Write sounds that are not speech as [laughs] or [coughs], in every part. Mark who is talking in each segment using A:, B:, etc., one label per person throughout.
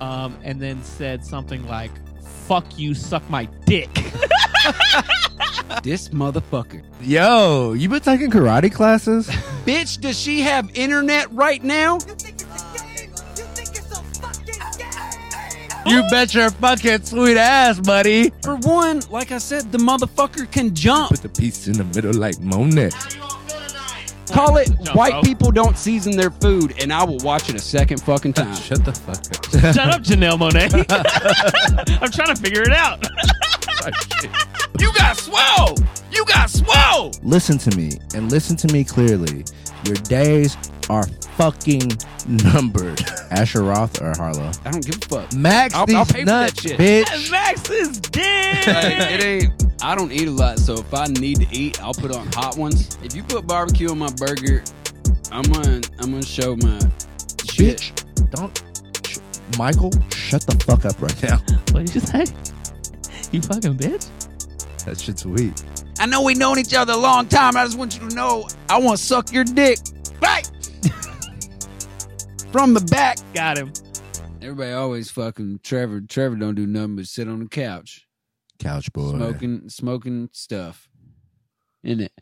A: um, and then said something like, fuck you, suck my dick. [laughs]
B: this motherfucker.
C: Yo, you been taking karate classes?
B: Bitch, does she have internet right now?
C: you bet your fucking sweet ass, buddy.
B: For one, like I said, the motherfucker can jump.
C: Put the piece in the middle like Monet.
B: Call it
A: Jump,
B: white
A: bro.
B: people don't season their food, and I will watch it a second fucking time.
C: Shut the fuck up. [laughs]
A: Shut up, Janelle Monet. [laughs] I'm trying to figure it out. [laughs]
B: [laughs] You got swole! You got swole!
C: listen to me and listen to me clearly. Your days are fucking numbered. Asher Roth or Harlow?
B: I don't give a fuck.
C: Max
B: I'll-
C: these
B: I'll pay for
C: nuts,
B: that shit.
C: bitch.
A: Max is
B: Like,
A: dead.
B: it ain't. I don't eat a lot, so if I need to eat, I'll put on hot ones. If you put barbecue on my burger, I'm gonna I'm gonna show my shit.
C: Bitch, don't. Sh- Michael, shut the fuck up right now. [laughs]
A: What did you say? You fucking bitch.
C: That shit's weak.
B: I know we known each other a long time. I just want you to know I want to suck your dick right from the back.
A: Got him.
B: Everybody always fucking Trevor. Trevor don't do nothing but sit on the couch,
C: Couch boy.
B: smoking smoking stuff. In it,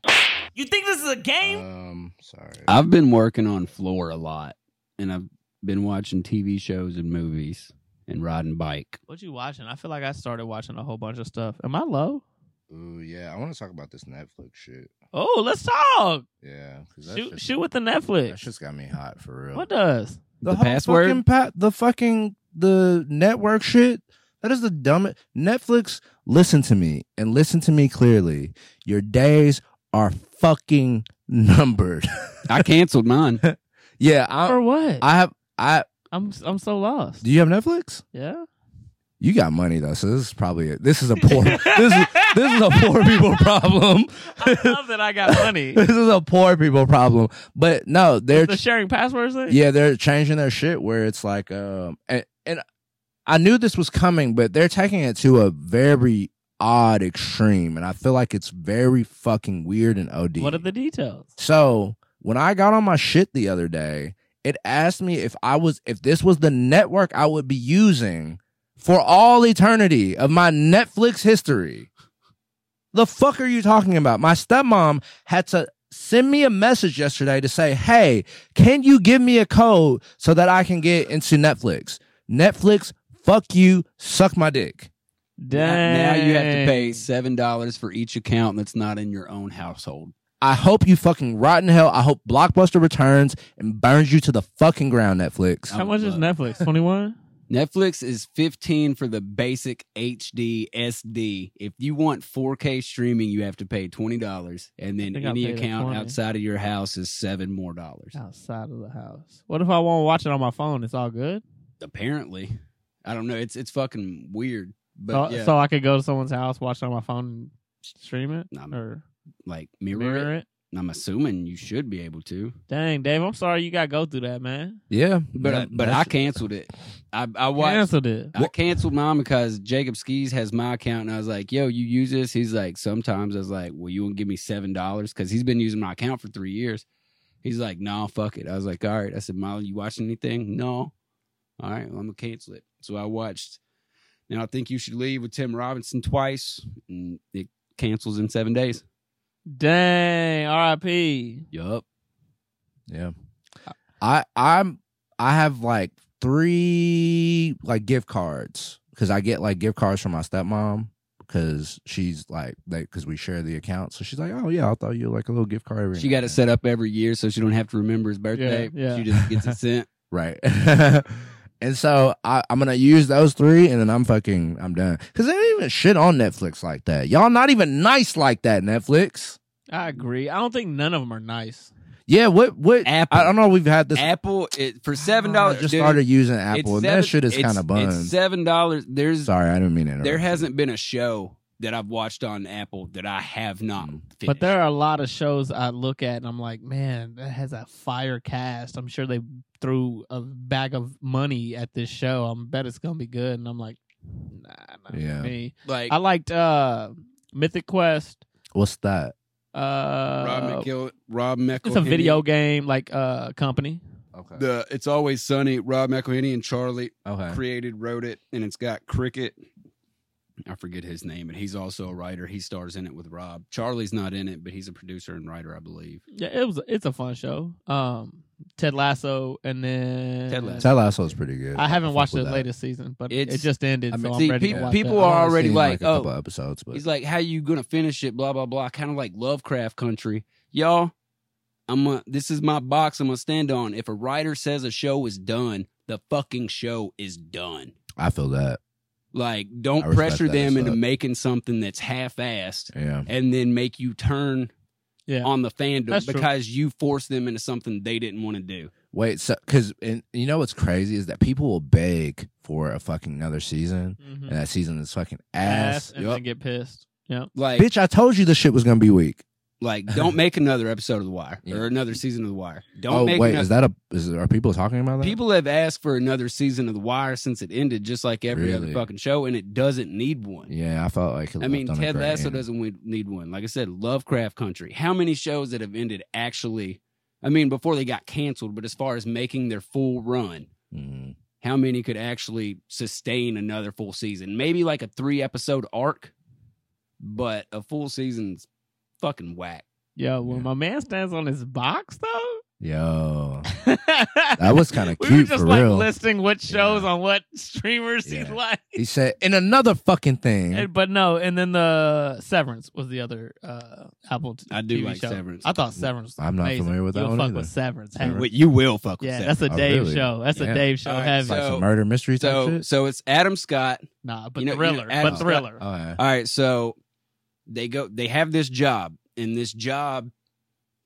A: You think this is a game?
C: Um, sorry.
B: I've been working on floor a lot, and I've been watching TV shows and movies and riding bike.
A: What you watching? I feel like I started watching a whole bunch of stuff. Am I low?
D: Ooh, yeah. I want to talk about this Netflix shit.
A: Oh, let's talk.
D: Yeah, because that,
A: Shoot,
D: shit's-
A: shoot with the
D: that
A: Netflix.
D: shit's got me hot for real.
A: What does?
B: The
C: whole
B: password?
C: fucking pa- the fucking the network shit. That is the dumbest. Netflix, listen to me and listen to me clearly. Your days are fucking numbered. [laughs]
B: I canceled mine.
C: yeah, I,
A: For what? I,
C: Uh, I have. I
A: am I'm so lost.
C: do you have Netflix?
A: yeah.
C: You got money though, so this is probably a, this is a poor [laughs] this is this is a
A: [laughs]
C: poor people problem. [laughs]
A: I love that I got money.
C: This is a poor people problem. But no, they're
A: the sharing passwords thing.
C: yeah they're changing their shit where it's like um and, and i knew this was coming but they're taking it to a very odd extreme and i feel like it's very fucking weird and od
A: What are the details?
C: so when i got on my shit the other day it asked me if i was if this was the network i would be using for all eternity of my netflix history the fuck are you talking about my stepmom had to send me a message yesterday to say hey can you give me a code so that I can get into Netflix? Netflix, fuck you, suck my dick.
A: Dang.
B: Now you have to pay seven dollars for each account that's not in your own household.
C: I hope you fucking rotten hell. I hope Blockbuster returns and burns you to the fucking ground, Netflix.
A: How much is [laughs]
B: Look.
A: Netflix? Twenty one.
B: Netflix is fifteen for the basic HD SD. If you want 4K streaming, you have to pay twenty dollars, and then
A: think I
B: any
A: paid the
B: account
A: 20.
B: outside of your house is seven more dollars.
A: Outside of the house. What if I want to watch it on my phone? It's all good.
B: Apparently, I don't know. It's it's fucking weird, but
A: So,
B: yeah,
A: so I could go to someone's house, watch it on my phone, and stream it
B: Nah, I'm-
A: or
B: like mirror,
A: mirror
B: it.
A: it.
B: I'm assuming you should be able to,
A: Dang, Dave, I'm sorry you got to go through that, man.
C: Yeah,
B: but but I canceled it. I I watched
A: Canceled it.
B: I canceled mine because Jacob Skis has my account, and I was like, "Yo, you use this?" He's like, "Sometimes." I was like, "Well, you won't give me seven dollars?" Because he's been using my account for three years. He's like, "No, fuck it." I was like, "All right." I said, "Molly, you watching anything?" No. All right, well, I'm gonna cancel it. So I watched. Now I think you should leave with Tim Robinson twice, and it cancels in seven days.
A: Dang, R.I.P.
B: Yup.
C: yeah. I I'm I have like three like gift cards because I get like gift cards from my stepmom because she's like like because we share the account, so she's like, oh yeah, I'll throw you like a little gift card. Every
B: She
C: now
B: got it
C: and
B: set up every year, so she don't have to remember his birthday.
A: yeah.
B: She just gets it sent.
C: Right. [laughs] and so I, I'm gonna use those three, and then I'm fucking I'm done. Cause there ain't even shit on Netflix like that. Y'all not even nice like that. Netflix.
A: I agree. I don't think none of them are nice.
C: Yeah. What? What?
B: Apple.
C: [laughs] I don't know. We've had this.
B: Apple it, for seven
C: I
B: dollars.
C: just started using Apple, and
B: It's
C: that
B: seven-
C: shit is
B: it's-
C: kind of buns.
B: It's seven dollars. There's
C: Sorry, I didn't mean it.
B: there hasn't been a show that I've watched on Apple that I have
C: Mm.
B: not. Finished.
A: But there are a lot of shows I look at and I'm like, man, that has a fire cast. I'm sure they threw a bag of money at this show. I'm bet it's gonna be good. And I'm like, nah, not
C: Yeah.
A: for me.
B: like
A: I liked uh Mythic Quest.
C: What's that?
A: Uh,
B: Rob McGill, Rob Meckel.
A: it's a video game like uh company.
E: Okay.
B: The It's Always Sunny, Rob McElhenney and Charlie
C: Okay.
B: created, wrote it, and it's got Cricket. I forget his name, and he's also a writer. He stars in it with Rob. Charlie's not in it, but he's a producer and writer, I believe.
A: Yeah, it was. It's a fun show. Um, Ted Lasso, and then
B: Ted Lasso.
C: Ted
E: Lasso's pretty good.
A: I haven't
C: I fuck
A: watched the
C: with that.
A: latest season, but it
B: It's-
A: just ended,
C: I mean,
A: so
B: see,
A: I'm ready.
B: peop-
A: to watch
B: people
A: that.
B: are
C: I've
B: already
C: seen,
B: like,
C: a couple
B: oh,
C: episodes, but
B: He's like, "How you gonna finish it?" Blah blah blah. Kind of like Lovecraft Country, y'all. I'm a, this is my box. I'm gonna stand on. If a writer says a show is done, the fucking show is done.
C: I feel that.
B: Like,
C: I
B: don't
C: respect
B: pressure
C: that
B: them
C: as
B: into
C: fuck.
B: making something that's half-assed
C: Yeah.
B: and then make you turn
A: Yeah.
B: on the fandom
A: That's true.
B: because you forced them into something they didn't want to do.
C: Wait, so because and you know what's crazy is that people will beg for a fucking another season,
A: Mhm.
C: and that season is fucking
A: ass,
C: ass.
A: and
C: Yup.
A: then get pissed. Yeah,
B: Like,
C: Bitch, I told you this shit was gonna be weak.
B: like don't make another episode of The Wire
C: [laughs] Yeah.
B: or another season of The Wire. Don't
C: Oh
B: make
C: wait,
B: ano-
C: is that a? Is are people talking about that?
B: People have asked for another season of The Wire since it ended, just like every other
C: Really?
B: fucking show, and it doesn't need one.
C: Yeah, I felt like. it
B: I mean,
C: left on a
B: Ted
C: great
B: Lasso
C: end.
B: doesn't we- need one. Like I said, Lovecraft Country. How many shows that have ended actually? I mean, before they got canceled, but as far as making their full run,
C: Mhm.
B: how many could actually sustain another full season? Maybe like a three episode arc, but a full season's fucking whack.
A: yeah. When
C: Yeah.
A: my man stands on his box though,
C: Yo,
A: that [laughs]
C: that
B: [laughs]
C: was kind of
A: We
C: cute
A: were just
C: for
A: like
C: real.
A: listing what shows
C: Yeah.
A: on what streamers he's
C: Yeah.
A: like.
C: He said, "In another fucking thing."
A: And- but no, and then the Severance was the other uh, Apple. t-
B: I do
A: TV
B: like
A: show.
B: Severance.
A: I thought Severance. Was
C: I'm not
A: amazing.
C: familiar with that
A: You'll
C: one
A: fuck
C: either.
A: with Severance.
C: Severance.
A: heavy.
B: But you will fuck with
A: Yeah,
B: that.
A: that's a
C: Oh,
A: Dave
C: really?
A: show. That's
C: Yeah.
A: a Dave show.
B: All right,
A: heavy.
C: like
B: so-
C: some murder mystery type
B: so.
C: shit.
B: So it's Adam Scott.
A: nah, but
B: you know- you know,
A: thriller,
B: Adam
A: but thriller.
C: Oh, yeah.
B: All right, so they go they have this job and this job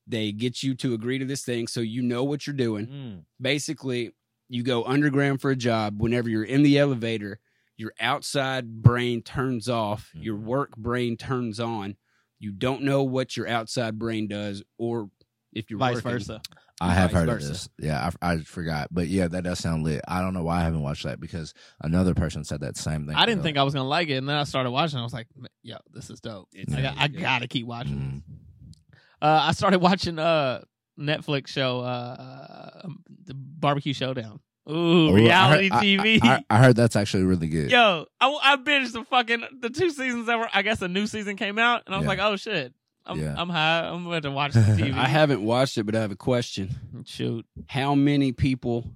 B: they get you to agree to this thing so you know what you're
A: Mm-hmm.
B: doing.
A: Mm.
B: Basically, you go underground for a job whenever you're in the elevator, your outside brain turns off,
A: Mm-hmm.
B: your
C: Mhm.
B: work brain turns on. You don't know what your outside brain does or if you're
A: Vice
B: working.
A: versa.
C: I have
B: vice
C: heard of
B: versa.
C: this. Yeah, I, I forgot, but yeah, that does sound lit. I don't know why I haven't watched that because another person said that same thing.
A: I didn't think I was gonna like it, and then I started watching. I was like, "M- "Yo, this is dope.
B: It's
A: I, got, I
B: yeah.
A: gotta keep watching." this.
C: Mm.
A: Uh, I started [laughs] watching uh Netflix show, uh, um, the Barbecue Showdown. Ooh,
C: Ooh, Oh, I
A: reality
C: heard- I-
A: TV. [laughs]
C: I, I heard that's actually really good.
A: Yo, I, I binged the fucking the two seasons that were. I guess a new season came out, and I was
C: Yeah.
A: like, "Oh shit, I'm
C: Yeah.
A: I'm high. I'm about to
C: [laughs]
A: watch the TV."
B: I haven't watched it, but I have a question.
A: shoot.
B: How many people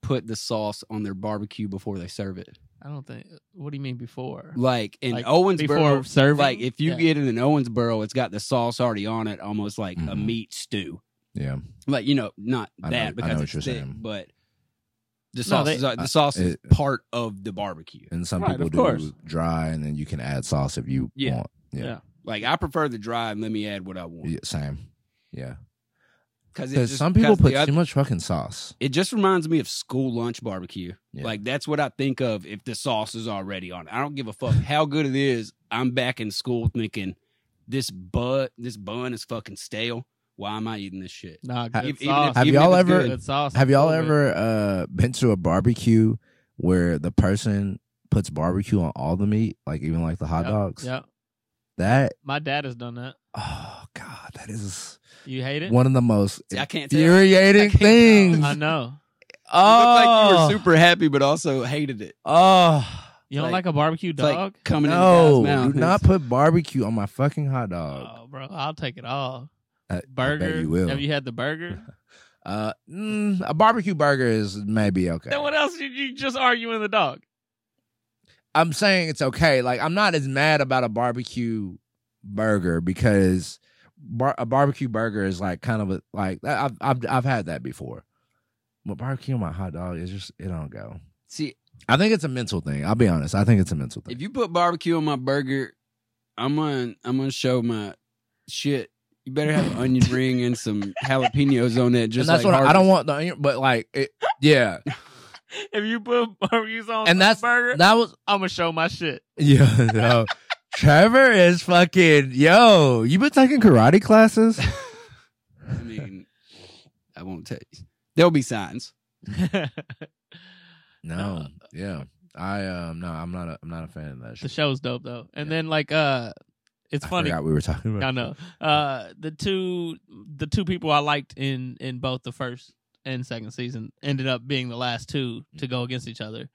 B: put the sauce on their barbecue before they serve it?
A: I don't think. What do you mean before?
B: Like in
A: Like,
B: Owensboro,
A: Before serving,
B: Like if you
A: Yeah.
B: get it in Owensboro, it's got the sauce already on it, almost like a
C: Mhm.
B: meat stew.
C: Yeah,
B: Like you know, not
C: I know- I know
B: that because
C: what
B: it's
C: you're
B: thick,
C: saying.
B: but the sauce
A: they-
B: is the
C: I-
B: sauce is
C: it-
B: part of the barbecue.
C: and some
A: Right,
C: people
A: of
C: do
A: course.
C: dry, and then you can add sauce if you
B: Yeah.
C: want. Yeah.
B: Like I prefer the dry and let me add what I want
C: Yeah, same. Yeah,
B: because
C: because some people put too much fucking sauce.
B: It just reminds me of school lunch barbecue.
C: Yeah.
B: Like that's what I think of if the sauce is already on. it. I don't give a fuck how good it is. I'm back in school thinking this bud, this bun is fucking stale. Why am I eating this shit?
A: Nah, good
B: Have- even if-
A: sauce.
C: Have
B: even
C: y'all
B: if it's
C: ever-
B: good.
A: good sauce.
C: Have y'all
A: Love it.
C: ever uh been to a barbecue where the person puts barbecue on all the meat, like even like the hot
A: Yep,
C: dogs?
A: Yeah,
C: That
A: my dad has done that.
C: oh god, that is
A: You hate it?
C: one of the most
B: See, I can't tell. I
C: infuriating
B: can't tell.
C: things.
A: I know.
B: You looked
C: Oh,
B: like you were super happy, but also hated it.
C: oh.
A: You don't
B: Like-
A: like, a barbecue
B: It's like
A: dog?
B: coming
C: No,
B: in the guy's mouth.
C: do not put barbecue on my fucking hot dog.
A: oh, bro, I'll take it all.
C: I- I bet
A: burger.
C: you will.
A: Have you had the
C: [laughs]
A: burger?
C: Uh, mm, a barbecue burger is maybe okay.
A: Then what else did you just arguing the dog?
C: I'm saying it's okay. Like I'm not as mad about a barbecue burger because bar- a barbecue burger is like kind of a like I- I've I've I've had that before. But barbecue on my hot dog is just it don't go.
B: See,
C: I think it's a mental thing. I'll be honest. I think it's a mental thing.
B: if you put barbecue on my burger, I'm gonna I'm gonna show my shit. You better have
C: [laughs]
B: an onion ring and some jalapenos on that. Just
C: and
B: like
C: that's what I- I
B: Harvey's.
C: don't want the onion, but like it,
B: [laughs]
C: yeah.
A: If you put [laughs] barbecues on
C: And
A: a
C: that's-
A: burger,
C: That was
A: I'm gonna show my shit. [laughs]
C: yeah. [laughs] No. Trevor is fucking yo. You been taking
B: [laughs]
C: karate classes?
B: I mean, I won't tell you. There'll be signs.
A: the
C: No. Yeah. I um no. I'm not. A, I'm not a fan of that. Shit.
A: show's dope though. And
C: Yeah.
A: then like uh it's funny.
C: I forgot we
B: [laughs]
C: were talking about.
A: I know. Uh the two the two people I liked in in both the first and second season ended up being the last two to go against each other.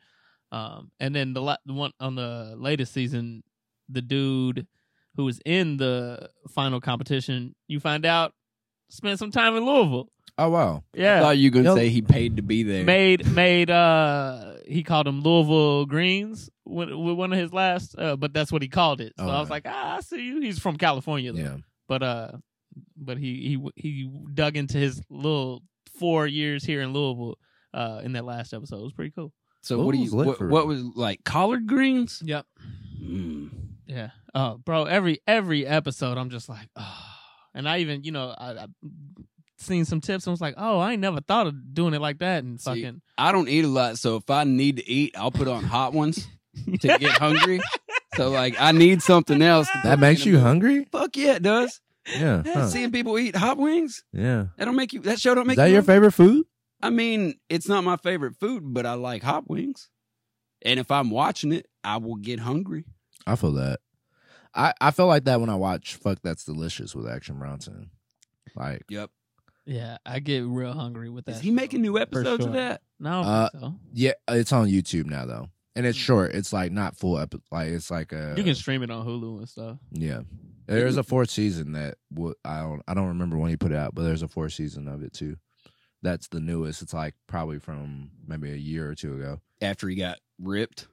A: Um, and then the la- the one on the latest season, the dude who was in the final competition, you find out spent some time in Louisville.
C: Oh wow.
B: I
A: Yeah,
B: thought you were gonna
C: Yo-
B: say he paid to be there.
A: made made uh he called them Louisville Greens with, with one of his last, uh, but that's what he called it. So
C: Oh,
A: I was
C: yeah.
A: like, ah, I see you. He's from California, though
C: Yeah.
A: but uh but he he he dug into his little four years here in Louisville uh in that last episode. It was pretty cool.
B: So
C: What
B: what do
C: was
B: you?
C: lit
B: What,
C: for
B: what
C: him?
B: was like collard greens?
A: Yep.
B: Mm.
A: Yeah. Oh, bro, every every episode I'm just like, oh. And I even, you know, I, I seen some tips and was like, "Oh, I ain't never thought of doing it like that." And [laughs]
B: See,
A: fucking
B: I don't eat a lot, so if I need to eat, I'll put on hot ones
A: [laughs]
B: to get hungry. So like, I need something else. to put
C: That
B: me
C: makes
B: in the
C: you
B: mood.
C: hungry?
B: Fuck yeah, it does.
C: Yeah. huh.
B: Seeing people eat hot wings,
C: Yeah.
B: that don't make you. That show don't
C: Is
B: make.
C: that
B: you
C: your
B: hungry.
C: favorite food?
B: I mean, it's not my favorite food, but I like hot wings. And if I'm watching it, I will get hungry.
C: I feel that. I I feel like that when I watch Fuck That's Delicious with Action Bronson. Like
B: Yep.
A: yeah, I get real hungry with that.
B: Is he making new
A: For
B: episodes
A: sure.
B: of that?
A: No, I
C: Uh,
A: don't think
C: yeah, it's on YouTube now though. And it's
A: Mm.
C: short. It's like not full epi- like it's like a
A: so. You can stream it on Hulu and stuff.
C: Yeah. There's a fourth season that w- I don't I don't remember when he put it out, but there's a fourth season of it too. That's the newest. It's like probably from maybe a year or two ago.
B: After he got ripped.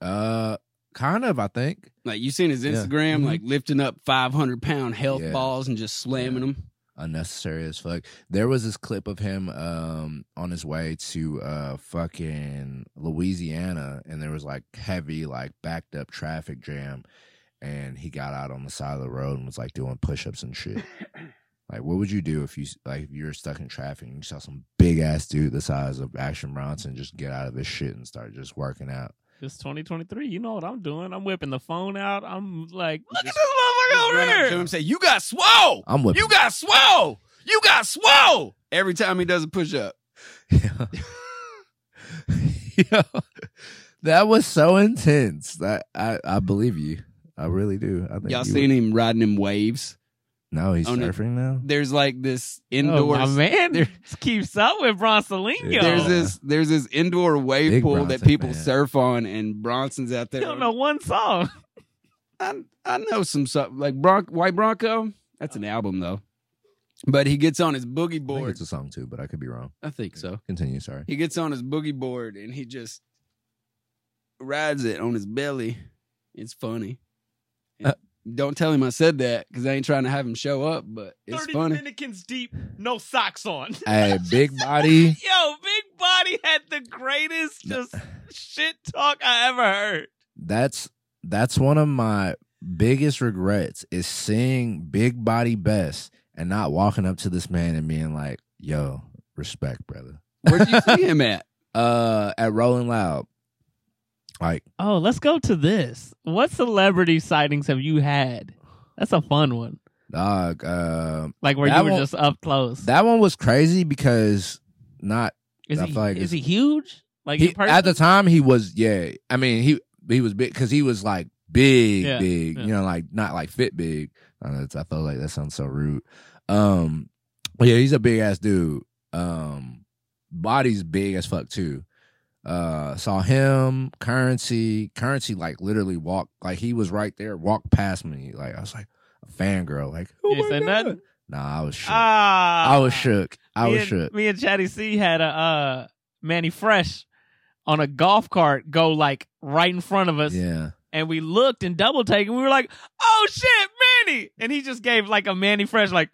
C: Uh kind of, I think.
B: Like you seen his
C: Yeah.
B: Instagram,
C: Mhm.
B: like lifting up five hundred pound health
C: Yeah.
B: balls and just slamming
C: Yeah.
B: them.
C: Unnecessary as fuck. There was this clip of him um on his way to uh fucking Louisiana and there was like heavy, like backed up traffic jam and he got out on the side of the road and was like doing push ups and shit. Like, what would you do if you like if you were stuck in traffic and you saw some big ass dude the size of Action Bronson just get out of his shit and start just working out?
A: It's 2023. You know what I'm doing? I'm whipping the phone out. I'm like,
B: Look
A: "Look at this motherfucker over
B: To
A: here."
B: him and say, "You got swole.
C: I'm with
B: You got swole. You got swole." Every time he does a push [laughs] up,
C: [laughs] Yeah. [laughs] Yo, that was so intense. That I, I believe you. I really do. I think
B: y'all
C: you-
B: seen him riding them waves.
C: No, he's
B: Oh, no.
C: surfing now.
B: There's like this
A: Oh,
B: indoor.
A: my man keeps up with Bronsolino.
B: There's
C: Yeah.
B: this there's this indoor wave
C: Big
B: pool that
C: Bronson
B: people
C: fan.
B: surf on, and Bronson's out
A: You
B: there.
A: don't know one song.
B: I I know some stuff like Bron- White Bronco. That's an album though, but he gets on his boogie
C: I think
B: board.
C: it's a song too, but I could be wrong.
B: I think so. [laughs]
C: Continue. Sorry.
B: He gets on his boogie board and he just rides it on his belly. It's funny.
C: Uh-
B: Don't tell him I said that because I ain't trying to have him show up, but it's
A: 30
B: funny.
A: Dominicans deep, no socks on.
C: hey, big body.
A: [laughs] Yo, Big Body had the greatest just shit talk I ever heard.
C: That's that's one of my biggest regrets is seeing Big Body Best and not walking up to this man and being like, "Yo, respect, brother."
B: Where'd you see him
C: [laughs]
B: at?
C: Uh, at Rolling Loud, like
A: Oh, let's go to this. What celebrity sightings have you had? That's a fun one.
C: dog. Um,
A: Like where
C: That
A: you were
C: one-
A: just up close.
C: That one was crazy because not
A: is
C: I
A: he
C: feel like
A: is
C: it's-
A: he huge? Like
C: he-
A: in person?
C: at the time he was yeah. I mean he he was big because he was like big
A: Yeah,
C: big
A: yeah.
C: you know like not like fit big. I, know, it's- I felt like that sounds so rude. Um, but yeah, he's a big ass dude. Um, body's big as fuck too. Uh, saw him currency currency like literally walked like he was right there walked past me like I was like a fangirl like oh
A: You
C: my
A: said
C: God.
A: nothing?
C: Nah, I was shook.
A: Ah,
C: I was shook. I
A: me
C: was
A: and,
C: shook.
A: Me and Chatty C had a uh, Manny Fresh on a golf cart go like right in front of us,
C: Yeah.
A: and we looked and double take, and we were like, "Oh shit, Manny!" And he just gave like a Manny Fresh like,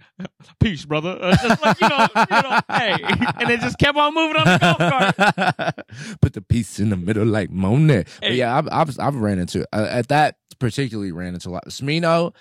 A: "Peace, brother," Uh, just like you know, you
C: [laughs]
A: know, hey, and it just kept on moving on the golf cart.
C: [laughs] Put the piece in the middle like Monet. But
A: Hey.
C: yeah, I've, I've I've ran into uh, at that particularly ran into a lot. Smino,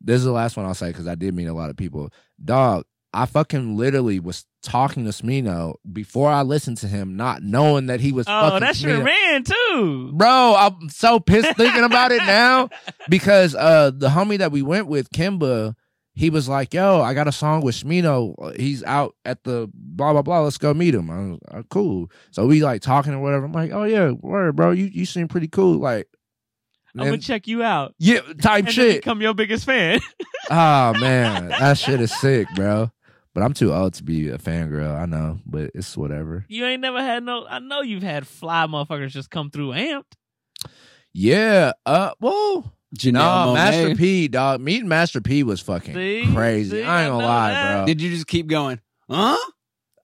C: this is the last one I'll say because I did meet a lot of people. Dog, I fucking literally was talking to Smino before I listened to him, not knowing that he was.
A: Oh,
C: fucking
A: that's your
C: Smino.
A: man too.
C: Bro, I'm so pissed thinking about
A: [laughs]
C: it now because uh the homie that we went with, Kimba, he was like, "Yo, I got a song with Smino. He's out at the blah blah blah. Let's go meet him." I was like, "Oh, "Cool." So we like talking or whatever. I'm like, "Oh yeah, word, bro. You you seem pretty cool." Like,
A: I'm gonna
C: and-
A: check you out.
C: yeah, type
A: And then [laughs]
C: shit. Ah,
A: become your biggest fan.
C: oh man, that shit is sick, bro. But I'm too old to be a fangirl. I know, but it's whatever.
A: You ain't never had no. I know you've had fly motherfuckers just come through amped.
C: Yeah. Uh. Well.
B: Janelle
C: Nah,
B: Monáe.
C: Master P, dog. Meeting Master P was fucking
A: See?
C: crazy.
A: See?
C: I
A: I
C: ain't gonna
A: know
C: lie,
A: that.
C: bro.
B: Did you just keep going? Huh?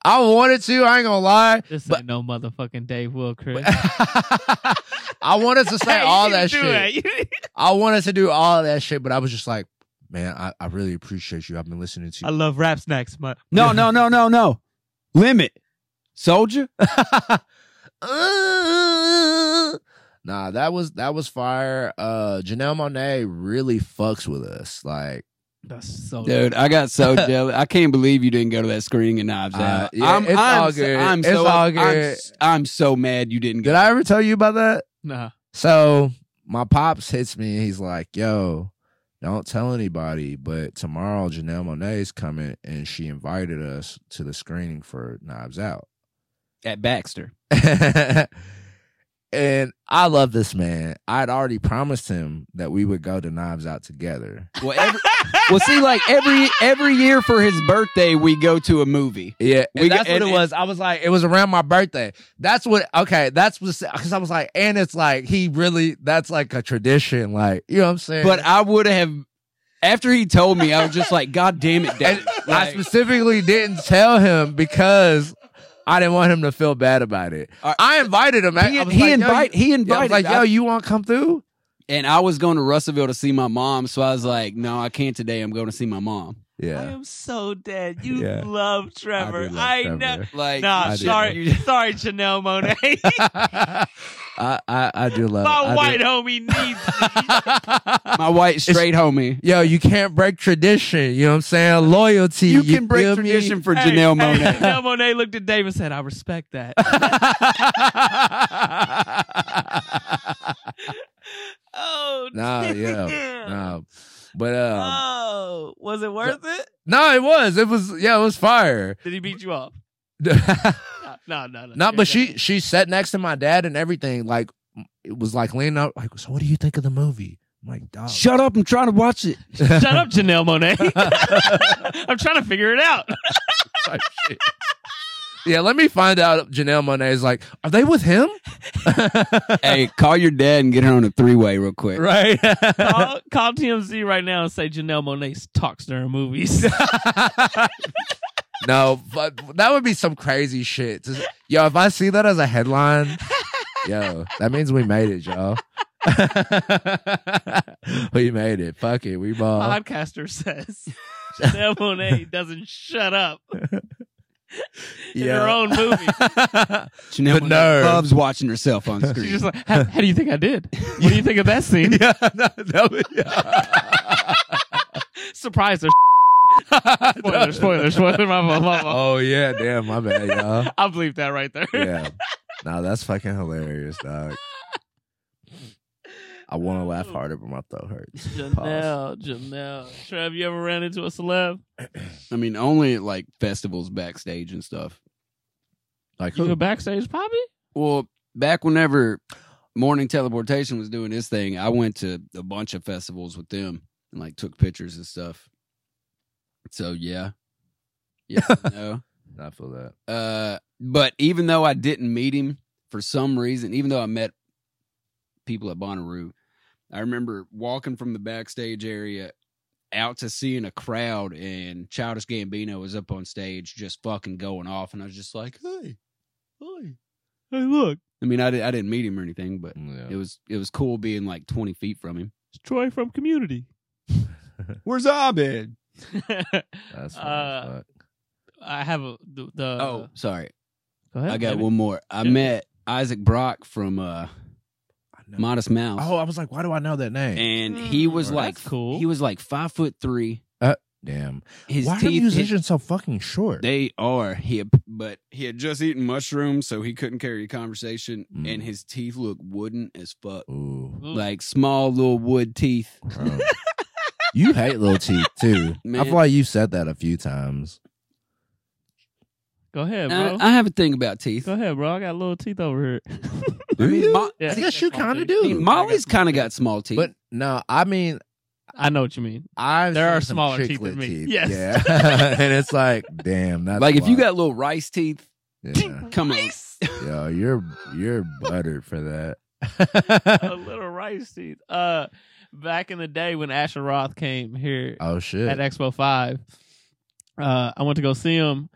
C: I wanted to. I ain't gonna lie. [laughs]
A: This
C: But-
A: ain't no motherfucking Dave Will
C: [laughs]
A: Chris.
C: I wanted to say
A: Hey, [laughs] you
C: all
A: didn't
C: that
A: do
C: shit.
A: that.
C: I wanted to do all that shit, but I was just like, man, I, I really appreciate you. I've been listening
A: [laughs]
C: to
A: I
C: you.
A: love rap snacks, but
B: No, no, no, no, no. Limit. Soldier?
C: [laughs] nah, that was that was fire. Uh Janelle Monet really fucks with us. Like
A: that's so
B: [laughs] Dude, I got
C: [laughs]
B: so jealous. I can't believe you didn't go to that screening and knives
C: Uh,
B: out.
C: yeah, it's all good.
B: I'm
C: It's
B: so,
C: all
B: I'm,
C: good.
B: s- I'm so mad you didn't go.
C: did I ever tell you about that?
A: Nah.
C: So my pops hits me and he's like, yo, don't tell anybody, but tomorrow Janelle Monet is coming and she invited us to the screening for Knives Out. [laughs]
B: At Baxter.
C: and I love this man. I'd already promised him that we would go to Knives Out together.
B: Well, every, well, see, like every every year for his birthday, we go to a movie.
C: Yeah,
B: [laughs] We-
C: and that's
B: and-
C: what it was. I was like, it was around my birthday. That's what. Okay, that's what. Because I was like, and it's like he really. That's like a tradition. Like you know what I'm saying.
B: But I would have, after he told me, I was just like, God damn it, Dad.
C: And I
B: Like,
C: specifically didn't tell him because I didn't want him to feel bad about it.
B: All right.
C: I invited him. I-
B: he,
C: I was
B: he
C: like, yo,
B: invite,
C: you-
B: he
C: yeah, I was
B: invited,
C: like,
B: I-
C: yo, you want to come through?
B: and I was going to Russellville to see my mom. So I was like, no, I can't today. I'm going to see my mom.
A: I
C: Yeah.
A: am so dead. You
C: Yeah.
A: love Trevor. I,
C: do love
A: know.
C: Trevor.
B: Like,
A: Nah,
C: I do.
A: sorry, sorry, Janelle
C: [laughs]
A: Monet.
C: I, I I do
A: [laughs]
C: love
A: My
C: I do-
A: white homie
C: [laughs]
A: needs me.
B: my white straight homie.
C: Yo, you can't break tradition. You know what I'm saying? Loyalty.
B: You can break
C: feel me?
B: tradition [laughs] for Janelle
A: Hey,
B: Monet.
A: Hey, Janelle Monet looked at Dave and said, "I respect that."
C: [laughs]
A: oh,
C: Nah, yeah.
A: damn.
C: [laughs] no, but um,
A: oh, was it worth it?
C: no, it was. It was. Yeah, it was fire. [laughs]
A: Did he beat you up? No, no, no.
C: No,
A: Yeah,
C: but she she sat next to my dad and everything. Like it was like leaning out. Like, so what do you think of the movie? I'm like, dog.
B: Shut up. I'm trying to watch it.
A: Shut up, Janelle
C: [laughs]
A: Monet. [laughs] I'm trying to figure it out.
C: Type shit. yeah, let me find out. if Janelle Monet is like, are they with him?
B: hey, call your dad and get her on a three way real quick.
C: right.
A: Call, call TMZ right now and say Janelle Monet talks during
B: [laughs]
A: movies.
C: [laughs] no, but that would be some crazy shit. Just- yo, if I see that as a headline, yo, that means we made it, y'all. [laughs] we made it. Fuck it. We
B: Uh-huh.
C: ball.
A: Podcaster
B: [laughs]
A: says Janelle Monet doesn't shut up in her own movie.
B: Janelle
C: The
B: Monáe
C: nerve.
B: loves watching herself on
A: She's
C: [laughs]
B: screen.
A: just like, how, how do you think I did? What do you think of that
B: [laughs]
A: scene?
C: [laughs] Yeah, no, that would- yeah.
A: Surprise her. [laughs]
C: [laughs]
A: Spoiler, spoiler, spoiler. My fault, my fault.
C: Oh yeah, damn, my bad,
B: Uh-huh.
C: y'all.
A: I'll believe that right there.
C: Yeah. Nah, that's fucking hilarious, dog. I want to laugh harder, but my
A: [laughs]
C: throat hurts.
A: Janelle, Janelle. Trev, you ever ran into a celeb?
B: I mean, only at like festivals backstage and stuff.
C: Like,
A: You a backstage poppy?
B: Well, back whenever Morning Teleportation was doing this thing, I went to a bunch of festivals with them and like took pictures and stuff. So yeah, yeah, no.
C: I feel that.
B: Uh, but even though I didn't meet him for some reason, even though I met people at Bonnaroo, I remember walking from the backstage area out to seeing a crowd, and Childish Gambino was up on stage just fucking going off, and I was just like, "Hey, hey!"
A: Hey, look,
B: I mean, I, did, I didn't meet him or anything, but it
C: Yeah.
B: was it was cool being like twenty feet from him.
A: it's Troy from Community.
B: Where's Abed?
C: That's funny
A: [laughs]
C: as
A: Uh,
C: fuck.
A: I have a the, the
B: Oh, sorry,
A: Go ahead,
B: I got
A: baby.
B: one more. I
A: Yeah.
B: met Isaac Brock from uh, Modest Mouse.
C: Oh, I was like, why do I know that name?
B: and he
A: Mm.
B: was
A: Right.
B: like
A: That's cool.
B: He was like five foot three.
C: Damn.
B: His
C: why are
B: teeth,
C: musicians so fucking short?
B: they are. He, had- but he had just eaten mushrooms, so he couldn't carry a conversation,
C: Mm.
B: and his teeth look wooden as
A: [laughs]
B: fuck,
C: Ooh.
A: Ooh.
B: like small little wood teeth.
C: bro. you hate little teeth too. I
B: Man.
C: feel like you said that a few times.
A: Go ahead, bro.
B: I, I have a thing about teeth.
A: Go ahead, bro. I got little teeth over here.
C: Do
B: I mean,
C: you?
B: Mo-
A: Yeah.
C: I guess you kind of
B: I mean,
C: do.
B: Molly's kind of got small teeth.
C: But no, I mean,
A: I know what you mean.
C: I've
A: There
C: seen
A: are
C: some
A: smaller teeth
C: chiclet
A: than me. Yes.
C: Yeah. [laughs] and it's like, damn, that's
B: like if you
C: wild.
B: got little rice teeth,
C: yeah.
B: come on.
C: Yo, you're you're buttered for that.
A: a little rice teeth. Uh, back in the day when Asher Roth came here
C: [laughs] oh
A: at
C: shit.
A: Expo Five, uh, I went to go see him,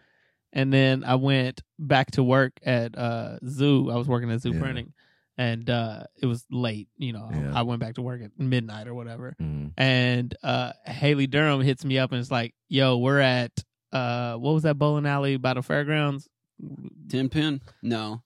A: and then I went back to work at uh Zoo. I was working at Zoo
C: Yeah.
A: Printing, and uh, it was late. You know,
C: Yeah.
A: I went back to work at midnight or whatever.
C: Mm.
A: And uh, Haley Durham hits me up and it's like, "Yo, we're at uh, what was that bowling alley by the fairgrounds?
B: Ten pin? No.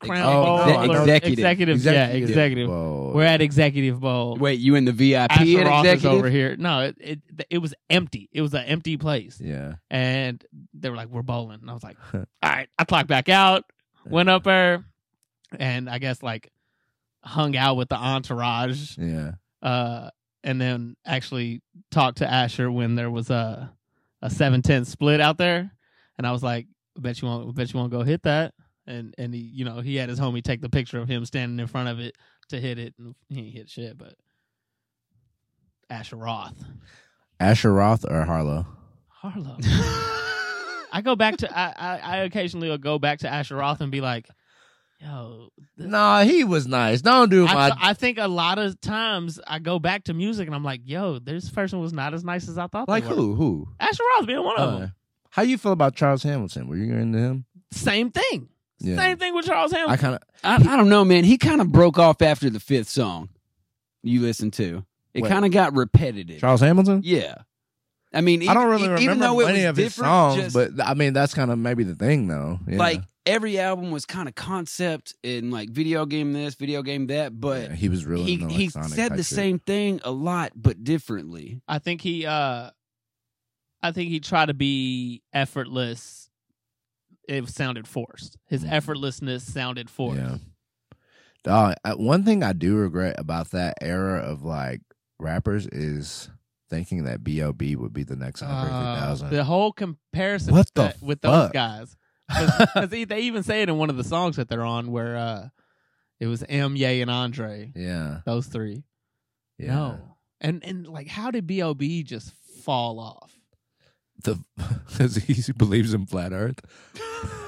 A: Crown
C: Oh,
A: Bowl,
C: exe-
A: or-
B: executive.
A: executive, yeah, executive.
C: Whoa.
A: We're at Executive Bowl.
B: Wait, you in the VIP at
A: Asher Roth is
B: executive? [laughs]
A: over here. No, it, it it was empty. It was an empty place,
C: Yeah.
A: and they were like, "We're bowling," and I was like, "All right." I clocked back out, went up there, and I guess like hung out with the entourage,
C: Yeah.
A: uh, and then actually talked to Asher when there was a a seven ten split out there, and I was like, "Bet you won't, bet you won't go hit that." And and he, you know, he had his homie take the picture of him standing in front of it to hit it, and he ain't hit shit, but. Asher Roth.
C: Asher Roth or Harlow?
A: Harlow. [laughs] I go back to I, I, I occasionally will go back to Asher Roth and be like, yo, th-
C: Nah, he was nice. Don't do
A: I,
C: my.
A: I think a lot of times I go back to music and I'm like, yo, this person was not as nice as I thought. they
C: [laughs] like
A: were.
C: who? Who?
A: Asher Roth being one of
C: Uh,
A: them.
C: how you feel about Charles Hamilton? Were you into him?
A: Same thing. Same thing with Charles
C: I
A: Hamilton.
C: kind of.
B: I, I don't know, man. He kind of broke off after the fifth song you listened to. It
C: Wait.
B: kind of got repetitive.
C: Charles Hamilton?
B: Yeah. I mean, even,
C: I don't really
B: e-
C: remember
B: even though it
C: many
B: was
C: of his
B: different,
C: songs,
B: just-
C: but I mean that's kind of maybe the thing though. Yeah.
B: like every album was kind of concept and like video game this, video game that, but
C: Yeah, he was really
B: he
C: into, like,
B: he
C: Sonic
B: said
C: type
B: the
C: shit.
B: same thing a lot but differently.
A: I think he uh I think he tried to be effortless. It sounded forced. His
C: Mhm.
A: effortlessness sounded forced.
C: Yeah. Dog, I- one thing I do regret about that era of like rappers is thinking that B.O.B. would be the next Andre
A: Uh,
C: 3000.
A: the whole comparison
C: What
A: with,
C: the
A: that- with those
C: fuck?
A: guys
C: [laughs]
A: because they even say it in one of the songs that they're on where uh, it was M, Ye, and Andre,
C: yeah,
A: those three.
C: yeah.
A: No, and and like how did B.O.B. just fall off?
C: The [laughs] because he [laughs] believes in
A: [laughs]
C: flat Earth. [laughs]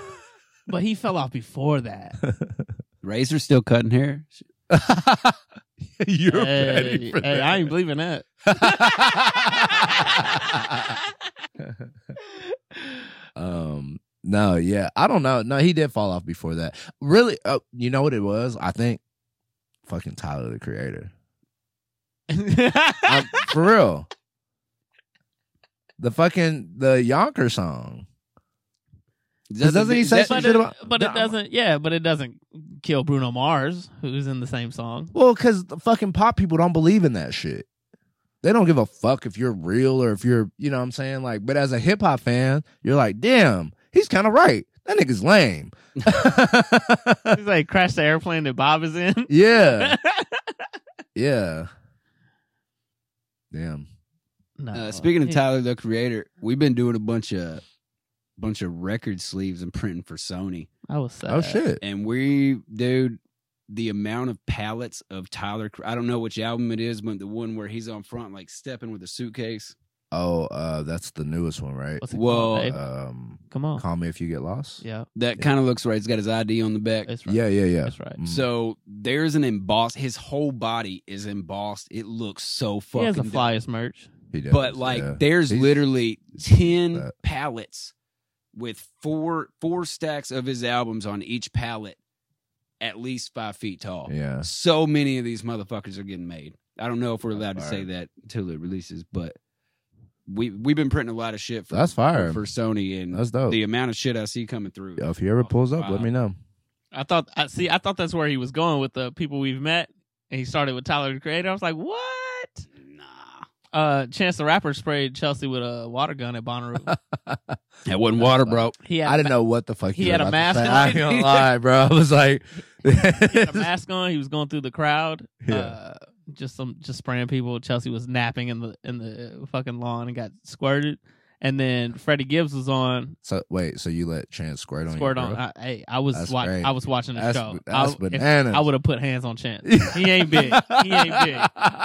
A: But he fell off before that.
B: Razor still cutting hair.
C: You're
A: hey,
C: ready
A: hey,
C: for that.
A: I ain't believing that. [laughs]
C: [laughs] um no yeah i don't know no he did fall off before that really uh, you know what it was i think fucking tyler the creator I'm, for real the fucking the yonker song
B: Is
C: Doesn't
B: the-
C: he
B: is
C: say
B: that-
A: but
C: shit
A: it,
C: about-
A: but
C: Nah.
A: it doesn't. Yeah, but it doesn't kill Bruno Mars, who's in the same song.
C: well because the fucking pop people don't believe in that shit they don't give a fuck if you're real or if you're you know what i'm saying like but as a hip-hop fan you're like damn he's kind of right that nigga's lame [laughs]
A: He's like crash the airplane that Bob is
C: [laughs]
A: in.
C: yeah yeah damn
A: No.
B: Uh, speaking of
A: He-
B: Tyler the Creator, we've been doing a bunch of bunch of record sleeves and printing for Sony,
A: I was sad.
C: oh shit
B: and we, dude, the amount of pallets of Tyler. I don't know which album it is, but the one where he's on front, like stepping with a suitcase.
C: Oh, uh, that's the newest one, right?
A: What's it
B: Whoa,
A: called, Dave?
C: Um,
A: Come on.
C: call me if you get lost.
A: Yeah,
B: That kind of looks right. He's got his ID on the back.
A: that's right.
C: yeah, yeah, yeah.
A: That's right.
C: Mm.
B: So there's an embossed. His whole body is embossed. It looks so
A: He
B: fucking.
A: has the
B: dope.
A: flyest merch.
C: He does,
B: but like
C: yeah.
B: there's
C: He's-
B: literally
C: Look at
B: 10
C: that.
B: pallets with four four stacks of his albums on each pallet at least five feet tall
C: yeah,
B: so many of these motherfuckers are getting made i don't know if we're
C: That's
B: allowed to say
C: fire.
B: that until it releases but we we've been printing a lot of shit for
C: that's fire.
B: for sony and
C: That's dope.
B: the amount of shit i see coming through
C: Yo, if he ever pulls up,
B: Wow.
C: let me know.
A: I thought. I see. I thought that's where he was going with the people we've met, and he started with Tyler the Creator. I was like, what?
B: nah
A: Uh, Chance the Rapper sprayed Chelsea with a water gun at Bonnaroo.
C: [laughs]
B: that wasn't water bro
A: He had,
C: I didn't know what the fuck
A: he
C: he,
A: had a
C: was about to
A: mask
C: say.
A: on.
C: I ain't gonna lie, bro. [laughs] I was like,
A: he had a mask on. He was going through the crowd.
C: Yeah.
A: Uh, just some just spraying people. Chelsea was napping in the in the fucking lawn and got squirted. and then Freddie Gibbs was on.
C: [laughs] So wait, so you let Chance squirt on
A: Squirt
C: you?
A: on.
C: bro?
A: I, hey, I was
C: That's
A: watching.
C: great.
A: I was watching the
C: that's
A: show.
C: that's
A: I, if-
C: bananas. [laughs]
A: I would have put hands on Chance. He ain't big. He ain't big.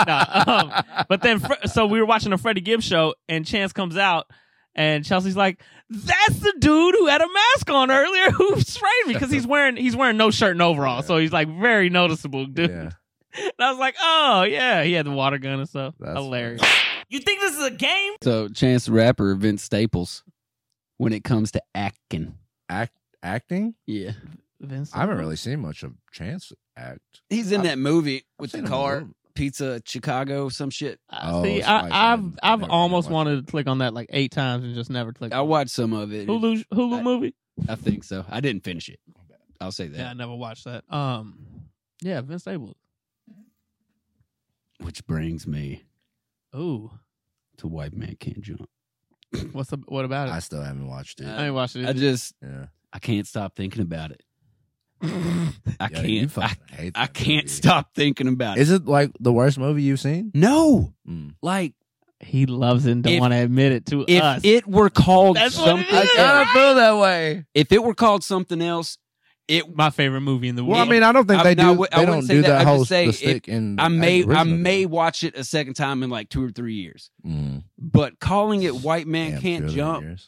A: Nah, um, But then, Fre- so we were watching a Freddie Gibbs show, and Chance comes out, and Chelsea's like, "That's the dude who had a mask on earlier who sprayed me because he's wearing he's wearing no shirt and overall,
C: Yeah.
A: so he's like very noticeable, dude."
C: yeah,
A: [laughs] And I was like, "Oh yeah, he had the water gun and stuff.
C: That's
A: Hilarious." You think this is a game?
B: So Chance the Rapper, Vince Staples, when it comes to acting.
C: acting.
B: Yeah.
A: Vince,
C: I haven't really seen much of Chance act.
B: He's in
C: I-
B: that movie with
C: I've
B: the
C: seen him
B: car,
C: in-
B: Pizza Chicago, some shit.
A: I-
C: Oh,
A: Uh, see,
C: it's like
A: I, I've
C: I've
A: I've
C: never
A: almost
C: watched
A: wanted to click on that like eight times and just never clicked.
B: I watched some of it.
A: Hulu Hulu
B: I-
A: movie.
B: I think so. I didn't finish it. I'll say that.
A: Yeah, I never watched that. Um, yeah, Vince Staples.
B: Which brings me
A: Ooh,
B: to White Man Can't Jump.
A: what's the, what about it?
F: I still haven't watched it.
B: Uh,
A: I ain't watched it.
B: I just
F: yeah.
B: I can't stop thinking about it. I
F: Yeah, you
B: can't I,
F: fucking hate
B: I
F: that
B: can't
F: movie.
B: stop thinking about it.
C: Is it like the worst movie you've seen?
B: No.
C: Mm.
B: Like
A: he loves it and don't
B: If-
A: want to admit it to
B: if
A: us.
B: it were called
A: That's what
B: something
A: it is,
B: else,
A: right?
C: feel that way.
B: if it were called something else, it
A: My favorite movie in the
C: Well,
A: world.
C: I mean, I don't think
B: I'm
C: they do.
B: not- I
C: they
B: wouldn't
C: don't
B: say
C: do
B: that.
C: that,
B: I'm just
C: whole
B: saying
C: the stick. And
B: I may I may watch it a second time in like two or three years. But calling it White Man Can't Jump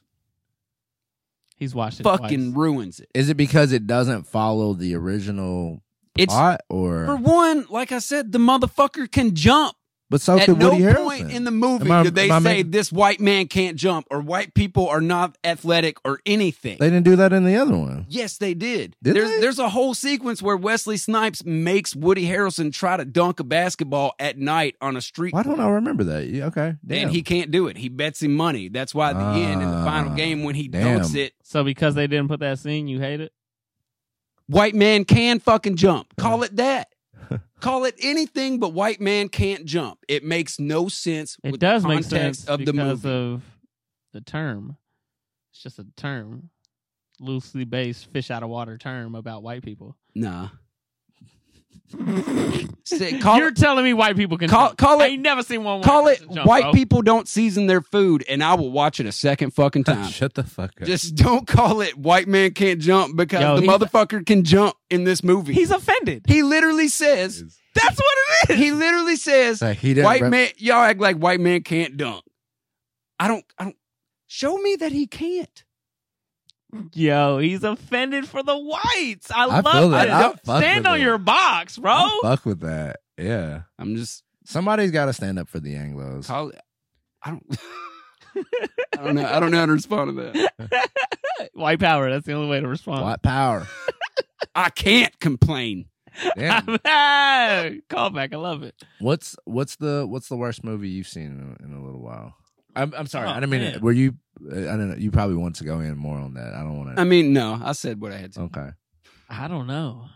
A: he's watched it.
B: fucking
A: twice.
B: ruins it.
C: Is it because it doesn't follow the original
B: It's
C: plot,
B: for
C: or
B: one, like I said, the motherfucker can jump.
C: but so
B: At
C: could
B: no
C: Woody Harrelson?
B: point in the movie
C: Am I-
B: did they
C: am I
B: say
C: making-
B: this white man can't jump or white people are not athletic or anything.
C: they didn't do that in the other one.
B: yes, they did.
C: Did
B: there's
C: they?
B: there's a whole sequence where Wesley Snipes makes Woody Harrelson try to dunk a basketball at night on a street.
C: Why don't I
B: corner.
C: remember that? Yeah, okay, damn.
B: And he can't do it. He bets him money. That's why at the end in the final
C: Ah,
B: game when he
C: damn.
B: dunks it,
A: So because they didn't put that scene, you hate it.
B: white man can fucking
C: [laughs]
B: jump. Call it that. Call it anything, but white man can't jump. It makes no sense.
A: It
B: with
A: does
B: the
A: make
B: context
A: sense
B: of the
A: because uh,
B: movie.
A: of the term. It's just a term, loosely based fish out of water term about white people.
B: nah. Say, [laughs] call
A: You're
B: it,
A: telling me white people can
B: call,
A: jump.
B: call
A: I
B: it,
A: ain't never seen one. White
B: call it.
A: person jump,
B: white
A: bro.
B: people don't season their food, and I will watch it a second fucking
C: [laughs]
B: time.
C: Shut the fuck up.
B: Just don't call it. White man can't jump because
A: Yo,
B: the
A: he's-
B: motherfucker can jump in this movie.
A: He's offended.
B: he literally says.
A: That's what it is.
B: He literally says.
C: Like, he didn't
B: white
C: rep-
B: man, y'all act like white man can't dunk. I don't. I don't. Show me that he can't.
A: Yo, he's offended for the whites. I,
C: I
A: love
C: feel that.
A: it.
C: I fuck
A: Stand
C: with
A: on
C: it.
A: your box, bro.
C: I fuck with that. Yeah,
B: I'm just
C: somebody's got to stand up for the Anglo's.
B: call. I don't. [laughs] I don't know. I don't know how to respond to that.
A: White power. That's the only way to respond.
C: White
B: [laughs]
C: power.
B: I can't complain. [laughs]
C: Damn.
A: Call back. I love it.
C: What's what's the what's the worst movie you've seen in, in a little while? I'm I'm sorry.
A: Oh,
C: I didn't mean
A: man.
C: it. Were you? I don't know. You probably want to go in more on that. I don't want
B: I
C: to.
B: mean, no, I said what I had to.
C: Okay.
A: I don't know.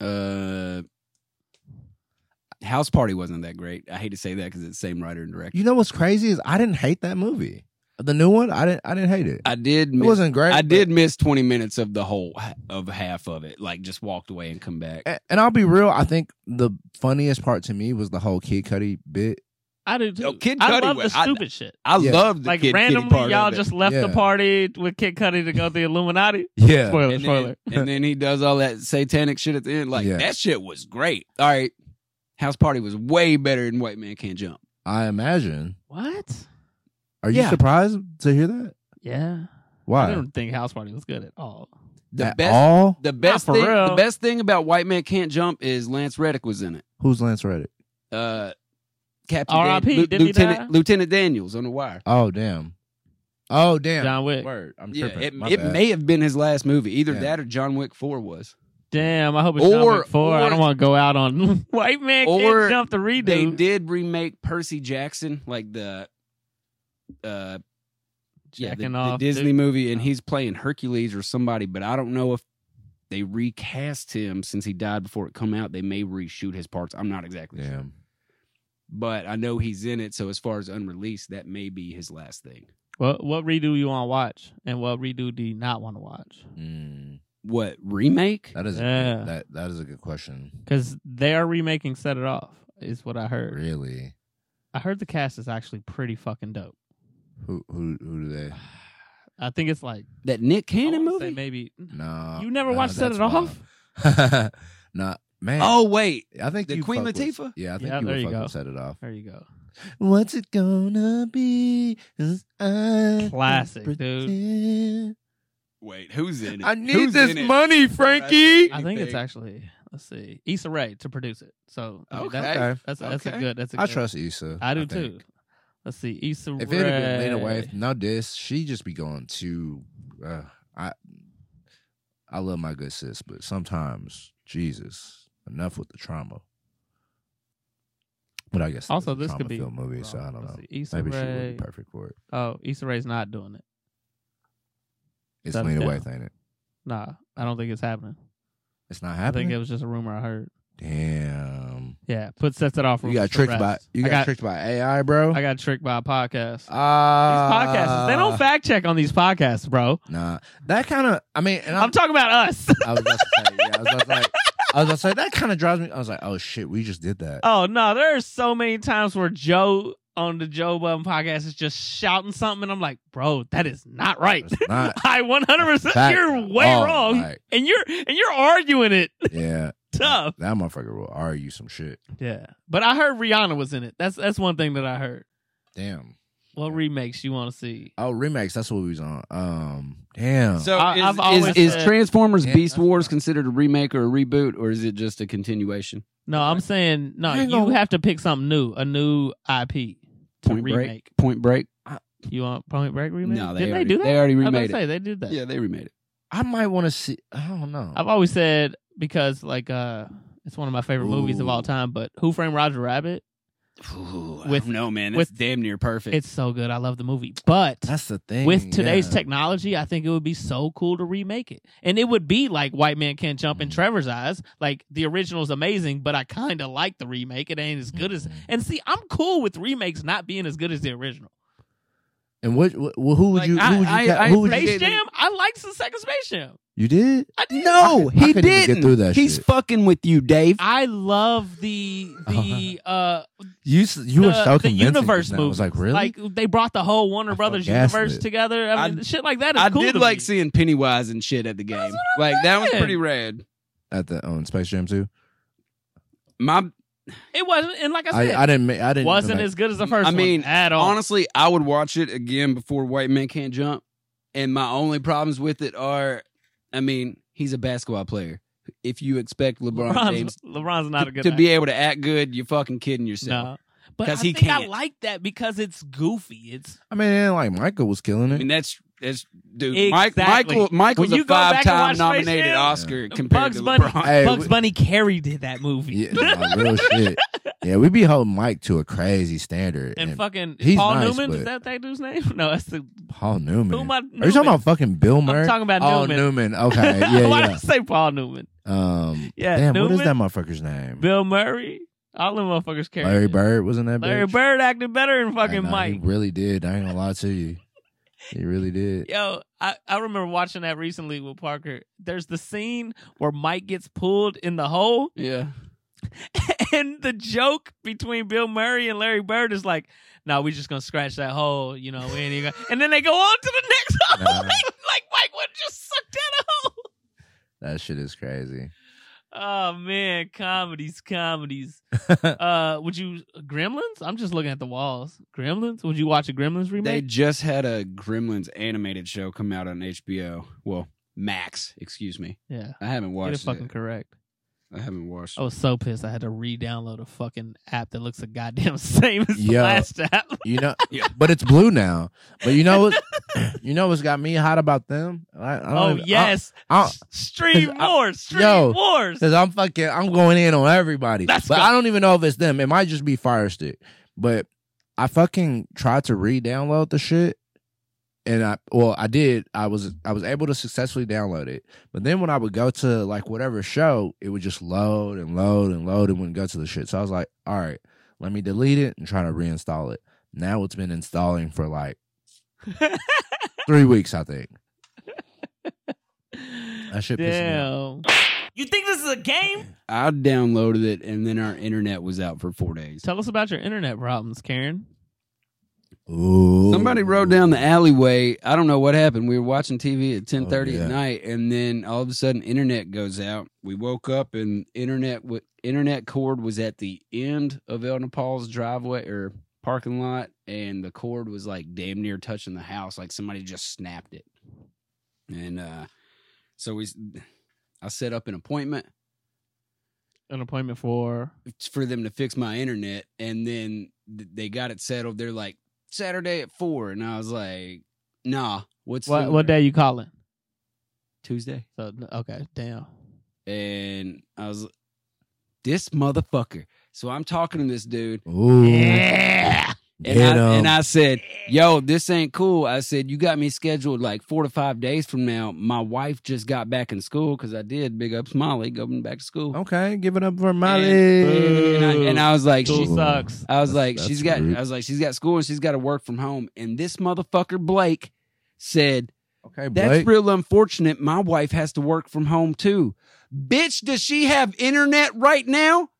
B: Uh, House Party wasn't that great. I hate to say that because it's the same writer and director.
C: You know what's crazy is I didn't hate that movie. The new one, I didn't. I didn't hate it.
B: I did.
C: it
B: Miss,
C: wasn't great.
B: I
C: but-
B: did miss twenty minutes of the whole of half of it. Like just walked away and come back.
C: a- And I'll be real. I think the funniest part to me was the whole Kid Cudi bit.
A: I do too.
B: Yo, Kid
A: I
B: Cudi
A: love the
B: was- I-
A: stupid shit.
B: I
C: Yeah.
B: love the
A: Like
B: Kid Cudi part
A: randomly,
B: of
A: y'all
B: it.
A: just left the
C: Yeah.
A: party with Kid Cudi to go to the Illuminati.
C: Yeah.
A: Spoiler,
B: and
A: spoiler.
B: then, and then he does all that satanic shit at the end. Like
C: Yeah.
B: that shit was great. All right, House Party was way better than White Man Can't Jump.
C: I imagine.
A: What?
C: Are you
B: Yeah.
C: surprised to hear that?
A: Yeah. I
C: Why?
A: didn't think House Party was good at all.
B: The
C: At
B: best,
C: all?
B: the best
A: for
B: thing,
A: real.
B: the best thing about White Man Can't Jump is Lance Reddick was in it.
C: Who's Lance Reddick?
B: Uh, Captain
A: R.I.P.,
B: Dan- Lu-
A: didn't he
B: Lieutenant
A: die?
B: Lieutenant Daniels on the wire.
C: Oh damn. Oh damn.
A: John Wick.
C: Word. I'm
B: Yeah,
C: tripping.
B: it,
C: My
B: it
C: bad.
B: may have been his last movie. Either
C: Yeah.
B: that or John Wick Four was.
A: Damn, I hope it's
B: Or-
A: John Wick 4. I
B: or-
A: don't want to go out on [laughs] White Man
B: Or
A: Can't Jump the
B: They
A: redo.
B: did remake Percy Jackson, like the uh yeah, the,
A: Jacking
B: the
A: off.
B: Disney
A: dude. Oh.
B: movie, and he's playing Hercules or somebody, but I don't know if they recast him since he died before it come out. They may reshoot his parts. I'm not exactly sure,
C: Damn.
B: but I know he's in it. So as far as unreleased, that may be his last thing.
A: What, what redo you want to watch? And what redo do you not want to watch?
C: Mm,
B: What remake?
C: that is a
A: Yeah.
C: good, that that is a good question.
A: Because they are remaking Set It Off, is what I heard.
C: Really.
A: I heard the cast is actually pretty fucking dope.
C: Who who who do they?
A: [sighs] I think it's like
B: That Nick
A: I
B: Cannon
A: wanna say
B: movie.
A: Maybe
C: No,
A: You never
C: no,
A: watched Set
C: Uh, that's
A: It Off?
C: wild. [laughs] nah, man.
B: oh wait,
C: I think
B: the
C: you
B: Queen
C: fuck with-
B: Latifah?
C: yeah, I think
A: Yeah,
C: you
A: there
C: would
A: you
C: fucking
A: go.
C: set
A: [laughs]
C: it off.
A: there you go.
C: What's it gonna be? 'Cause I
A: Classic, dude.
C: pretend.
B: wait, who's in it?
C: I need
B: Who's
C: this
B: in it?
C: money, Frankie.
A: I think it's
B: Anything.
A: actually let's see, Issa Rae to produce it. So I mean,
B: Okay.
A: that-
C: Okay.
A: that's that's a
B: Okay.
A: good. That's a
C: I
A: good-
C: trust Issa.
A: I do
C: think.
A: too. Let's see, Issa Rae.
C: If it had been Lena Waithe, no this, she just be going too. Uh, I I love my good sis, but sometimes Jesus, enough with the trauma. But I guess
A: Also,
C: it's a
A: this could be
C: trauma-filled movie, so I
A: wrong.
C: don't
A: Let's
C: know.
A: see, Issa
C: Maybe she
A: Rae.
C: would be perfect for it.
A: Oh, Issa Rae's not doing it.
C: It's
A: Shut it
C: Lena
A: down.
C: Waithe, ain't it?
A: Nah, I don't think it's happening.
C: It's not
A: I think
C: happening.
A: it was just a rumor I heard.
C: Damn,
A: Yeah, put sets it off.
C: you
A: rumors
C: got
A: to
C: tricked by
A: rest.
C: you
A: I
C: got, tricked by AI, bro. Uh,
A: I got tricked by a podcast.
C: Ah,
A: these podcasts, they don't fact check on these podcasts, bro.
C: Nah, that kind of. I mean, and
A: I'm,
C: I'm,
A: talking about us.
C: I was about to say, yeah, I was about to say, I was about to say that kind of drives me. I was like, oh shit, we just did that.
A: oh no, there are so many times where Joe on the Joe Budden podcast is just shouting something, and I'm like, bro, that is not right. [laughs]
C: It's not
A: I 100. percent
C: Fact.
A: You're way
C: Oh,
A: wrong,
C: like,
A: and you're and you're arguing it [laughs]
C: yeah,
A: tough.
C: That motherfucker will argue some shit.
A: Yeah, but I heard Rihanna was in it. That's that's one thing that I heard.
C: Damn.
A: What remakes you want to see?
C: Oh, remakes. That's what we was on. Um, damn.
B: So
A: I-
B: is,
A: I've
B: is-
A: always
B: is
A: said-
B: Transformers
C: Yeah,
B: Beast
C: that's
B: Wars
C: right.
B: considered a remake or a reboot, or is it just a continuation?
A: No, I'm saying no.
C: I
A: You
C: ain't gonna-
A: have to pick something new, a new IP to
B: Point Break?
A: remake.
B: Point Break.
A: You want Point Break remake?
B: No, they
A: Didn't they
B: already,
A: do that?
B: already
A: I was about
B: remade
A: to
B: it.
A: say they did that.
B: Yeah, they remade it.
C: I might want to see. I don't know.
A: I've always said because like uh, it's one of my favorite movies of all
C: Ooh.
A: time. But Who Framed Roger Rabbit? With-
B: with no man,
A: with-
B: that's damn near perfect.
A: It's so good. I love the movie, but.
C: That's the thing.
A: with today's
C: yeah.
A: technology, I think it would be so cool to remake it. And it would be like White Man Can't Jump in
C: Mhm.
A: Trevor's eyes. Like the original's amazing, but I kind of like the remake. It ain't as good as.
C: Mhm.
A: And see, I'm cool with remakes not being as good as the original.
C: And what? wh- Well, who would
B: Like,
C: you?
B: I-
C: who would you?
B: I-
C: ca-
B: I
C: who would you?
A: Space
B: did it.
A: Jam, I liked the second Space Jam.
C: You did?
A: I did.
B: no,
C: I
B: he
C: couldn't even get
B: didn't.
C: through that
B: He's
C: shit.
B: fucking with you, Dave.
A: I love the
C: [laughs]
A: the uh
C: You s- you were
A: the,
C: so
A: the
C: convincing.
A: universe
C: just now. I
A: movies.
C: was like, really?
A: Like they brought the whole Warner
C: I
A: Brothers
C: felt gaslit.
A: universe together. I mean,
B: I-
A: shit like that is
B: I
A: cool.
B: did
A: to
B: like
A: me.
B: seeing Pennywise and shit at the game.
A: That's what I'm
B: Like that was
A: saying.
B: pretty rad.
C: At the on Space Jam too.
B: My
A: It wasn't, and like I
C: I,
A: said,
C: I didn't. ma- I didn't.
A: wasn't
C: like,
A: as good as the first
B: I mean,
A: one at all.
B: honestly, I would watch it again before White Man Can't Jump. And my only problems with it are, I mean, he's a basketball player. If you expect LeBron James
A: [laughs] LeBron's, LeBron's not a good
B: to
A: actor.
B: be able to act good, you're fucking kidding yourself.
A: no. But I
B: 'Cause he
A: think I
B: can't.
A: like that because it's goofy. It's
C: I mean, it ain't like Michael was killing
B: I mean,
C: it.
B: that's that's dude.
A: Exactly.
B: Michael Michael Michael's
A: When you
B: a
A: go back and
B: five time
A: watch Space
B: nominated
A: Jam,
B: Oscar compared
A: Bugs
B: to
A: Bunny.
B: LeBron.
C: Hey,
A: Bugs
C: we-
A: Bunny carried that movie, [laughs]
C: Yeah, nah, real shit. Yeah, we be holding Mike to a crazy standard.
A: and
C: And,
A: fucking
C: he's
A: Paul
C: nice,
A: Newman is
C: but-
A: that that dude's name? [laughs] No, that's the
C: Paul Newman.
A: who my.
C: Are you talking about fucking Bill Murray?
A: talking about
C: oh,
A: Newman. [laughs]
C: Newman. Okay, yeah,
A: Why did I
C: yeah.
A: say Paul Newman?
C: Um,
A: Yeah,
C: damn, what
A: Newman?
C: is that motherfucker's name?
A: Bill Murray. All them motherfuckers carried.
C: Larry
A: it.
C: Bird wasn't that.
A: Larry
C: bitch?
A: Bird acted better than
C: I
A: fucking
C: know,
A: Mike.
C: He really did. I ain't gonna lie
A: [laughs]
C: to you. He really did.
A: Yo, I, I remember watching that recently with Parker. There's the scene where Mike gets pulled in the hole, [laughs]
B: yeah,
A: and the joke between Bill Murray and Larry Bird is like, "No, we just gonna scratch that hole, you know." We ain't even gonna-" and then they go on to the [laughs] next hole.
C: Nah.
A: like, like Mike would just suck that hole.
C: That shit is crazy.
A: Oh man, comedies,
C: [laughs]
A: comedies. uh, would you Gremlins? I'm just looking at the walls. Gremlins? Would you watch a Gremlins
B: they
A: remake?
B: just had a Gremlins animated show come out on HBO. Well, Max, excuse me.
A: yeah,
B: I haven't
A: get it
B: watched
A: fucking Oh.
B: it.
A: correct.
B: I haven't watched.
A: I was so pissed. I had to re-download a fucking app that looks the goddamn [laughs] same as the
C: Yo.
A: last app.
C: You
A: [laughs]
C: know,
B: Yeah.
C: but it's blue now. But you know what? [clears throat] you know what's got me hot about them? I, I don't
A: Oh
C: even- I-
A: yes,
C: I-
A: S- stream
C: [laughs] Cause I-
A: wars, stream
C: Yo.
A: wars.
C: Because I'm fucking, I'm going in on everybody.
A: Let's
C: but
A: go.
C: I don't even know if it's them. It might just be Fire Stick. But I fucking tried to re-download the shit, and I well, I did. I was I was able to successfully download it. But then when I would go to like whatever show, it would just load and load and load and wouldn't go to the shit. So I was like, all right, let me delete it and try to reinstall it. Now it's been installing
B: [laughs]
C: for like three weeks, I think. That shit pissed me
A: Damn.
G: You think this is a game?
B: I downloaded it, and then our internet was out for four days.
A: Tell us about your internet problems, Karen.
C: Ooh.
B: Somebody rode down the alleyway. I don't know what happened. We were watching TV at ten thirty
C: Oh, yeah.
B: at night, and then all of a sudden, internet goes out. We woke up, and internet w- internet cord was at the end of El Nepal's driveway or parking lot, and the cord was like damn near touching the house. Like somebody just snapped it, and uh, so we. s- I set up an appointment
A: An appointment for
B: for them to fix my internet and then th- they got it settled they're like saturday at four and i was like nah what's
A: what?
B: the-
A: What day you calling?
B: tuesday
A: So okay, damn.
B: and i was this motherfucker so i'm talking to this dude
C: Ooh.
B: and,
C: Get
B: I,
C: 'em.
B: and I said, "Yo, this ain't cool." I said, "You got me scheduled like four to five days from now." My wife just got back in school because I did big ups Molly going back to school.
C: Okay, give it up for Oh, Molly.
B: And I, and I was like,
A: School
B: she-
A: sucks.
B: I was
C: That's-
B: like,
C: that's
B: she's got.
C: rude.
B: I was like, she's got school and she's got to work from home. And this motherfucker Blake said,
C: okay,
B: "That's
C: Blake.
B: real unfortunate. My wife has to work from home too. Bitch, does she have internet right now?"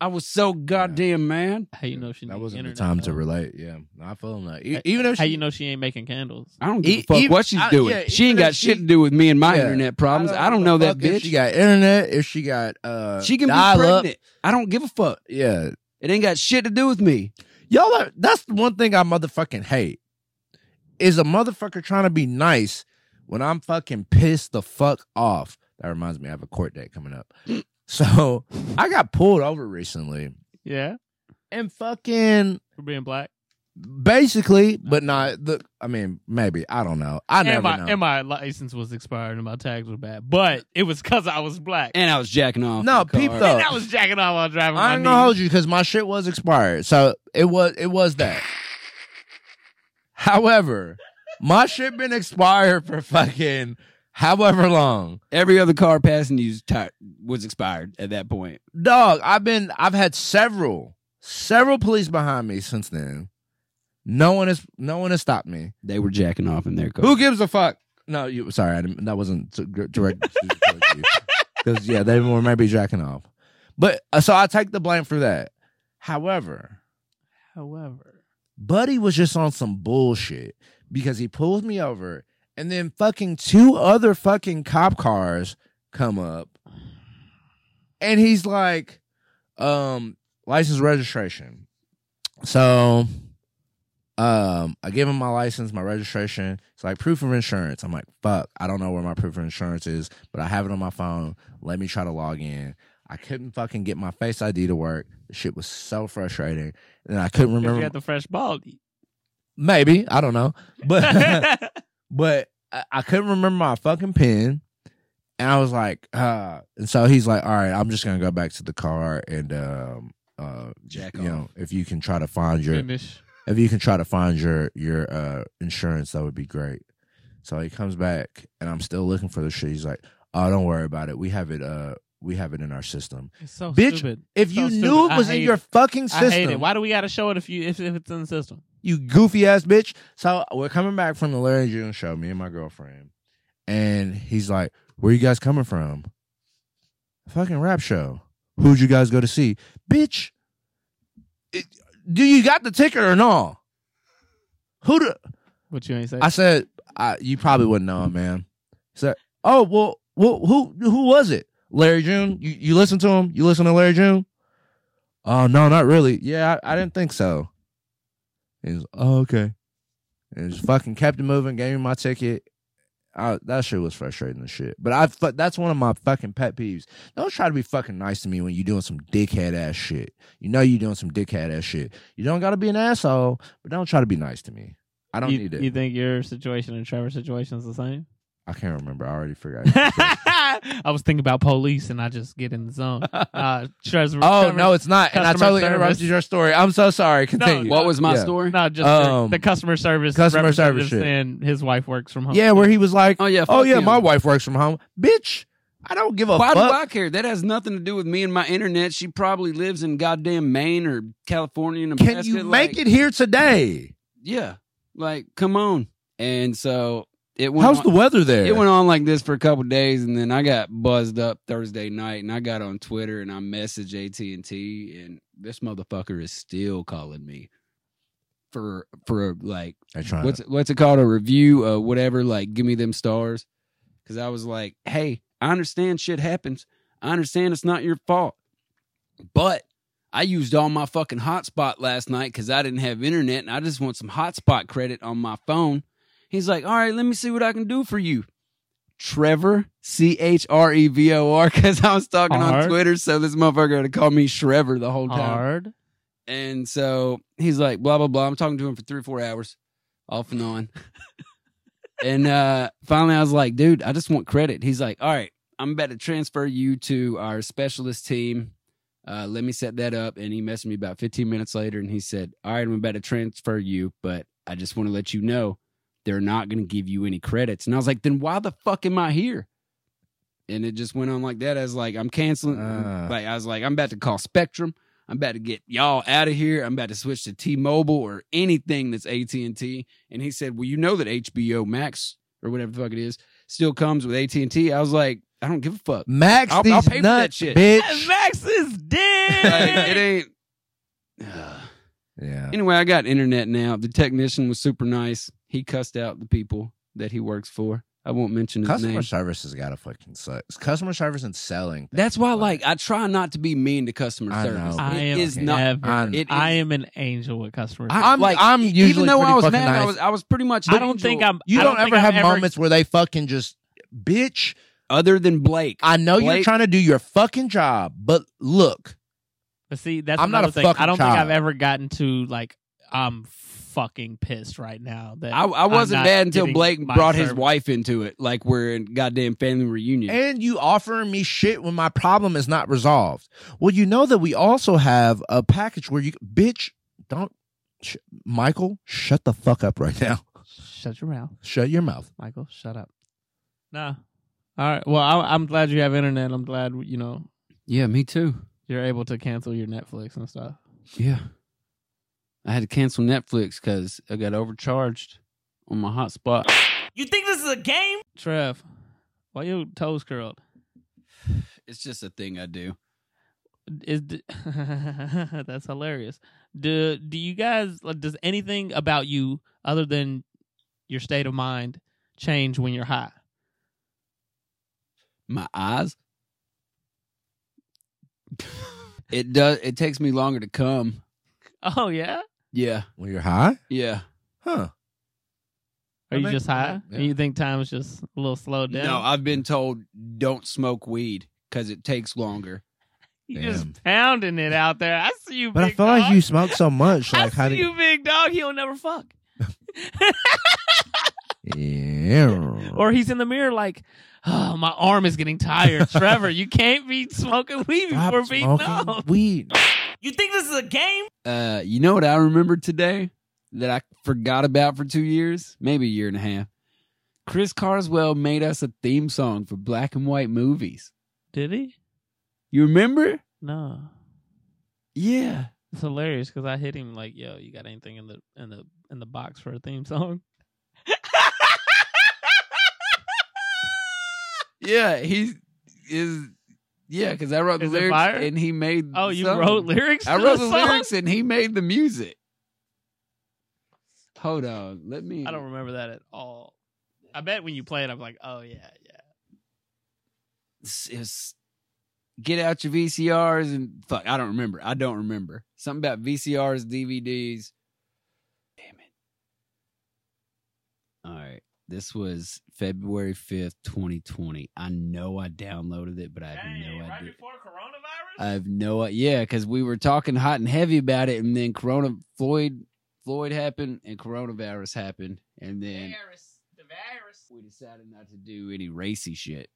B: I was so goddamn mad.
A: How you know she?
C: that
A: need
C: wasn't
A: internet,
C: the time to
A: though?
C: relate. Yeah, No, I feel that. E-
A: Hey,
C: Even if
A: How
C: she-
A: you know she ain't making candles?
B: I don't give
C: E-
B: a fuck
C: even-
B: what she's
C: I-
B: doing.
C: yeah,
B: she ain't
C: even
B: got
C: if
B: shit
C: she-
B: to do with me and my
C: Yeah.
B: internet problems. I don't,
C: give
B: know
C: a
B: that
C: fuck If
B: bitch.
C: she
B: She,
C: got internet, if she got uh,
B: can be
C: dial up.
B: pregnant. I don't give a fuck.
C: Yeah,
B: It ain't got shit to do with me.
C: y'all. Are, that's the one thing I motherfucking hate is a motherfucker trying to be nice when I'm fucking pissed the fuck off. That reminds me, I have a court date coming [gasps] up. So I got pulled over recently
A: Yeah,
C: and fucking
A: for being black.
C: basically, but not the. I mean, maybe I don't know. I
A: and
C: never
A: my
C: know.
A: and my license was expired and my tags were bad, but it was because I was black.
B: And I was jacking off.
C: No,
B: in the
C: peep
B: car.
C: though.
A: And I was jacking off while driving.
C: uh, I ain't gonna hold you because my shit was expired. So it was it was that. However, my shit been expired for fucking however long.
B: Every other car passing you was expired at that point.
C: Dog, I've been I've had several, several police behind me since then. No one has no one has stopped me.
B: They were jacking off in their car.
C: Who gives a fuck? No, you sorry, I didn't, that wasn't to- gr- direct because yeah, they were maybe jacking off. But uh, so I take the blame for that. However,
A: However,
C: Buddy was just on some bullshit because he pulls me over and then fucking two other fucking cop cars come up and he's like, um, license registration. So um I give him my license, my registration. It's like proof of insurance. I'm like, fuck, I don't know where my proof of insurance is, but I have it on my phone. Let me try to log in. I couldn't fucking get my face ID to work. The shit was so frustrating. And I couldn't
A: if
C: remember
A: you had the fresh
C: [laughs]
A: baldy,
C: maybe I don't know,
A: [laughs]
C: but [laughs] but I, I couldn't remember my fucking pin, and I was like, uh, and so he's like, all right, I'm just gonna go back to the car and um uh
B: Jack
C: you
B: off.
C: know if you can try to find your
A: finish.
C: if you can try to find your your uh insurance that would be great. So he comes back and I'm still looking for the shit. He's like, oh, don't worry about it. We have it. Uh, we have it in our system.
A: It's so
C: Bitch,
A: stupid.
C: If
A: So
C: you
A: stupid.
C: knew it
A: I
C: was in
A: hate
C: your
A: it.
C: fucking
A: I
C: system,
A: hate it. Why do we got to show it if you if, if it's in the system?
C: you goofy ass bitch. So we're coming back from the Larry June show, me and my girlfriend, and he's like, "Where you guys coming from? Fucking rap show. Who'd you guys go to see, bitch? It, do you got the ticket or no? Who? Do,
A: What you ain't say?
C: I said, I, you probably wouldn't know him, man. He said, oh well, well, who who was it? Larry June. You you listen to him? You listen to Larry June? Oh no, not really. Yeah, I, I didn't think so. And he's oh, okay. And just fucking kept it moving. Gave me my ticket. I, that shit was frustrating as shit. But I fu- that's one of my fucking pet peeves. Don't try to be fucking nice to me when you're doing some dickhead ass shit. You know you're doing some dickhead ass shit. You don't gotta be an asshole, but don't try to be nice to me. I don't
A: you,
C: need it.
A: You think your situation and Trevor's situation is the
C: [laughs]
A: same?
C: I can't remember. I already forgot.
A: [laughs]
B: [laughs]
A: I was thinking about police, and I just get in the zone. Uh, Trevor,
C: [laughs] oh
A: Trevor-
C: no, it's not. And I
A: customer
C: totally
A: service.
C: interrupted your story. I'm so sorry. Continue.
B: What was my
C: Yeah.
B: story?
A: no, just
C: Um,
A: the, the customer service,
C: customer service
A: representatives
C: shit.
A: and his wife works from home.
C: Yeah, where he was like,
B: Oh yeah.
C: "Oh
B: fuck
C: yeah,
B: him.
C: my wife works from home, bitch. I don't give a
B: Why do
C: fuck."
B: I care? That has nothing to do with me and my internet. She probably lives in goddamn Maine or California. Nebraska.
C: Can you
B: like-
C: make it here today?
B: Yeah. Like, come on. And so it went
C: How's
B: on-
C: the weather there?
B: it went on like this for a couple days, and then I got buzzed up Thursday night, and I got on Twitter and I messaged AT and T, and this motherfucker is still calling me for for like
C: I try.
B: what's it, what's it called a review uh whatever like give me them stars because i was like hey i understand shit happens i understand it's not your fault but i used all my fucking hotspot last night because i didn't have internet and i just want some hotspot credit on my phone he's like all right let me see what i can do for you Trevor, C H R E V O R, [laughs] because I was talking on
A: Hard.
B: Twitter, so this motherfucker had to call me Shrever the whole time.
A: Hard.
B: And so he's like, blah, blah, blah. I'm talking to him for three or four hours, off and on. and uh, finally, I was like, dude, I just want credit. He's like, all right, I'm about to transfer you to our specialist team. Uh, let me set that up. And he messaged me about 15 minutes later and he said, all right, I'm about to transfer you, but I just want to let you know they're not going to give you any credits. And I was like, then why the fuck am I here? And it just went on like that. I was like, I'm canceling.
C: Ah.
B: Like, I was like, I'm about to call Spectrum. I'm about to get y'all out of here. I'm about to switch to T-Mobile or anything that's AT&T. And he said, "Well, you know that HBO Max or whatever the fuck it is still comes with AT&T." I was like, "I don't give a
A: [laughs]
B: fuck.
C: Max
B: I'll-
C: these
B: I'll pay for that
C: nuts,
B: shit.
C: bitch.
A: Max is
B: Like, it
A: dead.
B: ain't." [sighs]
C: Yeah.
B: Anyway, I got internet now. The technician was super nice. He cussed out the people that he works for. I won't mention his
C: Customer
B: name.
C: service has got to fucking suck. Customer service and selling.
B: That's why, like, I try not to be mean to customer
C: I
B: service.
C: know.
A: I
B: It
A: am
B: is not.
A: never.
C: I'm-
B: It is,
A: I am an angel with customers. I,
B: I-
C: I'm
B: like, e-,
C: like I'm usually
B: even though
C: pretty
B: I was
C: fucking
B: mad,
C: nice.
B: I was I was pretty much.
A: don't
B: angel,
A: think I'm.
C: you
A: I
C: don't,
A: think
C: ever
A: I've
C: have moments where they fucking just bitch.
B: other than Blake.
C: I know you're
B: Blake-
C: trying to do your fucking job, but look,
A: But see, that's
C: I'm not
A: another
C: a
A: thing. I
C: fucking
A: don't think I've
C: child.
A: ever gotten to like I'm fucking pissed right now. That
B: I, I
A: I'm
B: wasn't
A: not
B: bad until
A: getting
B: Blake
A: my
B: brought his
A: service.
B: wife into it. Like we're in goddamn family reunion.
C: and you offering me shit when my problem is not resolved. Well, you know that we also have a package where you bitch don't sh- Michael, shut the fuck up right now. [laughs]
A: Shut your mouth,
C: Shut your mouth.
A: Michael. Shut up. Nah. All right. Well, I, I'm glad you have internet. I'm glad you know
B: yeah, me too.
A: you're able to cancel your Netflix and stuff.
B: Yeah, I had to cancel Netflix because I got overcharged on my hotspot.
A: You think this is a game, Trev? Why your toes curled?
B: It's just a thing I do.
A: Is d- [laughs] that's hilarious. Do do you guys like, does anything about you other than your state of mind change when you're high?
B: My eyes. [laughs] it does. It takes me longer to come.
A: Oh yeah.
B: Yeah,
C: When you're high?
B: yeah.
C: Huh.
A: Are
C: I
A: you
C: think-
A: just high?
C: yeah.
A: And you think time is just a little slowed down?
B: No, I've been told don't smoke weed because it takes longer.
A: you
C: Damn.
A: just pounding it out there. I see you,
C: But I
A: big
C: feel
A: dog.
C: like you smoke
A: [laughs]
C: so much.
A: I
C: Like how
A: see
C: do
A: you, big dog. He'll never fuck.
C: Yeah.
A: Or he's in the mirror like, oh, my arm is getting
C: [laughs]
A: tired. Trevor, you can't be smoking weed
C: Stop
A: before being
C: smoking
A: off.
C: weed.
A: You think this is a game?
B: Uh, you know what I remembered today that I forgot about for two years, maybe a year and a half. Chris Carswell made us a theme song for black and white movies.
A: Did he?
B: You remember?
A: No.
B: Yeah.
A: It's hilarious because I hit him like, "Yo, you got anything in the in the in the box for a theme
B: [laughs]
A: song?"
B: Yeah, he is. Yeah, because I wrote the
A: Is it
B: lyrics
A: fire?
B: and he made.
A: Oh, you
B: some.
A: wrote lyrics.
B: I
A: to
B: wrote the
A: song?
B: lyrics and he made the music. Hold on, let me.
A: I don't remember that at all. I bet when you play it, I'm like, "Oh yeah, yeah."
B: s- is get out your VCRs and fuck, I don't remember. I don't remember. Something about VCRs, DVDs. Damn it. All right. This was February 5th, 2020. I know I downloaded it, but I have no idea.
A: coronavirus.
B: I have no idea. Yeah, because we were talking hot and heavy about it, and then Corona Floyd Floyd happened and coronavirus happened. And then
A: the virus.
B: we decided not to do any racy shit.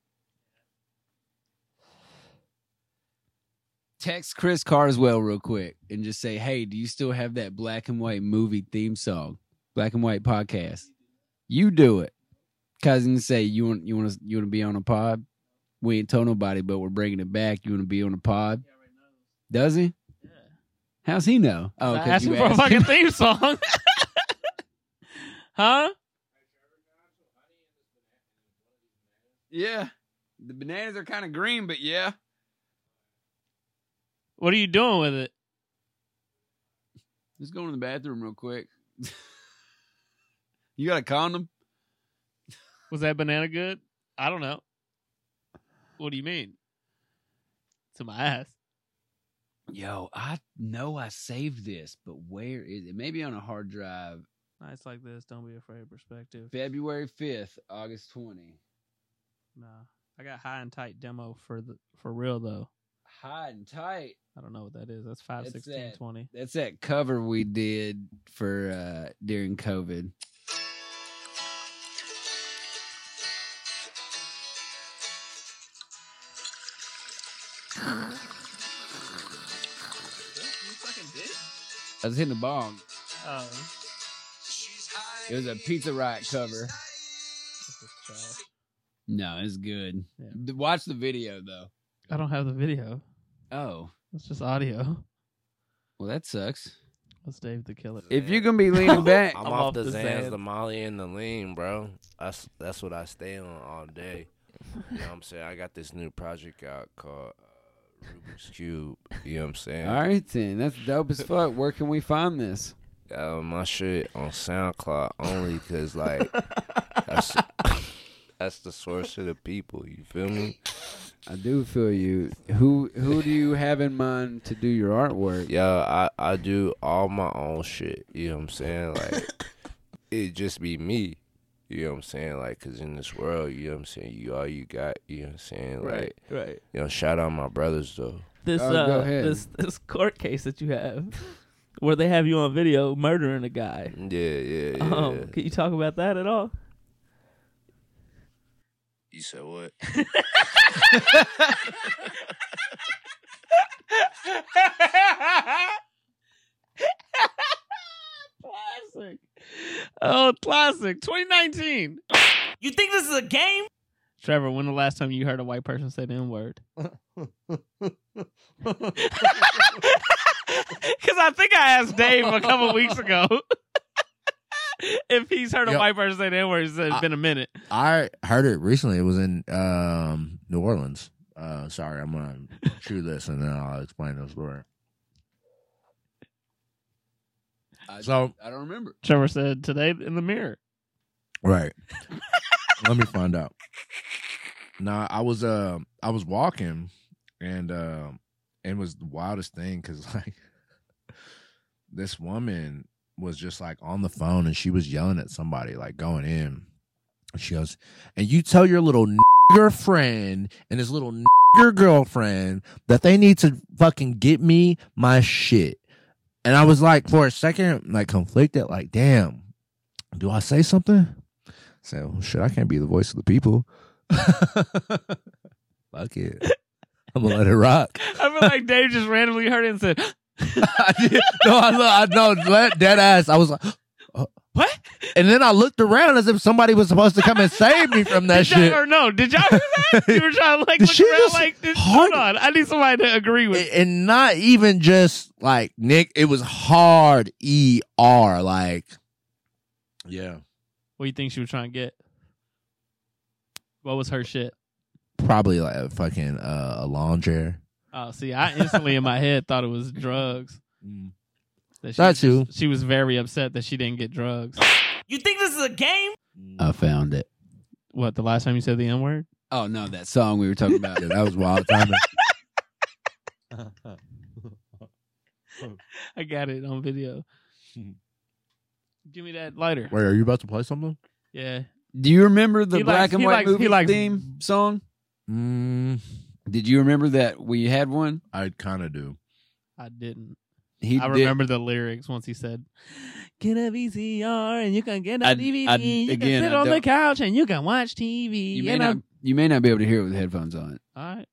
B: Text Chris Carswell real quick and just say, "Hey, do you still have that black and white movie theme song? Black and white podcast? You do it, cousin. Say you want you want to you want to be on a pod. We ain't told nobody, but we're bringing it back. You want to be on a pod? Does he?
A: Yeah.
B: How's he know? Oh,
A: I
B: 'cause
A: asked
B: you
A: him for a
B: asked
A: [laughs]
B: [laughs]
A: fucking theme song. huh?
B: Yeah. The bananas are kind of green, but yeah.
A: What are you doing with it?
B: Let's go in the bathroom real quick. [laughs] you got a condom?
A: Was that banana good? I don't know. What do you mean? To my ass.
B: Yo, I know I saved this, but where is it? Maybe on a hard drive.
A: Nights like this, don't be afraid of perspective.
B: February 5th, August 20.
A: Nah. I got high and tight demo for the for real though.
B: High and tight.
A: I don't know what that is. That's 5,
B: It's
A: 16,
B: that-
A: 20.
B: That's that cover we did for uh during COVID. I was hitting the bong.
A: Oh,
B: It was a Pizza Riot cover.
A: this is trash.
B: No, it's good.
A: Yeah.
B: D- Watch the video though.
A: I don't have the video.
B: Oh,
A: It's just audio.
B: well, that sucks.
A: Let's Dave the Killer.
B: If you're gonna be [laughs] leaning back,
C: I'm,
A: I'm
C: off,
A: off
C: the,
A: the
C: Zans,
A: Zans.
C: the Molly, and the lean, bro. That's that's what I stay on all day. You know what I'm saying? I got this new project out called uh, Rubik's Cube. You know what I'm saying?
B: all right, then that's dope as fuck. Where can we find this?
C: Uh, my shit on SoundCloud only because like that's [laughs] that's the source of the people. You feel me?
B: I do feel you. Who who do you have in mind to do your artwork?
C: Yeah, I I do all my own shit. You know what I'm saying?
B: [laughs]
C: Like it just be me. You know what I'm saying? Like, cause in this world, you know what I'm saying. You all you got. You know what I'm saying? Like,
B: right.
C: you know, shout out my brothers though.
A: this
B: Oh,
A: uh
B: go ahead.
A: this [laughs] this court case that you have where they have you on video murdering a guy.
C: Yeah, yeah, yeah.
A: Um, can you talk about that at all?
C: you said what?
A: classic. Oh, classic. 2019.
G: You think this is a game?
A: Trevor, when the last time you heard a white person say the N word? Because I think I asked Dave a couple weeks ago [laughs] if he's heard a
C: Yep.
A: white person say the N word. He said it's
C: I-
A: been a minute.
C: I heard it recently. It was in um, New Orleans. Uh, sorry, I'm gonna chew this and then I'll explain the story. So
B: I don't remember.
A: Trevor said today in the mirror.
C: right, let me find out. Nah, I was uh, I was walking, and uh, it was the wildest thing because [laughs] like this woman was just like on the phone and she was yelling at somebody like going in. And She goes, and you tell your little nigger friend and his little nigger girlfriend that they need to fucking get me my shit. And I was like, for a second, like conflicted, like, damn, do I say something? So shit, I can't be the voice of the [laughs] people. Fuck it. [laughs] I'm gonna let it rock. [laughs]
A: I feel like Dave just randomly heard it and said,
C: I did. No, I, lo- I no le- dead ass. I was like, [gasps] uh,
A: What?
C: and then I looked around as if somebody was supposed to come and save me from
A: [laughs]
C: that
A: Did y'all-
C: [laughs] shit.
A: Or no, did y'all hear that? you were trying to like
C: Did
A: look
C: she
A: around
C: just
A: like this.
C: hard-
A: Hold on. I need somebody to agree with.
C: And- And not even just like Nick, it was hard E R. Like, yeah,
A: What do you think she was trying to get? What was her shit?
C: probably like a fucking uh, a lawn chair.
A: Oh, see, I instantly in my head thought it was drugs.
C: Mm.
A: That she,
C: That too.
A: she was very upset that she didn't get drugs.
G: You think this is a game?
B: I found it.
A: What, the last time you said the N word?
B: Oh no, that song we were talking [laughs] about.
C: Yeah, that was wild timing.
A: I got it on video. Give me that lighter.
C: Wait, are you about to play something?
A: Yeah.
B: do you remember the
A: He
B: black
A: likes-
B: and
A: he
B: white
A: likes- he
B: movie
A: likes-
B: theme song?
C: Mm,
B: Did you remember that we had one?
C: I kind of do.
A: I didn't.
B: He
A: I
B: did-
A: remember the lyrics once he said, "Get a VCR and you can get a
B: I-
A: DVD.
B: I-
A: you
B: again,
A: can sit
B: I
A: on the
B: don't-
A: couch and you can watch TV."
B: You may
A: and
B: not.
A: I'm-
B: You may not be able to hear it with headphones on.
A: all right.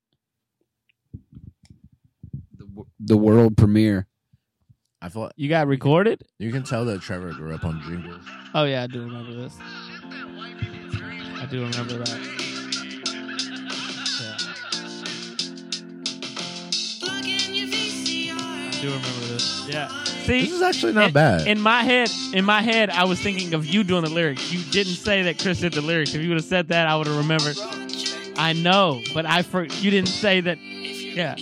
B: The, wo- the world premiere.
C: I thought
A: You got recorded?
C: you can tell that Trevor grew up on jingles.
A: Oh yeah, I do remember this. I do remember that. Yeah, I do remember this. Yeah. See,
C: This is actually not
A: in-
C: bad.
A: In my head, in my head, I was thinking of you doing the lyrics. You didn't say that Chris did the lyrics. If you would have said that, I would have remembered. I know, but I for you didn't say that. Yeah.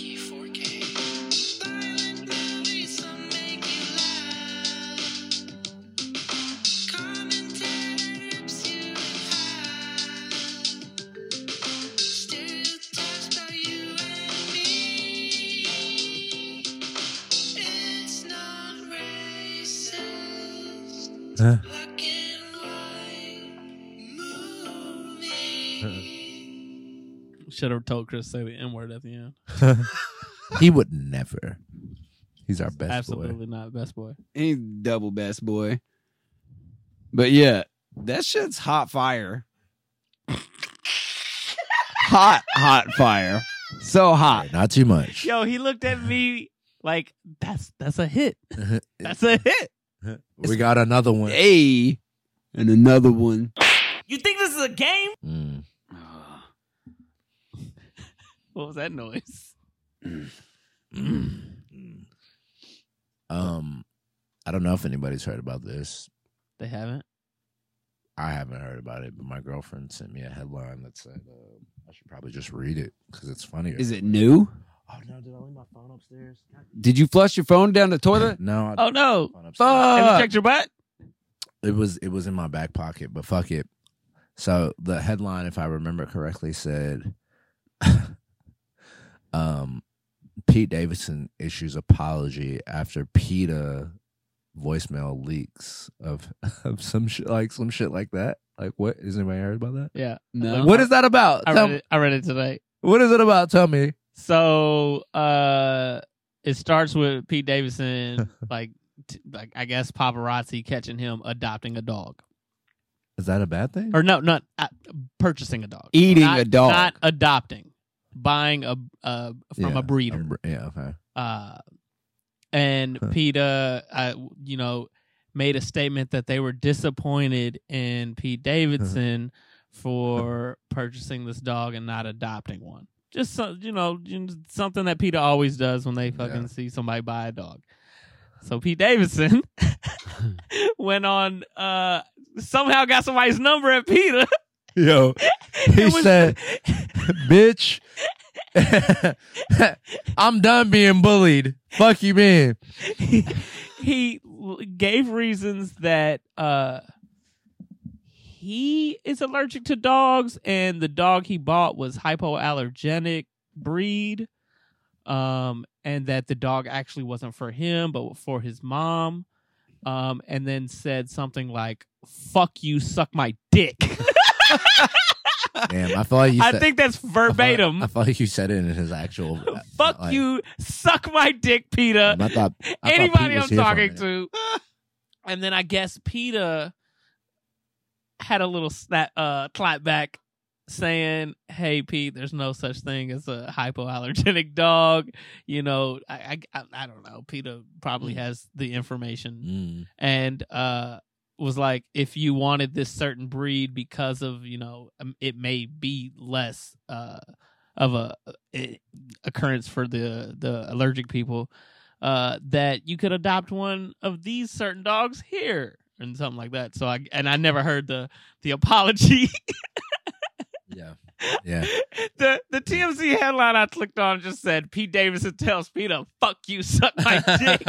C: Huh?
A: Should have told Chris to say the N word at the end.
C: [laughs] He would never. He's our best boy.
A: Absolutely not best boy.
B: He's double best boy. But yeah, that shit's hot fire. hot, hot fire. So hot.
C: Not too much. [clears throat]
A: Yo, he looked at me like that's that's a hit. That's a hit.
C: We got another one.
B: Hey, and another one.
G: You think this is a game?
C: Mm.
A: [sighs] What was that noise?
C: Um, I don't know if anybody's heard about this.
A: They haven't.
C: I haven't heard about it, but my girlfriend sent me a headline that said uh, I should probably just read it because it's funnier.
B: Is it new?
C: Oh no! Did I leave my phone upstairs?
B: Did you flush your phone down the toilet?
C: No. I
A: Oh no!
C: phone upstairs.
A: Have you
B: Fuck.
A: checked your butt?
C: It was it was in my back pocket, but fuck it. So the headline, if I remember correctly, said, [laughs] um, Pete Davidson issues apology after PETA voicemail leaks of, [laughs] of some shit like some shit like that. Like what is anybody heard about that?
A: Yeah.
B: No.
C: What is that about?
A: Uh-huh. I
C: Tell
A: read
C: me,
A: it. I read it today.
C: what is it about? Tell me.
A: So uh it starts with Pete Davidson, like t- like I guess paparazzi catching him adopting a dog,
C: Is that a bad thing?
A: or no, not uh, purchasing a dog,
B: Eating
A: Not-
B: a dog.
A: not adopting, buying a uh from
C: Yeah,
A: a breeder.
C: br- yeah, okay.
A: uh, and
C: Huh.
A: PETA, uh, you know, made a statement that they were disappointed in Pete
C: Uh-huh.
A: Davidson for purchasing this dog and not adopting one. Just so, you know, you- something that PETA always does when they fucking
C: Yeah.
A: see somebody buy a dog. So Pete
C: [laughs]
A: Davidson [laughs] went on, uh, somehow got somebody's number at PETA. [laughs]
C: Yo,
A: It
C: he
A: was-
C: said, [laughs] bitch, I'm done being bullied. Fuck you, man.
A: he [laughs] he l- gave reasons that uh he is allergic to dogs and the dog he bought was hypoallergenic breed um and that the dog actually wasn't for him but for his mom um and then said something like fuck you suck my dick [laughs]
C: Damn, I feel like you
A: i
C: said,
A: think that's
C: I feel like-
A: verbatim
C: I feel like you said it in his actual.
A: [laughs] fuck
C: like-
A: you uh, suck my dick peter
C: I thought I thought
A: anybody
C: Pete
A: I'm
C: was here for a
A: talking
C: minute.
A: to. and then I guess PETA had a little snap, uh, clap back saying, "Hey, Pete, there's no such thing as a hypoallergenic dog. You know, I I, I, I don't know. PETA probably
C: Hmm.
A: has the information
C: Mm.
A: and uh was like if you wanted this certain breed because of you know um, it may be less uh of a i- occurrence for the the allergic people uh that you could adopt one of these certain dogs here and something like that so i and i never heard the the apology [laughs]
C: Yeah, yeah.
A: the the tmc headline i clicked on just said pete davidson tells peter fuck you suck
G: [laughs]
A: [laughs] my dick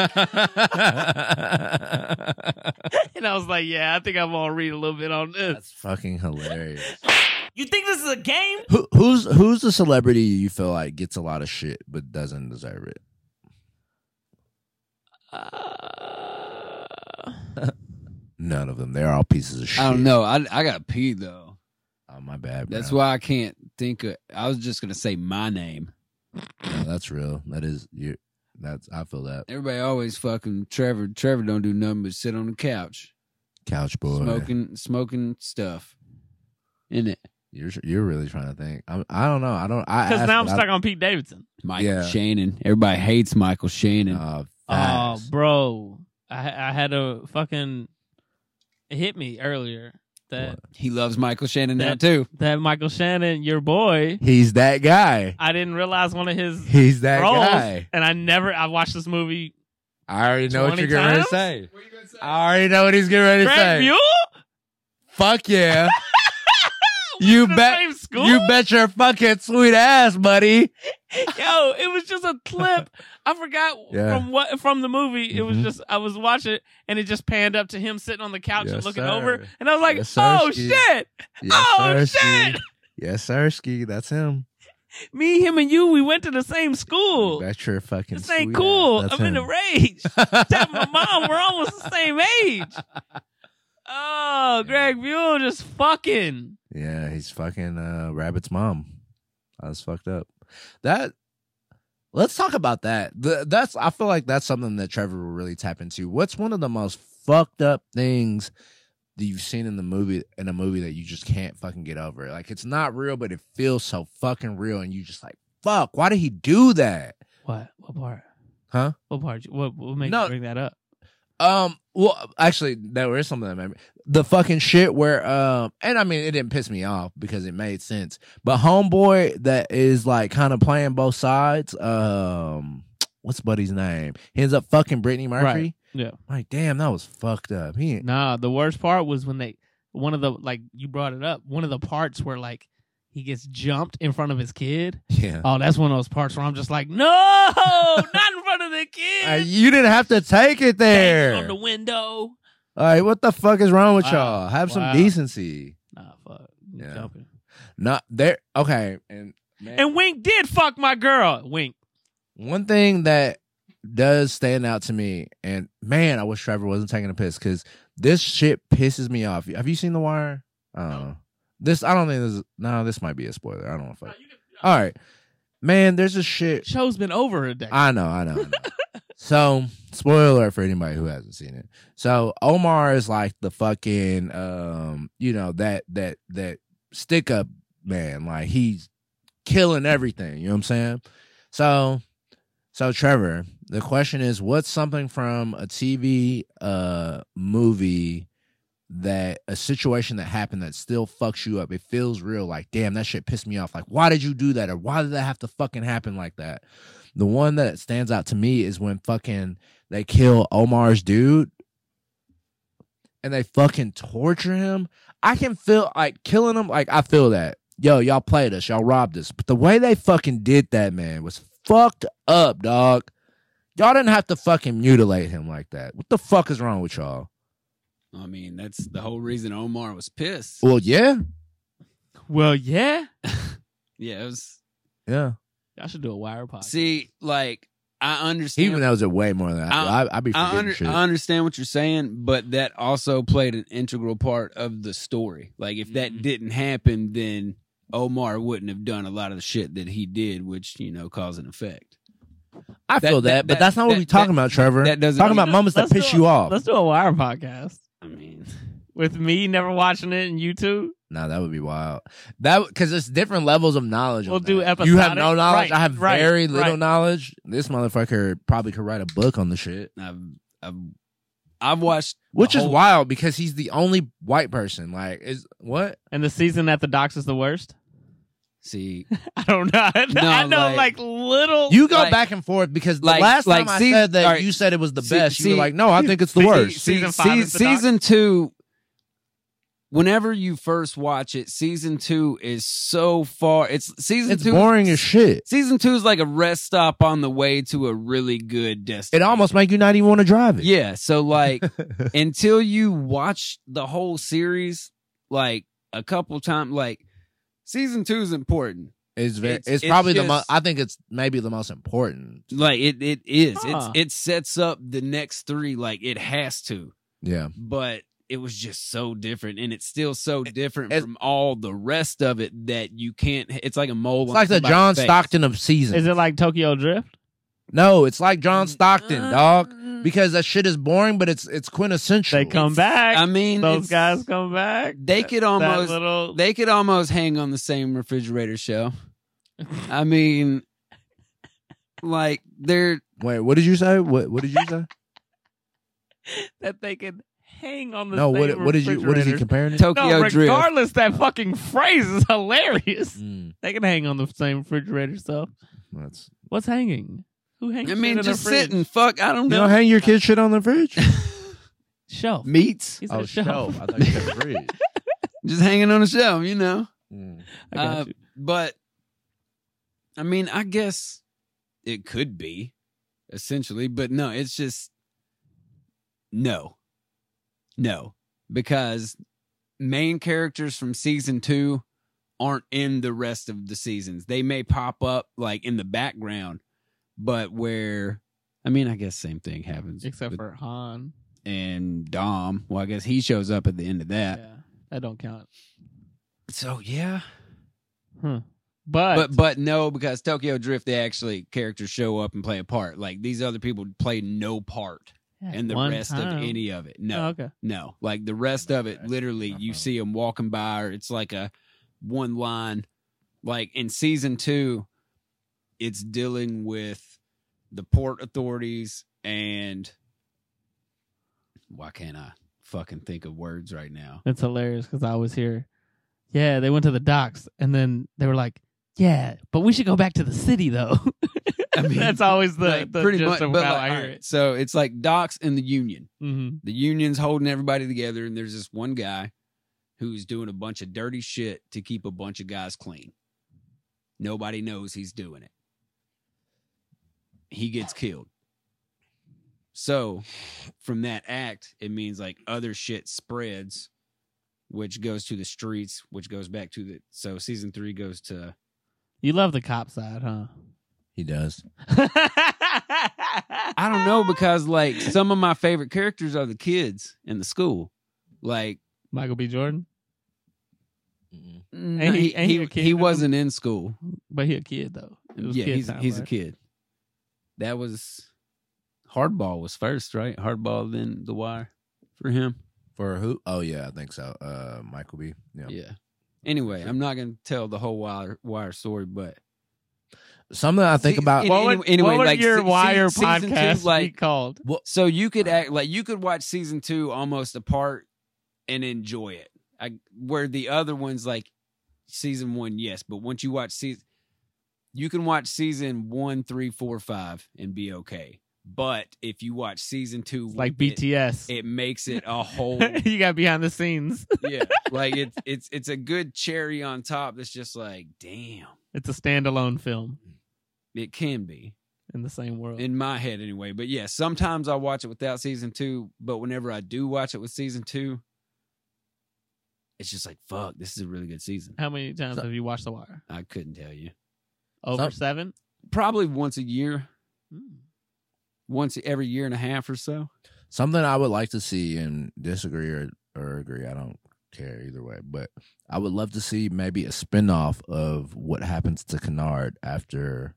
A: and i was like yeah i think i'm gonna read a little bit on this
C: [laughs] That's fucking hilarious.
G: You think this is a game?
C: Who, who's who's the celebrity you feel like gets a lot of shit but doesn't deserve it?
A: Uh,
C: None of them. They're all pieces of shit.
B: I don't know. I, I got pee though.
C: Oh, my bad. Bro.
B: That's why I can't think of. I was just gonna say my name.
C: No, that's real. That is you. That's I feel that
B: Everybody always fucking Trevor. Trevor don't do nothing but sit on the couch,
C: couch boy.
B: smoking, smoking stuff. In it,
C: You're you're really trying to think. I'm, I don't know. I don't. I
A: Because
C: asked,
A: now I'm
C: but
A: stuck on Pete Davidson.
B: Michael
C: Yeah.
B: Shannon. Everybody hates Michael
C: I,
B: Shannon.
C: uh,
A: Oh,
C: facts.
A: bro, I I had a fucking it hit me earlier that
B: he loves Michael Shannon now
A: That-
B: too.
A: that Michael Shannon, your boy,
C: He's that guy.
A: I didn't realize one of his
C: He's that
A: roles,
C: guy.
A: and I never I watched this movie.
C: I already know what
A: 20
C: you're getting ready
A: times?
C: to say. I already know what he's getting ready to
A: Greg
C: say.
A: [laughs] Mule?
C: Fuck yeah. You
A: the
C: bet.
A: same school.
C: You bet your fucking sweet ass, buddy.
A: [laughs] Yo, it was just a
C: [laughs]
A: clip. I forgot
C: Yeah.
A: from what from the movie. It was
C: Mhm.
A: just I was watching it and it just panned up to him sitting on the couch and
C: Yes,
A: looking
C: sir.
A: over, and I was like,
C: Yes, sir,
A: "Oh
C: she-
A: shit! oh shit!
C: Yes, Sirski. That's him.
A: Me, him, and you, we went to the same
C: You
A: school.
C: bet your fucking
A: This ain't
C: sweet
A: cool.
C: ass. That's
A: I'm in a
C: him.
A: rage. Tell
C: [laughs]
A: my mom we're almost the same age." Oh, Greg Buell just fucking.
C: Yeah, he's fucking uh, Rabbit's mom. I was fucked up. That let's talk about that. Th- that's I feel like that's something that Trevor will really tap into. What's one of the most fucked up things that you've seen in the movie in a movie that you just can't fucking get over? Like it's not real, but it feels so fucking real, and you just like, fuck, why did he do that?
A: What? What part?
C: Huh?
A: What part? What? What made
C: No.
A: you bring that up?
C: Um. Well, actually, there is something that made me, the fucking shit where um, and I mean, it didn't piss me off because it made sense. But homeboy that is like kind of playing both sides. Um, what's buddy's name? He ends up fucking Brittany Murphy.
A: Right. Yeah.
C: Like, damn, that was fucked up. He ain't-
A: Nah, the worst part was when they one of the like you brought it up, one of the parts where like he gets jumped in front of his kid.
C: yeah.
A: Oh, that's one of those parts where I'm just like,
C: [laughs]
A: no, not in front of the kid.
C: Uh, you didn't have to take it
A: Banging on
C: there.
A: the window.
C: All right, what the fuck is wrong with
A: Wow.
C: y'all? Have
A: Wow.
C: some decency.
A: Nah, fuck. You
C: Yeah.
A: Jumping.
C: Not there. Okay, and
A: And Wink did fuck my girl. Wink.
C: One thing that does stand out to me, and man, I wish Trevor wasn't taking a piss because this shit pisses me off. Have you seen The Wire? Uh, this I don't think this. is- No, this might be a spoiler. I don't know if I. All right, man. There's this shit.
A: Show's been over a day.
C: I know, I know. I know. so, spoiler for anybody who hasn't seen it. So, Omar is like the fucking um, you know, that that that stick up man. Like he's killing everything, you know what I'm saying? So, so Trevor, the question is what's something from a TV uh movie that a situation that happened that still fucks you up. It feels real. Like, damn, that shit pissed me off. Like, why did you do that? Or why did that have to fucking happen like that? The one that stands out to me is when fucking they kill Omar's dude and they fucking torture him. I can feel like killing him, like I feel that. Yo, y'all played us, y'all robbed us. But the way they fucking did that, man, was fucked up, dog. Y'all didn't have to fucking mutilate him like that. What the fuck is wrong with y'all?
B: I mean, that's the whole reason Omar was pissed.
C: Well, yeah.
A: well, yeah.
B: Yeah, it was.
C: Yeah.
A: I should do a wire podcast.
B: See, like I understand.
C: Even knows it way more than I, I, I, be forgetting
B: I, under,
C: shit.
B: I understand what you're saying, but that also played an integral part of the story. Like, if that
A: Mhm.
B: didn't happen, then Omar wouldn't have done a lot of the shit that he did, which you know caused an effect.
C: I
B: that-
C: feel that,
B: that-
C: but that's not what
B: that-
C: we're talking about, Trevor.
B: That doesn't
C: talking
B: mean-
C: about moments that
A: Let's do
C: piss
A: a-
C: you off.
A: Let's do a wire podcast
B: um, I mean,
A: with me never watching it and you two.
C: No, that would be wild. That because it's different levels of knowledge. on
A: We'll do
C: that. You have no
A: episodic-
C: knowledge.
A: right,
C: I have
A: right,
C: very little
A: right.
C: knowledge. This motherfucker probably could write a book on the shit,
B: I've I've I've watched, the
C: which is
B: whole-
C: wild because he's the only white person. Like, is what?
A: And the season at the docks is the worst. [laughs]
B: See,
A: I don't know. [laughs] I,
B: No,
A: I know
B: like-
A: like, little.
C: You go
B: Like-
C: back and forth because the
B: like-
C: last
B: like
C: time I
B: season-
C: said that
B: all right.
C: you said it was the
B: See-
C: best. you
B: see-
C: were like, no, I think it's the
A: see-
C: worst.
A: Season five is the doc.
B: season two. Whenever you first watch it, season two is so far. It's season
C: It's
B: two.
C: boring as shit.
B: Season two is like a rest stop on the way to a really good
C: It
B: destination.
C: almost make you not even want to drive it.
B: yeah. So like [laughs] until you watch the whole series, like a couple times, like season two is important.
C: [laughs] it's very.
B: It's-
C: It's,
B: it's
C: probably the
B: just-
C: most. I think it's maybe the most important.
B: Like it, it is.
A: Huh.
B: It's it sets up the next three. Like it has to,
C: Yeah,
B: but it was just so different, and it's still so different
C: it's-
B: from all the rest of it that you can't. It's like a mole.
C: it's
B: on
C: like the
B: somebody's
C: John
B: face.
C: Stockton of seasons.
A: Is it like Tokyo Drift?
C: No, it's like John Stockton,
B: Uh,
C: dog.
A: Mm.
C: Because that shit is boring, but it's it's quintessential.
A: They come back.
B: I mean,
A: Those
B: it's-
A: guys come back.
B: They could
A: That
B: almost-
A: little.
B: They could almost hang on the same
A: [laughs]
B: refrigerator shelf. I mean, like they're
C: Wait, what did you say? What what did you
B: [laughs]
C: say?
A: that they could hang on the.
C: no, what
A: same
C: what did you what is he
A: refrigerator.
B: [laughs]
C: comparing it? to?
B: Tokyo
A: no,
B: Drift.
A: regardless, that fucking phrase is [laughs] hilarious.
C: Mm,
A: They can hang on the same refrigerator stuff.
C: that's
A: What's hanging? Who hangs?
B: I
A: shit
B: mean,
A: in
B: just
A: a fridge?
B: sitting. Fuck, I don't
C: you
B: know.
C: don't hang your kid shit on the fridge. Oh,
A: Shelf.
B: Meats,
A: He said shelf.
B: Oh, [laughs]
C: I thought you said fridge. Mm.
B: just hanging on a shelf, you know.
A: I got
B: Uh,
A: you.
B: But I mean, I guess it could be essentially, but no, it's just no. No, because main characters from season 2 aren't in the rest of the seasons. They may pop up like in the background, but where I mean, I guess same thing happens.
A: Except
B: with-
A: for Han.
B: and Dom. Well, I guess he shows up at the end of that.
A: Yeah. That don't count.
B: So yeah,
A: Huh. But,
B: but but no, because Tokyo Drift, they actually characters show up and play a part. Like these other people play no part in the
A: one
B: rest
A: time.
B: of any of it. No,
A: Oh, okay.
B: no, like the rest of it, literally, you see them walking by, or it's like a one line. Like in season two, it's dealing with the port authorities and why can't I fucking think of words right now?
A: It's hilarious because I was here. Yeah, they went to the docks and then they were like, "Yeah, but we should go back to the city, though."
B: [laughs] I mean,
A: [laughs] that's always the,
B: Like,
A: the
B: pretty
A: gist
B: much,
A: of
B: but
A: how
B: like,
A: I hear
B: alright,
A: it.
B: so it's like docs and the union.
A: Mm-hmm.
B: the union's holding everybody together and there's this one guy who's doing a bunch of dirty shit to keep a bunch of guys clean nobody knows he's doing it he gets killed so from that act it means like other shit spreads which goes to the streets which goes back to the so season three goes to
A: You love the cop side, huh?
C: He does.
B: i don't know because like some of my favorite characters are the kids in the school like
A: Michael B. Jordan,
B: No,
A: he-
B: he,
A: ain't he
B: he,
A: a kid
B: he
A: now?
B: wasn't in school.
A: but he a kid though. It was
B: Yeah,
A: kid
B: he's
A: time,
B: he's a
A: right?
B: kid. That was Hardball was first, right? Hardball then The Wire for him.
C: For who? Oh yeah, I think so. Uh, Michael B. Yeah.
B: Yeah. Anyway, I'm not gonna tell the whole Wire Wire story, but
C: Something I think
B: See,
C: about.
B: it-
A: What
B: Anyway-
A: would,
B: anyway,
A: what would
B: like,
A: your
B: se- se-
A: Wire
B: season two,
A: podcast be
B: like-
A: called?
B: so you could act like you could watch season two almost apart and enjoy it. I, where the other ones like season one, yes, but once you watch season, you can watch season one, three, four, five, and be okay. But if you watch season two,
A: Like
B: with it,
A: BTS. [laughs]
B: it makes it a whole
A: you got behind the scenes. [laughs]
B: yeah like it's it's it's a good cherry on top that's just like damn
A: It's a standalone film
B: it can be
A: in the same world.
B: in my head anyway but yeah sometimes i watch it without season two but whenever i do watch it with season two it's just like fuck this is a really good season
A: How many times
C: So-
A: have you watched The Wire?
B: i couldn't tell you
A: Over
C: Some-
A: seven. Hmm.
B: probably once a year once every year and a half or so
C: something I would like to see and disagree or, or agree. I don't care either way, but I would love to see maybe a spinoff of what happens to Kennard after.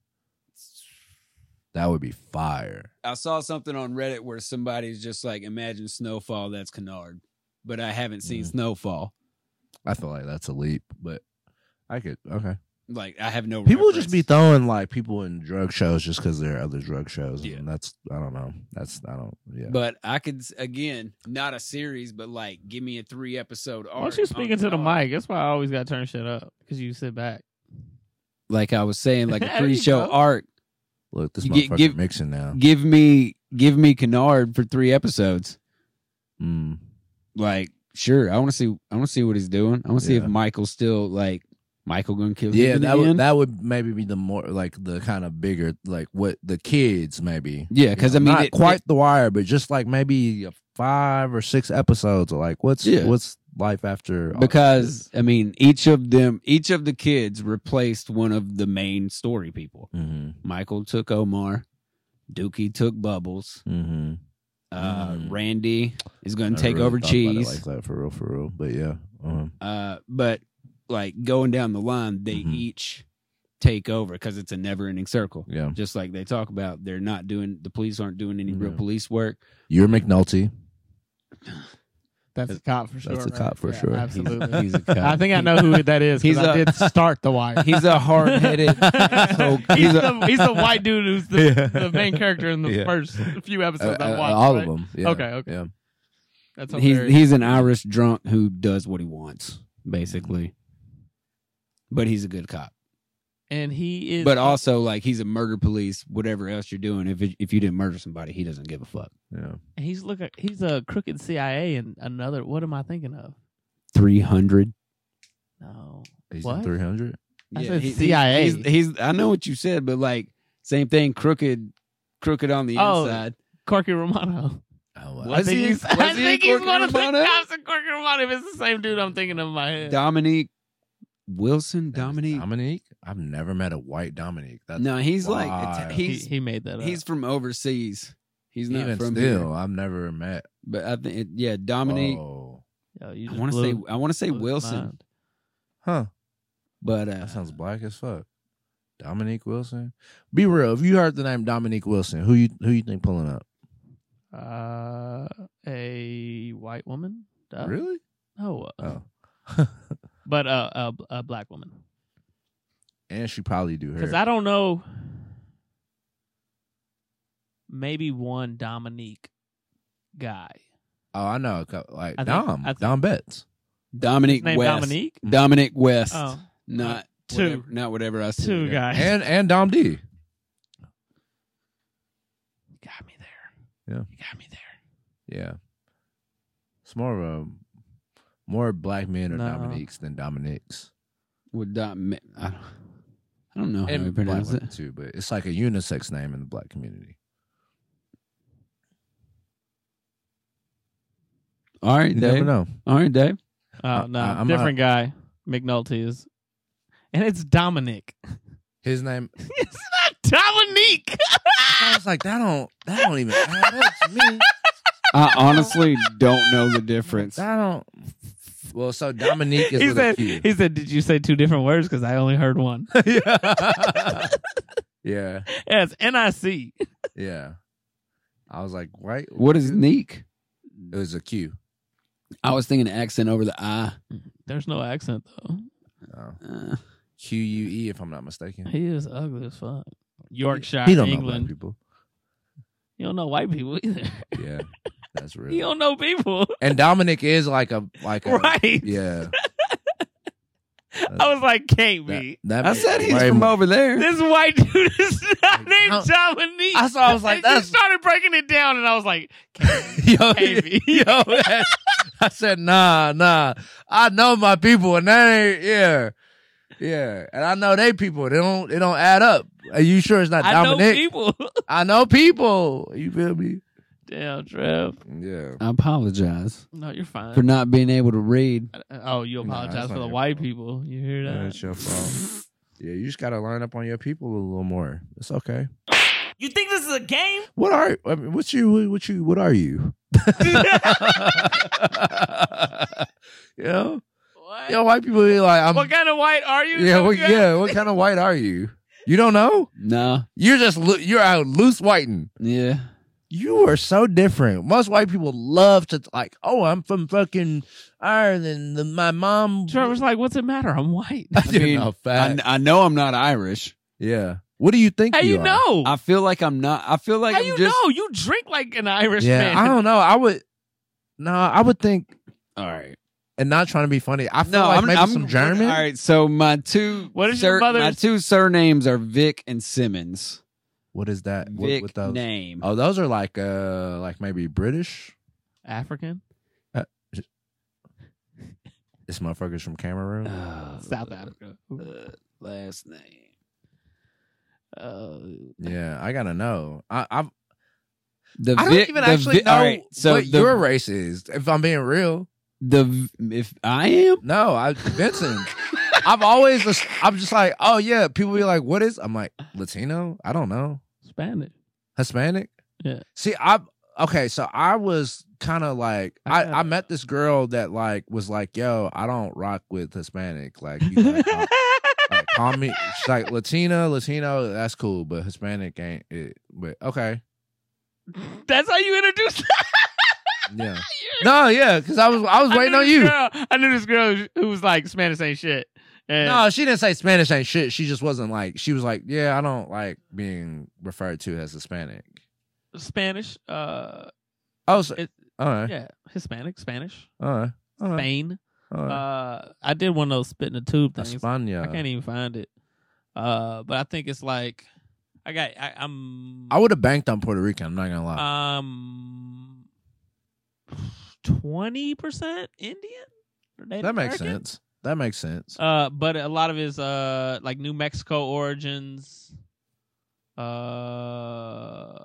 C: That would be fire.
B: i saw something on reddit where somebody's just like imagine snowfall that's canard but i haven't seen
C: Mhm.
B: snowfall
C: I feel like that's a leap, but I could okay.
B: like i have no
C: People just be
B: reference.
C: throwing like people in drug shows just because there are other drug shows,
B: Yeah.
C: and that's I don't know. That's I don't yeah.
B: But I could again, not a series, but like give me a three episode arc.
A: Why don't you
B: on
A: speaking to the
B: Canard.
A: mic? That's why I always got to turn shit up because you sit back.
B: Like I was saying, like a
A: [laughs] There
B: three
A: you
B: show
A: go.
B: arc.
C: Look, this
B: You get-
C: motherfucker
B: give-
C: mixing now.
B: Give me give me Canard for three episodes.
C: Mm.
B: Like, sure. I wanna see I wanna see what he's doing. I wanna see if
C: Yeah.
B: Michael's still like Michael gonna kill him.
C: Yeah,
B: in the
C: that would
B: end?
C: that would maybe be the more like the kind of bigger like what the kids maybe.
B: Yeah, because I mean
C: Not
B: it-
C: quite the wire, but just like maybe five or six episodes of like what's
B: Yeah.
C: what's life after all this
B: because I mean each of them each of the kids replaced one of the main story people.
C: shit? Mhm.
B: Michael took Omar, Dookie took Bubbles.
C: Mhm.
B: Uh,
C: Mm.
B: Randy is going
C: I
B: to take
C: really
B: over
C: thought about it
B: cheese.
C: like that for real for real, but yeah. Um,
B: uh, but like going down the line, they
C: Mhm.
B: each take over because it's a never-ending circle.
C: yeah.
B: Just like they talk about, they're not doing the police aren't doing any real
C: Yeah.
B: police work.
C: You're McNulty.
A: That's a cop for sure.
C: That's a
A: right?
C: cop for
A: Yeah,
C: sure.
A: Absolutely.
B: He's a
A: [laughs]
B: cop.
A: I think I know who that is
B: He's
A: because I
B: a-
A: did start The Wire.
B: [laughs] He's
A: [laughs]
B: a
C: [laughs]
B: hard-headed. so
A: he's,
B: he's a-
A: the, he's the white dude who's [laughs]
B: [laughs]
A: the,
C: Yeah.
A: the
C: [laughs]
A: main character in the
C: Yeah.
A: first few episodes
C: Uh,
A: I
C: uh,
A: watched.
C: all
A: right?
C: of them. Yeah.
A: Okay, okay.
C: Yeah.
A: That's
B: he's
A: hilarious.
B: he's an Irish drunk who does what he wants, basically.
C: Mm-hmm.
B: But he's a good cop.
A: and he is.
B: But also, like he's a murder police. Whatever else you're doing, if it, if you didn't murder somebody, he doesn't give a fuck.
C: Yeah.
A: he's look. He's a crooked CIA and another. What am I thinking of?
B: Three hundred.
A: No.
C: He's
A: What?
C: in 300.
A: I said CIA.
B: He's, he's- I know what you said, but like same thing. Crooked, crooked on the
A: Oh,
B: inside.
A: Corky Romano. [laughs]
C: Oh,
B: What? Was
A: I think
B: he-
A: he's,
B: was
A: I
B: he
A: think he's
B: Corky
A: one of the
B: Romano?
A: cops in Corky Romano. If it's the same dude I'm thinking of in my head.
B: Dominique Wilson. Dominique.
C: Dominique? I've never met a white Dominique. That's
B: No, he's like
C: Wow.
B: Ita-
A: he,
B: he's
A: he made that up.
B: he's from overseas. He's not
C: even
B: from
C: still.
B: here.
C: I've never met.
B: But I think it- yeah, Dominique.
C: Oh,
A: Yo, you
B: I
A: just
B: want to
A: blew-
B: say I want to say
A: blew his
B: Wilson,
A: mind.
C: huh?
B: but uh,
C: That sounds black as fuck. Dominique Wilson. Be real. If you heard the name Dominique Wilson, who you who you think pulling up?
A: Uh, a white woman. Duh.
C: Really?
A: No. uh,
C: Oh.
B: [laughs]
A: But uh, a, a black woman.
C: and she probably do
A: Because
C: her.
A: I don't know. Maybe one Dominique guy.
C: oh, I know. a couple- Like
A: I think-
C: Dom.
A: I think-
C: Dom Betts.
B: Dominique
A: Name
B: West.
A: Dominique.
B: Dominic West.
A: Oh,
B: not
A: Two.
B: whatever, not whatever I said.
A: two guys.
C: And and Dom D.
A: You got me there.
C: Yeah.
A: You got me there.
C: Yeah. It's more of a more black men are
A: No.
C: Dominiques than Dominiques.
B: With Dom, I don't, I don't know how
C: And
B: you
C: black
B: pronounce
C: women
B: it.
C: too, but it's like a unisex name in the black community.
B: All right,
C: You never
B: Dave.
C: know.
B: All right, Dave.
A: Oh,
C: I-
A: no.
C: I- I'm
A: different guy. McNulty is. And it's Dominic.
C: His name
A: [laughs] it's not Dominique.
C: I was like, that don't that don't even add up to me.
B: I honestly don't know the difference.
C: That don't Well, so Dominique is
A: he
C: with
A: said,
C: a Q.
A: he said, Did you say two different words? Because I only heard one. [laughs]
C: [laughs] yeah. yeah.
A: yeah, it's N-I-C.
C: Yeah. I was like, right?
B: What is Neek?
C: It was a Q.
B: I was thinking accent over the I.
A: There's no accent, though.
C: Oh.
B: Uh,
C: Q U E if I'm not mistaken.
A: He is ugly as fuck. Yorkshire,
C: He don't know black
A: England.
C: people.
A: You don't know white people either. [laughs]
C: Yeah. That's real.
A: You don't know people, [laughs]
C: And Dominic is like a like a
A: right? [laughs]
C: yeah.
A: I was like, can't
C: That,
A: be.
C: that
B: I
C: makes
B: said he's
C: way
B: from
C: more-
B: over there.
A: This white dude is [laughs] not named
C: Dom-
A: Dominique.
C: I saw. I was like,
A: And you [laughs]
C: that's
A: started breaking it down, and I was like, can't be.
C: yo,
A: Can't be.
C: [laughs] yo. that- I said, nah, nah. I know my people, and that ain't yeah, yeah. And I know they people. They don't. They don't add up. Are you sure it's
A: [laughs]
C: not
A: I know
C: Dominic?
A: people. [laughs]
C: I know people. You feel me?
A: Damn, Trev.
C: Yeah.
B: I apologize
A: No, you're fine.
B: for not being able to read.
A: oh, you
C: Nah,
A: apologize
C: that's
A: for
C: not
A: the
C: your
A: white
C: fault.
A: people. You hear that?
C: That's your fault. Yeah, you just gotta line up on your people a little more. It's okay.
G: [laughs] You think this is a game?
C: What are? I mean, what's you? What you? What are you? [laughs] you know,
A: What?
C: you know, white people be like, I'm
A: what kind of white are you?
C: Yeah, what,
A: Jeff?
C: yeah. What kind of white are you? You don't know?
B: No.
C: You're just lo- you're out loose whiting.
B: Yeah.
C: You are so different. Most white people love to like, oh, I'm from fucking Ireland. and My mom.
A: Trevor's like, what's it matter? I'm white.
C: [laughs]
A: [laughs]
C: I didn't
B: mean,
C: know
B: I,
C: fact.
B: kn- I know I'm not Irish.
C: yeah. What do you think?
A: How you
C: are?
A: know?
B: I feel like I'm not. I feel like
A: How
B: I'm
A: you
B: just.
A: know? You drink like an Irish
C: Yeah,
A: man.
C: I don't know. I would. No, I would think,
B: All right.
C: and not trying to be funny. I feel
B: No,
C: like
B: I'm,
C: maybe
B: I'm
C: some German.
B: All right. So my two
A: What is your mother's-
B: my two surnames are Vic and Simmons.
C: What is that? What-
B: Vic
C: what those?
B: name.
C: Oh, those are like uh, like maybe British.
A: [laughs] African?
C: This motherfucker's from Cameroon.
B: Uh,
A: South Africa.
B: uh, last name.
A: Uh,
C: yeah, I gotta know. I, I've
B: The
C: I don't
B: Vic-
C: even
B: the
C: actually
B: Vic-
C: know
B: all right, so
C: what
B: the,
C: your race is. If I'm being real,
B: the v- if I am
C: no, I Vincent. I've always just- I'm just like, oh yeah. People be like, what is? I'm like Latino. I don't know.
A: Spanish.
C: Hispanic.
A: Yeah.
C: See, I okay. So I was kind of like, I,
A: I-
C: I met this girl that like was like, yo, I don't rock with Hispanic.
A: [laughs]
C: Like, you like, call, like, call me. She's like Latina, Latino. That's cool, but Hispanic ain't it. But okay,
A: That's how you [laughs] introduce [laughs]
C: yeah. No, yeah, because I was I was waiting
A: knew
C: on
A: this
C: you.
A: Girl, I knew this girl who was like, Spanish ain't shit. And
C: No, she didn't say Spanish ain't shit. She just wasn't like she was like, yeah, I don't like being referred to as Hispanic.
A: Spanish, uh,
C: Oh, so,
A: It-
C: all right,
A: yeah, Hispanic, Spanish,
C: all right, all right,
A: Spain.
C: all right.
A: Uh, I did one of those spit in the tube things.
C: España.
A: I can't even find it. Uh, but I think it's like, I got, I, I'm,
C: I would have banked on Puerto Rican. I'm not gonna lie.
A: um, 20% Indian? Or Native
C: that makes
A: American?
C: sense. That makes sense.
A: Uh, but a lot of his uh like New Mexico origins. Uh,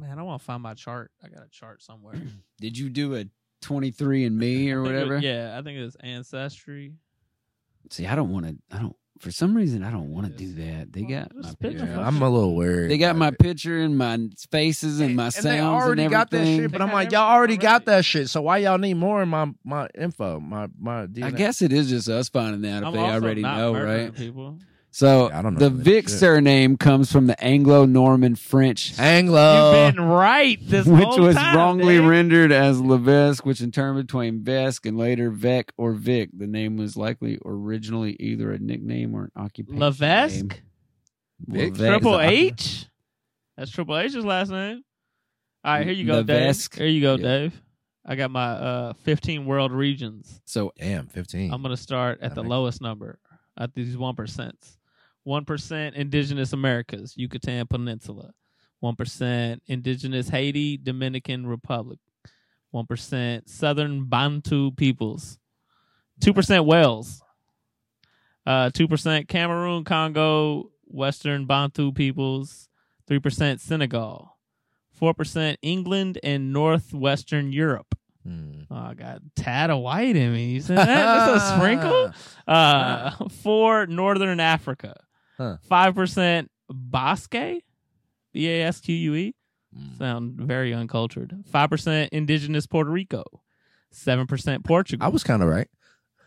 A: man, I want to find my chart. I got a chart somewhere.
B: [clears throat] Did you do a 23 and me
A: I
B: or
A: think it-
B: whatever?
A: [laughs] yeah, I think it's ancestry.
B: See, I don't want to. I don't. For some reason, I don't want to
A: Yes.
B: do that. They
A: Well,
B: got
A: just
B: my
A: pick
B: picture.
A: them
C: Yeah, I'm a little worried.
B: They got
C: about
B: my
C: it.
B: picture and my faces and my sounds
C: they already
B: and
C: got that
B: everything.
C: shit. But
A: They
C: I'm
A: had
C: like, y'all
A: everything
C: already got
A: already.
C: that shit. So why y'all need more in my my info? My my DNA.
B: I guess it is just us finding out if
A: I'm
B: they
A: also
B: already
A: not
B: know,
A: murdering
B: right?
A: People.
B: So
C: Yeah, I don't know
B: the
C: really
B: Vic
C: shit.
B: surname comes from the Anglo-Norman French,
C: Anglo.
A: You've been right this
B: Uh, which
A: whole
B: was
A: time,
B: wrongly
A: Nick.
B: rendered as Levesque, which in turn between Vesque and later Vec or Vic. The name was likely originally either a nickname or an occupation. name.
A: Levesque,
B: Vic? Levesque.
A: Triple H. That's Triple H's last name. All right, here you go,
B: Levesque.
A: Dave. Here you go,
B: Yeah.
A: Dave. I got my uh 15 world regions.
B: So
C: Damn, 15
A: I'm gonna start at
C: That
A: the
C: makes-
A: lowest number at these one percents. One percent Indigenous Americas, Yucatan Peninsula. One percent Indigenous Haiti, Dominican Republic. One percent Southern Bantu peoples. Two percent Wales. Uh, Two percent Cameroon, Congo, Western Bantu peoples. Three percent Senegal. Four percent England and Northwestern Europe.
C: [laughs] Hmm.
A: Oh, I got tad of white in me. You said that? That's
C: [laughs]
A: a sprinkle? [laughs] Uh, four, Northern Africa.
C: Huh.
A: 5% Basque, B A S Q U E.
C: Hmm.
A: Sound very uncultured. 5% Indigenous Puerto Rico. 7% Portugal.
C: I was kind of right.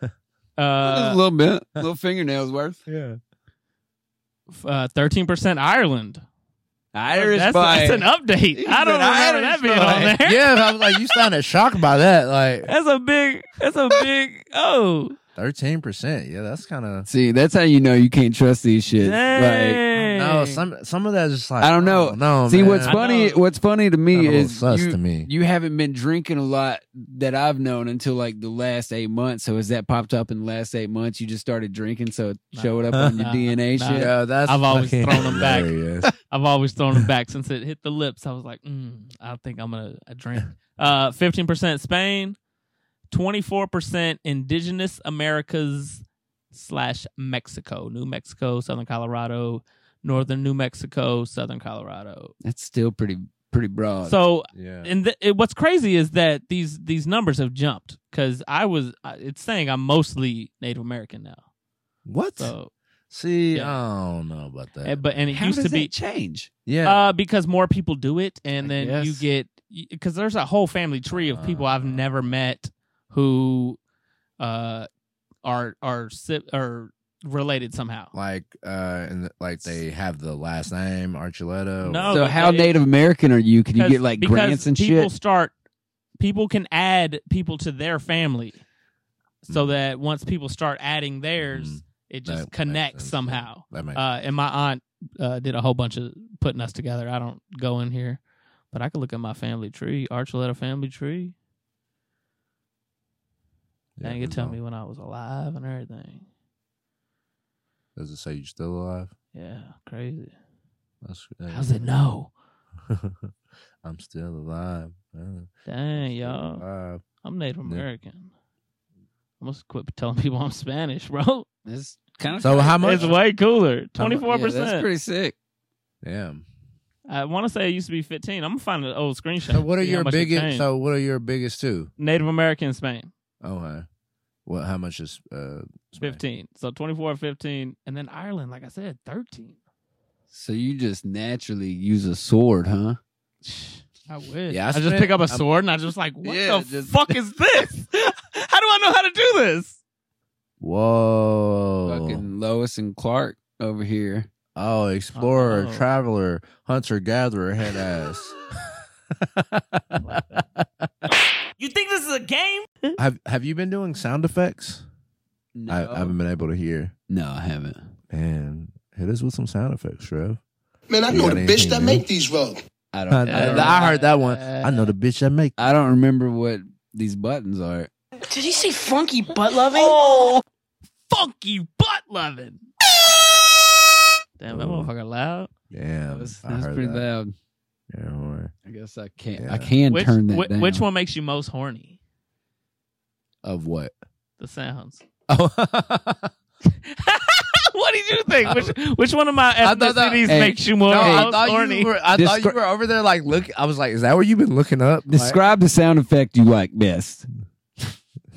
B: just a
A: uh, [laughs]
B: little bit, a little fingernails worth.
C: Yeah.
A: f- uh, 13% Ireland.
B: Irish
A: that's,
B: by
A: that's an update.
B: He's
A: I don't
B: an
A: remember
B: Irish
A: that being
B: boy.
A: on there.
C: [laughs] [laughs] Yeah, I was like, you sounded shocked by that. [laughs] Like
A: That's a big, that's a big, oh,
C: 13%. Yeah, that's kind of.
B: See, that's how you know you can't trust these shit.
A: dang.
C: No, some some of that's just like
B: I don't know.
C: No,
B: Like, see, what's
A: I
B: funny?
A: know.
B: What's funny to me is
C: sus
B: you,
C: to me.
B: you haven't been drinking a lot that I've known until like the last eight months. So has that popped up in the last eight months? You just started drinking, so it
A: Nah.
B: showed up on
A: [laughs]
B: your
A: Nah,
B: DNA
A: nah.
B: shit.
C: yeah, that's
A: I've always
C: fucking
A: thrown 'em back.
C: hilarious.
A: I've always thrown them back since it hit the lips. I was like, mm, I think I'm gonna I drink. Uh, fifteen percent Spain, twenty four percent Indigenous Americas slash Mexico, New Mexico, Southern Colorado, Northern New Mexico, Southern Colorado.
B: That's still pretty pretty broad.
A: So,
C: Yeah.
A: and th- it, what's crazy is that these these numbers have jumped because I was I- it's saying I'm mostly Native American now.
C: What?
A: So,
C: See,
A: Yeah.
C: I don't know about that.
A: and- but and it
B: how
A: used
B: does
A: to be
B: that change?
C: yeah.
A: Uh, because more people do it,
B: I
A: and then you
B: guess.
A: get because there's a whole family tree of people I've
C: Ah.
A: never met who uh are are si- are related somehow.
C: like uh and th- like they have the last name Archuleta.
A: No,
B: so
A: but
B: how
A: Oh, it-
B: Native American are you? Can you
A: Because-
B: get like
A: because
B: grants and
A: people
B: shit?
A: start people can add people to their family, so
B: Hmm.
A: that once people start adding theirs,
C: Mm.
A: it
C: That
A: just
C: makes
A: connects
C: sense.
A: somehow.
C: that makes
A: Uh, and my aunt uh, did a whole bunch of putting us together. I don't go in here, but I could look at my family tree, Archuleta family tree.
C: yeah,
A: and you
C: there's
A: tell
C: no-
A: me when I was alive and everything.
C: Does it say you're still alive?
A: Yeah, crazy.
C: That's
A: How's it know?
C: [laughs] I'm still alive. Uh,
A: Dang,
C: still
A: y'all.
C: alive.
A: I'm Native
C: Yeah.
A: American. I must quit telling [laughs] people I'm Spanish, bro.
B: That's kind of
C: So how much?
A: It's way
C: [laughs]
A: cooler. Twenty
C: much-
A: four
B: That's
A: percent.
B: pretty sick.
A: [laughs]
C: Damn.
A: I want to say it used to be fifteen. I'm gonna find an old screenshot.
C: So what are
A: see how
C: your
A: much it
C: biggest?
A: changed.
C: So what are your biggest two?
A: Native American in Spain
C: Okay. What? How much is uh? Spain?
A: fifteen? So 24, 15. and then Ireland, like I said, thirteen.
B: So you just naturally use a sword, huh?
A: I wish.
C: Yeah, [sighs] I
A: I, just
C: spent-
A: pick up a
C: I'm-
A: sword and I just like, what
B: Yeah,
A: the
B: just-
A: fuck is this? [laughs] how do I know how to do this?
C: Whoa.
B: Fucking Lois and Clark over here.
C: Oh, explorer,
A: Oh.
C: traveler, hunter, gatherer, head ass.
G: You think this is a game?
C: have Have you been doing sound effects?
B: No,
C: I, I haven't been able to hear.
B: no, I haven't.
C: Man, hit us with some sound effects, Trev.
H: Man, I
C: You
H: know
C: got
H: the bitch
C: anything,
H: that
C: man?
H: make these rugs.
B: I
C: Uh, I,
B: don't. I don't,
C: I heard that one. I know the bitch that make.
B: I don't remember what these buttons are.
I: Did he say funky butt loving?
A: funky butt loving. Damn, that
C: Oh.
A: motherfucker loud.
C: Damn,
B: That was,
C: I
B: that was
C: heard
B: pretty
C: that.
B: loud.
C: Yeah, don't [laughs] worry.
B: I guess I can't.
C: Yeah.
B: I can
A: Which,
B: turn that
A: whi-
B: down.
A: which one makes you most horny?
C: Of what?
A: The sounds. [laughs]
C: Oh,
A: what did
C: [laughs]
A: you think? Which which one of my
C: I thought that-
A: ethnicities
B: Hey,
A: makes you more
C: no, I
A: horny?
C: thought you were. I thought you
B: Descri-
C: were over there like look. I was like, is that where you've been looking up? Like,
B: Describe the sound effect you like best.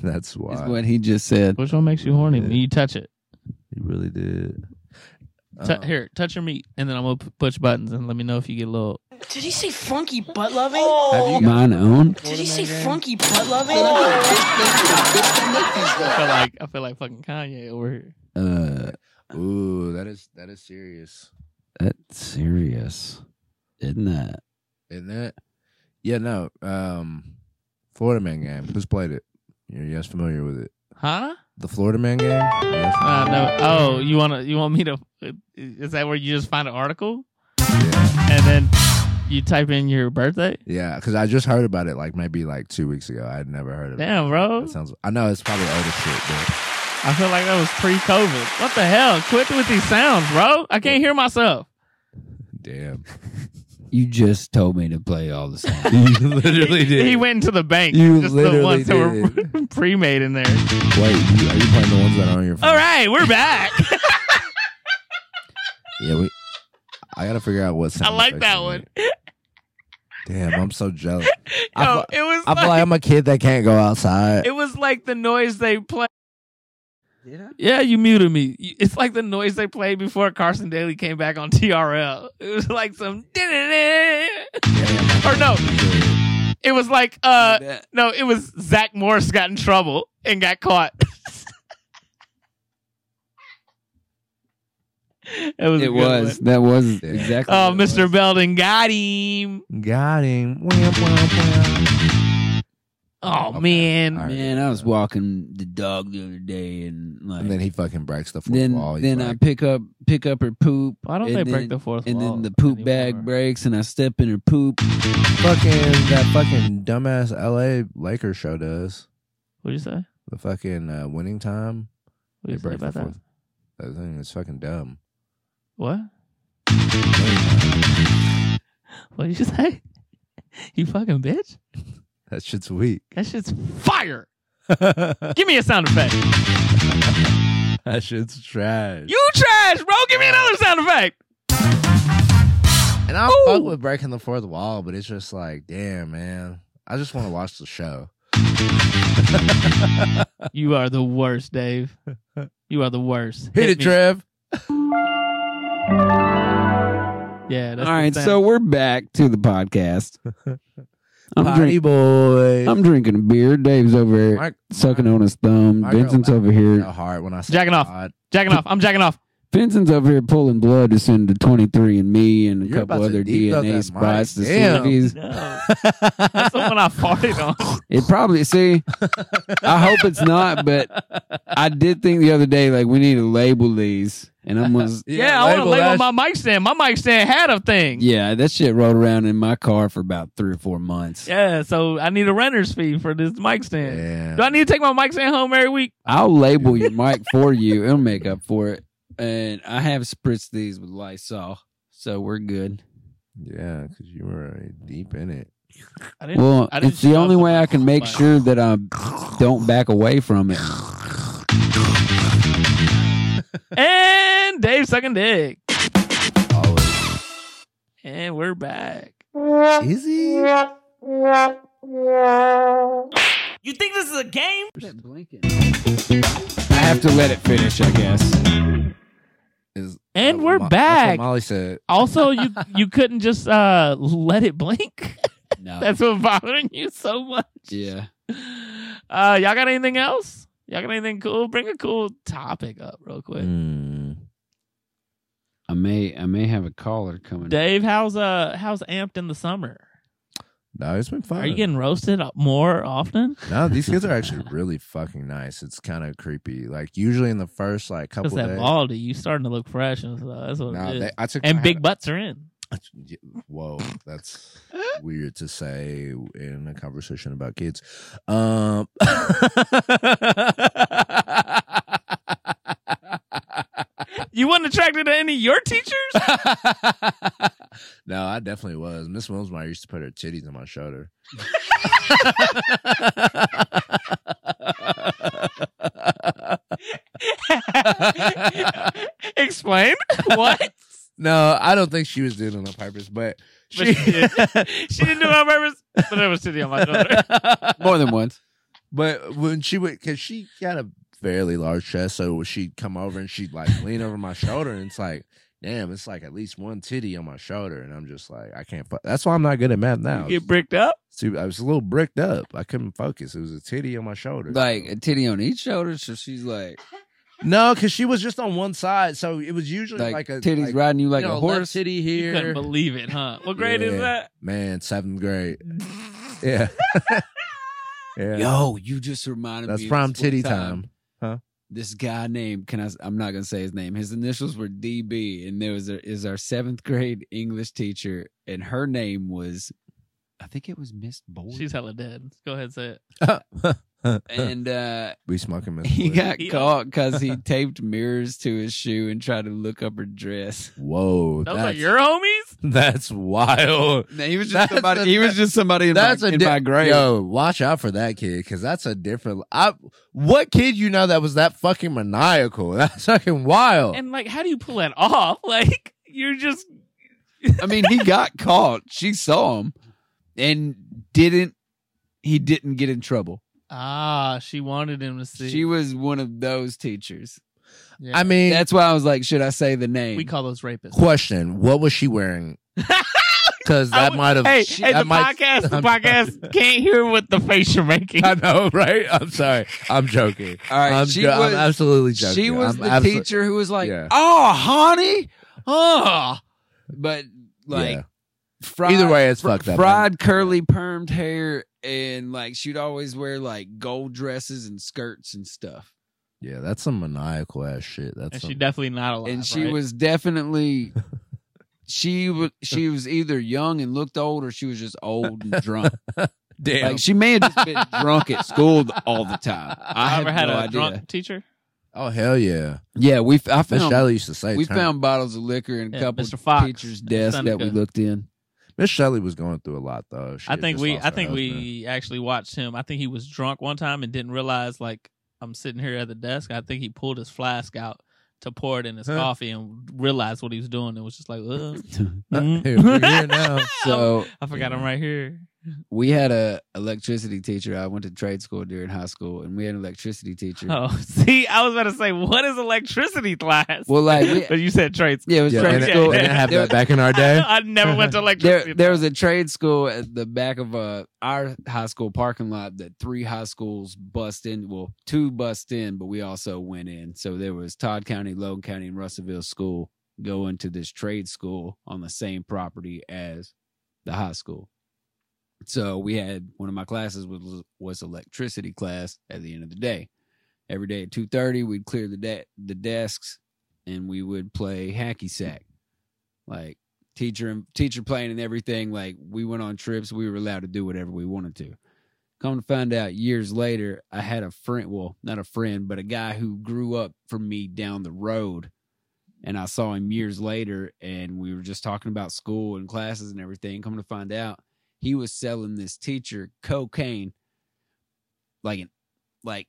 C: that's
B: Is
C: why
B: what he just said.
A: Which one makes you horny when you touch it?
C: you really did.
A: Tou-
B: Uh-huh.
C: Um,
A: here, touch your meat, and then I'm gonna p- push buttons and let me know if you get a little.
I: Did he say funky butt loving?
B: Oh.
C: have you got-
B: Mine own.
I: Did he say funky butt loving?
A: I feel like I feel like fucking Kanye over here.
B: Uh,
C: Ooh, that is that is serious,
B: that's serious, isn't that?
C: isn't it? Yeah, no. Um, Florida Man game. Who's played it? You're yes familiar with it.
A: Huh?
C: The Florida Man game. Yes,
A: Uh, no. Oh, you wanna you want me to? Is that where you just find an article and then you type in your birthday?
C: Yeah, because I just heard about it like maybe like two weeks ago. I had never heard of it.
A: Damn, bro.
C: That sounds. I know it's probably older shit, but
A: I feel like that was pre-COVID. What the hell? Quit with these sounds, bro. I can't hear myself. [laughs]
C: damn, [laughs]
B: You just told me to play all the songs.
C: you literally
A: He went into the bank.
C: You
A: just the
C: literally
A: ones that were [laughs] pre-made in there.
C: Wait, you, are you playing the ones that are on your phone?
A: All right, we're back. [laughs]
C: Yeah, we. I gotta figure out what.
A: I
C: sound
A: like
C: effects
A: that
C: we
A: one.
C: need. Damn, I'm so jealous.
A: [laughs]
C: I
A: Yo,
C: feel-
A: it was
C: I feel
A: like
C: like I'm a kid that can't go outside.
A: it was like the noise they play. Yeah, you muted me. You- It's like the noise they played before Carson Daly came back on TRL. [laughs] It was like some or no, it was like uh no, it was Zach Morris got in trouble and got caught. it was. a
B: it
A: good
B: was.
A: one.
B: That was
C: Yeah.
B: exactly.
A: Oh,
B: what it
A: Mr.
B: was.
A: Belden got him.
C: Got him. Wham, wham, wham.
A: Oh
C: Okay.
A: man.
C: All right.
B: Man, I was walking the dog the other day, and like
C: And then he fucking breaks the fourth
B: then,
C: wall. He's
B: then I
C: like,
B: pick up pick up her poop.
A: Why don't
B: and
A: they
B: then-
A: break the fourth
B: And
A: wall
B: then the poop
A: anymore?
B: bag breaks, and I step in her poop.
C: fucking that fucking dumbass L.A. Lakers show does
A: What'd you say?
C: the fucking uh, winning time.
A: What'd you say about that?
C: that? That thing is fucking dumb.
A: What?
B: [laughs]
A: What'd you say? You fucking bitch.
C: That shit's weak. [laughs]
A: That shit's fire.
C: that
A: Give me a sound effect.
C: shit's trash.
A: You trash, bro. Give me another sound effect.
C: and I
A: Ooh.
C: fuck with breaking the fourth wall, but it's just like, damn, man. I just want to watch the show.
A: You are the worst, [laughs] Dave. You are the worst.
C: Hit, it,
A: me.
C: Trev.
A: Yeah. That's
B: All right,
A: the
B: so we're back to the
C: [laughs]
B: podcast. I'm,
C: Potty
B: drink,
C: boy.
B: I'm drinking a beer. Dave's over here
C: Mark-
B: sucking on his thumb.
C: Mark-
B: Vincent's over here.
C: so hard when I say
A: Jacking off.
C: God. [laughs]
A: jacking off. I'm jacking off.
B: Vincent's over here pulling blood to send to 23andMe and a
C: You're about
B: couple
C: to
B: other
C: deep throat
B: DNA
C: that
B: spots to
C: mic.
B: see if
C: Damn.
B: he's.
A: No. [laughs] That's the one I farted on.
B: It probably see. I hope it's not, but I did think the other day like we need to label these, and I'm
C: [laughs]
B: gonna. s-
A: [laughs] Yeah, I want to label my mic stand. My mic stand had a thing.
B: Yeah, that shit rolled around in my car for about three or four months.
A: Yeah, so I need a renter's fee for this mic stand.
C: Yeah.
A: Do I need to take my mic stand home every week?
B: I'll label your mic for you. It'll make up for it. And I have spritzed these with Lysol, so we're good.
C: Yeah, because you were already deep in it.
A: I didn't,
B: Well,
A: I didn't
B: it's the only
A: shove
B: way
A: the-
B: I can make
A: Fine.
B: sure that I don't back away from it.
A: And Dave sucking dick.
C: Always.
A: And we're back.
C: Is he?
G: You think this is a game?
B: I have to let it finish, I guess.
C: Is,
A: And
C: that's
A: we're
C: what Mo- That's
A: back.
C: what Molly said.
A: Also, you you couldn't just uh let it blink.
B: [laughs] No.
A: That's what bothering you so much.
B: yeah.
A: [laughs] Uh y'all got anything else? Y'all got anything cool? Bring a cool topic up real quick.
C: Mm.
B: I may I may have a caller coming.
A: Dave, how's uh how's amped in the summer?
C: No, it's been fun.
A: Are you getting roasted more often?
C: no, these kids are actually really fucking nice. It's kind of creepy. Like usually in the first like couple
A: Cause that
C: days.
A: baldy, you starting to look fresh and stuff. That's what
C: Nah,
A: it is.
C: they, I took I
A: and
C: had
A: big
C: a-
A: butts are in.
C: Yeah, Whoa, that's weird to say in a conversation about kids. Um, [laughs]
A: You wasn't attracted to any of your
C: [laughs]
A: teachers?
C: no, I definitely was. Miss Wilmsmeyer used to put her titties on
A: [laughs]
C: my shoulder. [laughs]
H: Explain what?
A: [laughs]
C: No, I don't think she was doing it on purpose, but
H: But she,
C: she,
H: did.
A: [laughs]
H: she didn't do it on purpose. But there was titty on my daughter.
B: More than once.
C: [laughs] but when she would, cause she got a fairly large chest, so she'd come over and she'd like lean over my shoulder, and it's like, damn, it's like at least one titty on my shoulder, and I'm just like, I can't. Fu-. That's why I'm not good at math now.
H: You get bricked up.
C: See, I was a little bricked up. I couldn't focus. It was a titty on my shoulder.
B: [laughs] Like a titty on each shoulder, so she's like,
C: no, because she was just on one side, so it was usually
B: like,
C: [laughs] like, a
B: titty's
C: like,
B: riding you like
C: you
B: a
C: know, left
B: horse.
C: titty
A: You couldn't
C: here.
A: believe it, huh?
H: What grade is
C: Yeah.
H: that?
C: Man, seventh grade. Yeah, yeah.
B: Yo, you just reminded
C: That's
B: me. of
C: prime
B: this one
C: titty time.
B: This guy named can I? I'm not gonna say his name. His initials were DB, and there was a, is our seventh grade English teacher, and her name was, I think it was Miss Boyd.
A: She's hella dead. Go ahead, say it.
B: [laughs] and uh,
C: [laughs] we
B: [laughs]
C: smoking. Miss
B: he
C: Bliss.
B: got
A: Yeah.
B: caught because [laughs] he taped mirrors to his shoe and tried to look up her dress.
C: Whoa,
H: Those
C: that's,
H: are your homies.
C: that's wild.
B: No, he was just
C: That's
B: somebody.
C: a-
B: he was just somebody in,
C: That's
B: my,
C: a
B: in
C: di-
B: my grade.
C: Yo, watch out for that kid because that's a different. I what kid you know that was that fucking maniacal? [laughs] That's fucking wild.
H: And like, how do you pull that off? [laughs] Like, you're just
B: I mean, he got caught. She saw him, and didn't. He didn't get in trouble.
A: Ah, she wanted him to see.
B: She was one of those teachers.
A: Yeah.
C: I mean,
B: That's why I was like, should I say the name?
A: we call those rapists.
C: question: What was
B: [laughs]
C: she wearing? Because
H: I
C: that
H: would-
C: might have.
H: Hey, hey
C: that
H: the
C: might-
H: podcast, the
C: I'm-
H: podcast can't hear what the face you're making.
C: [laughs] I know, right? I'm sorry. I'm joking.
B: All right,
C: I'm,
B: she
C: jo-
B: was-
C: I'm absolutely joking.
B: she was
C: I'm
B: the
C: abso-
B: teacher who was like,
C: Yeah.
B: "Oh, honey, oh," but like
C: Yeah.
B: fried,
C: Either way, it's
B: fr-
C: fucked up.
B: Fried, curly, permed hair, and like she'd always wear like gold dresses and skirts and stuff.
C: Yeah, that's some maniacal ass shit. That's
A: And
C: some-
A: she definitely not alive.
B: and she
A: right?
B: was definitely she was she was either young and looked old or she was just old and drunk
C: damn.
B: like she may have just been drunk at school th- all the time i
A: I
B: had
A: ever had
B: no
A: a
B: idea
A: drunk teacher.
C: oh hell yeah!
B: yeah we f- i
C: Miss
B: found
C: Shelley used to say.
B: we
C: turn-
B: found bottles of liquor in a
A: Yeah,
B: couple
A: Mr. Fox
B: teachers
A: and
B: desk that we
A: Seneca. Um,
B: looked in
C: Miss Shelley was going through a lot though. She
A: I
C: had
A: think
C: just
A: we
C: lost
A: I
C: her
A: think
C: husband.
A: we actually watched him. I think he was drunk one time and didn't realize like I'm sitting here at the desk. I think he pulled his flask out to pour it in his
C: Huh.
A: coffee and realized what he was doing and was just like, Ugh.
C: [laughs]
A: Uh, Mm-hmm.
C: Here, we're here [laughs] now.
B: so
A: [laughs] I forgot I'm right here.
B: we had a electricity teacher i went to trade school during high school and we had an electricity teacher
A: [laughs]
H: Oh, see, I was about to say, what is electricity class?
A: [laughs]
B: well like we,
H: but you said trades.
B: yeah it was
C: Yeah,
B: trade
C: and,
H: it-
B: school
C: and it happened
B: There-
C: back in our day.
H: I never
C: [laughs]
H: went to electricity.
B: there, there was a trade school at the back of uh, our high school parking lot that three high schools bust in. Well, two bust in, but we also went in. So there was Todd County, Logan County, and Russellville School going to this trade school on the same property as the high school. So we had one of my classes was was electricity class at the end of the day. Every day at two thirty, we'd clear the de- the desks and we would play hacky sack, like teacher and teacher playing and everything. Like we went on trips, we were allowed to do whatever we wanted to. Come to find out, years later, I had a friend. Well, not a friend, but a guy who grew up from me down the road, and I saw him years later, and we were just talking about school and classes and everything. Come to find out, he was selling this teacher cocaine, like an like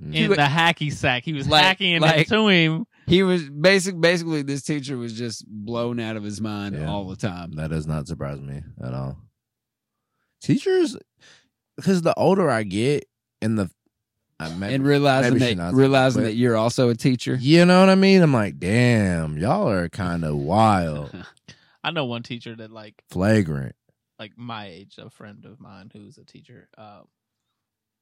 A: In
B: You-
A: the hacky sack. He was
B: Like-
A: hacking
B: like-
A: it to him.
B: He was basic. Basically, this teacher was just blown out of his mind
C: Yeah.
B: all the time.
C: That does not surprise me at all. Teachers, because the older I get, and the I met,
B: and realizing
C: maybe she
B: that
C: not,
B: realizing
C: but-
B: that you're also a teacher.
C: you know what I mean. I'm like, damn, y'all are kind of wild,
A: I know one teacher that like
C: flagrant.
A: like my age, a friend of mine who's a teacher, um,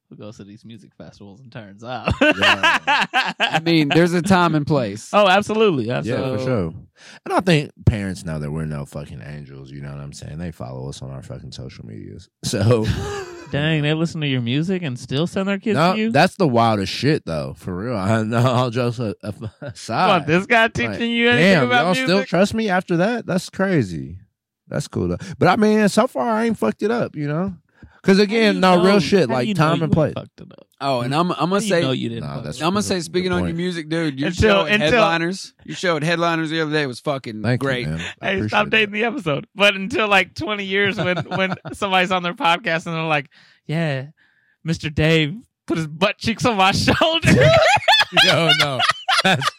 A: who goes to these music festivals and turns up. [laughs]
C: Yeah.
B: I mean, there's a time and place.
A: oh, absolutely, absolutely.
C: Yeah, for sure. And I think parents know that we're no fucking angels. You know what I'm saying? They follow us on our fucking social medias. [laughs] So,
A: Dang, they listen to your music and still send their kids
C: no,
A: to you.
C: that's the wildest shit, though. For real. [laughs] I know. All jokes a- a-
H: You want
C: aside.
H: this guy teaching
C: Like,
H: you anything
C: Damn,
H: about
C: y'all
H: music?
C: still trust me after that? That's crazy. That's cool though. But I mean, so far I ain't fucked it up, you know. Because again, no
A: Oh,
C: real shit, like time and place.
B: Oh, and I'm I'm gonna say
A: no,
B: I'm
A: you didn't.
C: Nah,
A: fuck
C: that's-
A: it up.
B: gonna say
C: Good
B: speaking on
C: point.
B: your music, dude. Your
H: Until-
B: show at
H: until-
B: headliners. Your show at headliners the other day was fucking
C: Thank
B: great.
C: you, man. I
H: Hey,
C: appreciate
H: stop
C: that.
H: dating the episode. But until like 20 years when
A: [laughs]
H: when somebody's on their podcast
A: [laughs]
H: and they're like, yeah, Mr. Dave put his butt cheeks on my shoulder.
C: [laughs] Yo, no. That's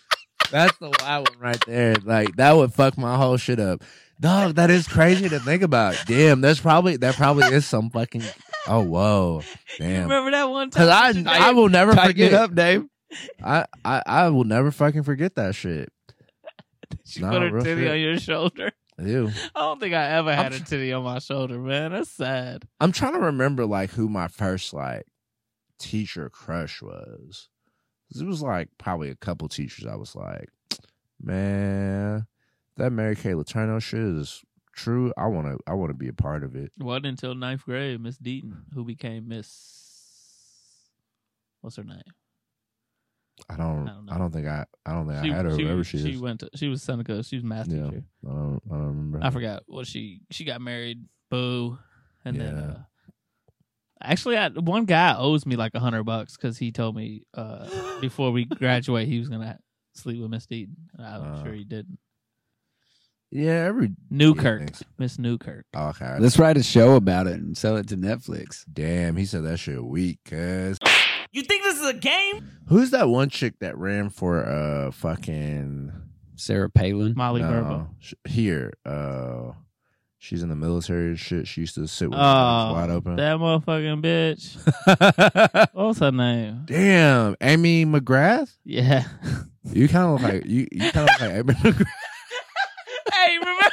C: that's the wild one right there. Like that would fuck my whole shit up. Dog, that is crazy to think about. Damn, that's probably that probably is some fucking Oh whoa.
G: You
C: Damn.
G: remember that one
C: Cause
G: time?
C: I I will never
B: Tighten it
C: forget
B: up, Dave.
C: I, I I will never fucking forget that shit.
A: She
C: Nah,
A: put her
C: real
A: titty
C: shit.
A: on your shoulder. [laughs]
C: Ew.
A: I don't think I ever had
C: I'm
A: a titty on my shoulder, man. That's sad.
C: I'm trying to remember like who my first like teacher crush was. 'Cause it was like probably a couple teachers I was like, man, that Mary Kay Letourneau shit is true. I wanna I wanna be a part of it.
A: It wasn't until ninth grade, Miss Deaton, who became Miss. What's her name?
C: I don't
A: I
C: I
A: don't
C: don't,
A: know.
C: think I I don't think I had her whoever she, is.
A: went to. She was Seneca. She was math
C: Yeah.
A: teacher.
C: I don't, I don't remember.
A: I forgot what she. She got married. Boo. And then.
C: Yeah.
A: Uh, Actually, I, one guy owes me like a hundred bucks because he told me uh,
C: [laughs]
A: before we graduate he was gonna sleep with Miss Deaton. And I'm
C: Uh,
A: sure he didn't.
C: Yeah, every
A: Newkirk,
C: thanks.
A: Miss Newkirk.
C: okay.
B: Let's write a show about it and sell it to Netflix.
C: Damn, he said that shit weak, cuz.
G: You think this is a game?
C: Who's that one chick that ran for uh fucking
B: Sarah Palin.
A: Molly
C: no,
A: Burbo.
C: sh- here? Uh, she's in the military. and Shit, she used to sit with her
A: Oh,
C: eyes wide open.
A: That motherfucking bitch. what was her name?
C: [laughs] Damn, Amy McGrath.
A: Yeah.
C: [laughs] You kind of look like you. You kind of like Amy [laughs] McGrath.
G: Hey, remember?